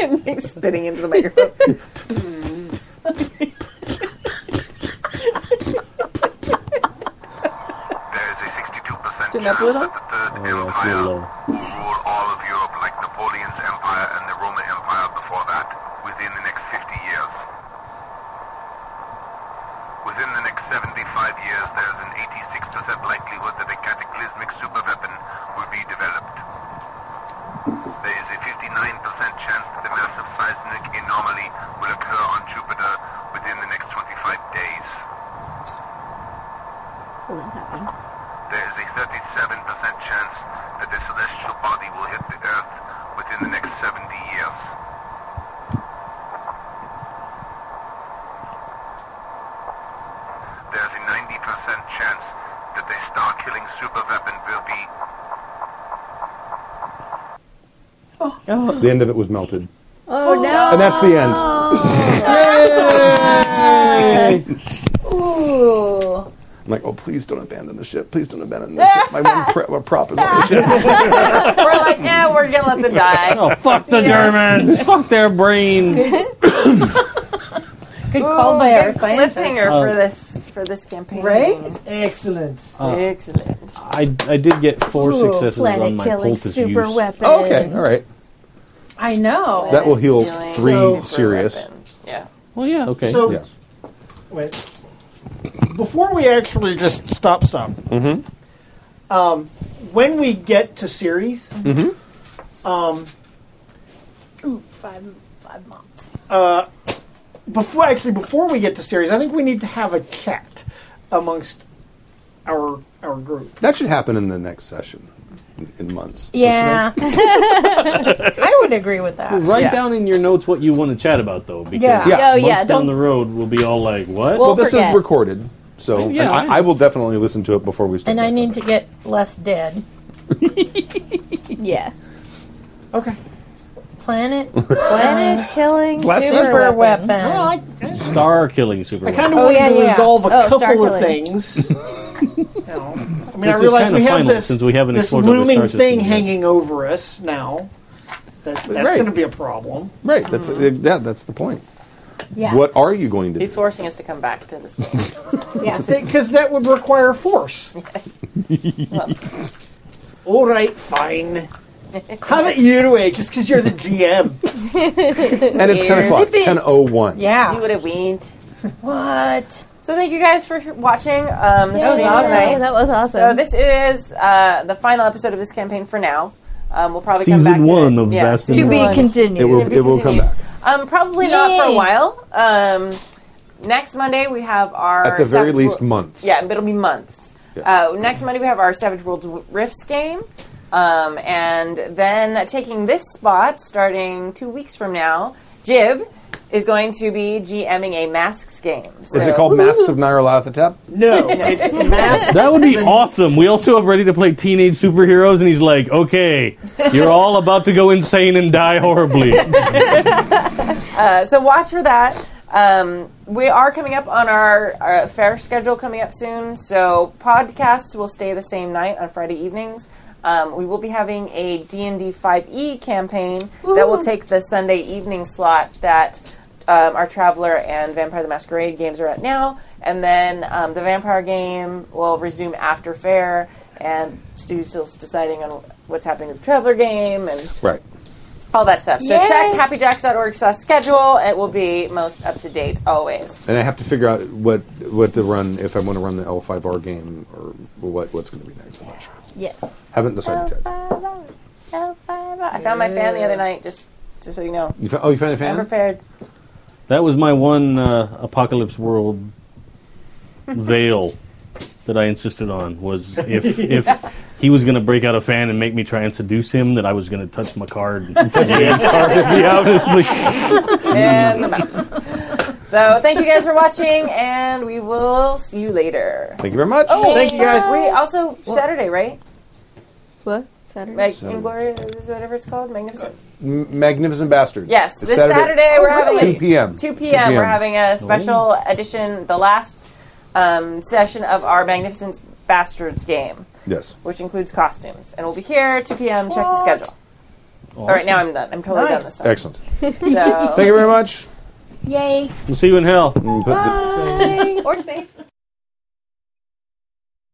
And me spitting into the microphone. Turn up a little.
Oh, yeah, it's real low.
Within the next 75 years, there's an 86% likelihood that a cataclysmic superweapon will be developed. There is a 59% chance that a massive seismic anomaly will occur on Jupiter within the next 25 days.
Oh,
Will that happen?
There is a 37% chance that a celestial body will hit the Earth within the next 70 years. There's a 90% chance that a star-killing superweapon will be
oh.
The end of it was melted,
Oh, no.
and that's the end.
Oh.
Ooh.
I'm like, oh, please don't abandon the ship. Please don't abandon the ship. My one pre- my prop is on the ship.
We're like, yeah, we're gonna let them die.
Oh, fuck the Germans! fuck their brain!
Good call by
Ooh,
our
Oh, good
scientists.
cliffhanger
Oh.
for this for this campaign.
Right?
Excellent.
Oh.
Uh,
Excellent.
I, I did get four
Ooh,
successes on my
planet-killing
poultice
super
use.
weapon.
Oh, okay, all right.
I know.
That will heal
Feeling
three
super
serious.
weapon. Yeah.
Well, yeah, okay.
So-
Yeah.
Wait. Before we actually just stop, stop.
Mm-hmm.
Um, when we get to series,
Mm-hmm.
um,
Ooh, five five months.
uh, before actually before we get to series, I think we need to have a chat amongst our our group.
That should happen in the next session, in, in months.
Yeah, I would agree with that.
Uh,
Write
Yeah.
down in your notes what you want to chat about, though, because
Yeah.
Yeah.
Oh,
months
yeah.
down
Don't.
the road, we'll be all like, what?
Well,
Well, this
forget.
is recorded, so
Yeah,
and
I know.
I, I will definitely listen to it before we start.
And I
that
need to
topic.
get less dead.
Yeah.
Okay.
Planet
Planet killing
Blessed.
super weapon.
Star killing super.
I kind of
Oh,
want
yeah,
to
yeah.
resolve a
Oh,
couple
Starkiller.
of things. You know, I mean, I
Which is
realize
kinda
we have
final,
this
since we haven't
this
explored other
looming
star systems
thing
yet.
hanging over us now. That, that's
Right.
going to be a problem.
right.
Mm-hmm.
That's
Mm-hmm.
yeah. That's the point.
Yeah.
What are you going to?
He's
do?
forcing us to come back to this game.
Yes.
Because that would require force. All right, fine. How about you do it, just because you're the GM.
And it's ten o'clock. It's ten oh one.
Do
Yeah.
what I want.
What?
So thank you guys for watching um, the
That was
stream
awesome.
tonight.
That was awesome.
So this is uh, the final episode of this campaign for now. Um, we'll probably
Season
come back
one
to it.
of
yeah,
Vast
season
to be
one.
continued.
It will.
be
It will come
continued.
back
Um, probably not for a
Yay.
while. Um, next Monday we have our
at the very
Savage
least
Wor-
months.
Yeah, but it'll be months.
Yeah.
Uh, next Monday we have our Savage Worlds Rifts game, um, and then taking this spot starting two weeks from now, Jib is going to be GMing a Masks game.
Is
So-
it called Masks of Nyarlathotep?
No, it's mass.
That would be awesome. We all show up ready to play teenage superheroes, and he's like, okay, you're all about to go insane and die horribly.
Uh, so watch for that. Um, we are coming up on our, our fair schedule coming up soon, so podcasts will stay the same night on Friday evenings. Um, we will be having a D&D 5e E campaign that will
Woohoo.
take the Sunday evening slot that um, our Traveler and Vampire the Masquerade games are at now, and then um, the Vampire game will resume after fair, and Stu's still deciding on what's happening with the Traveler game, and
Right.
all that stuff. So
Yay.
check happyjacks.org slash schedule. It will be most up to date always.
And I have to figure out what what the run if I'm going to run the L5R game or what what's going to be next. I'm not sure.
Yes.
Haven't decided yet.
I found my fan the other night, just, just so you know.
You found, oh, you found a fan?
I'm prepared.
That was my one uh, apocalypse world veil that I insisted on was if if he was going to break out a fan and make me try and seduce him, that I was going to touch my card. And touch his card and be out.
and I'm out. So thank you guys for watching, and we will see you later.
Thank you very much.
We also Saturday, right?
What Saturday?
Like
Saturday.
Inglorious, whatever it's called, Magnificent.
M- Magnificent Bastards.
Yes,
It's
this Saturday, Oh, we're having a-
2 p.m.
2 p.m. We're having a special edition, the last um, session of our Magnificent Bastards game,
Yes.
which includes costumes, and we'll be here 2 p.m. Check the schedule. All right, now I'm done. I'm totally done this time.
Excellent.
So-
Thank you very much. Mm,
Yay.
We'll see you in hell.
Bye. or space.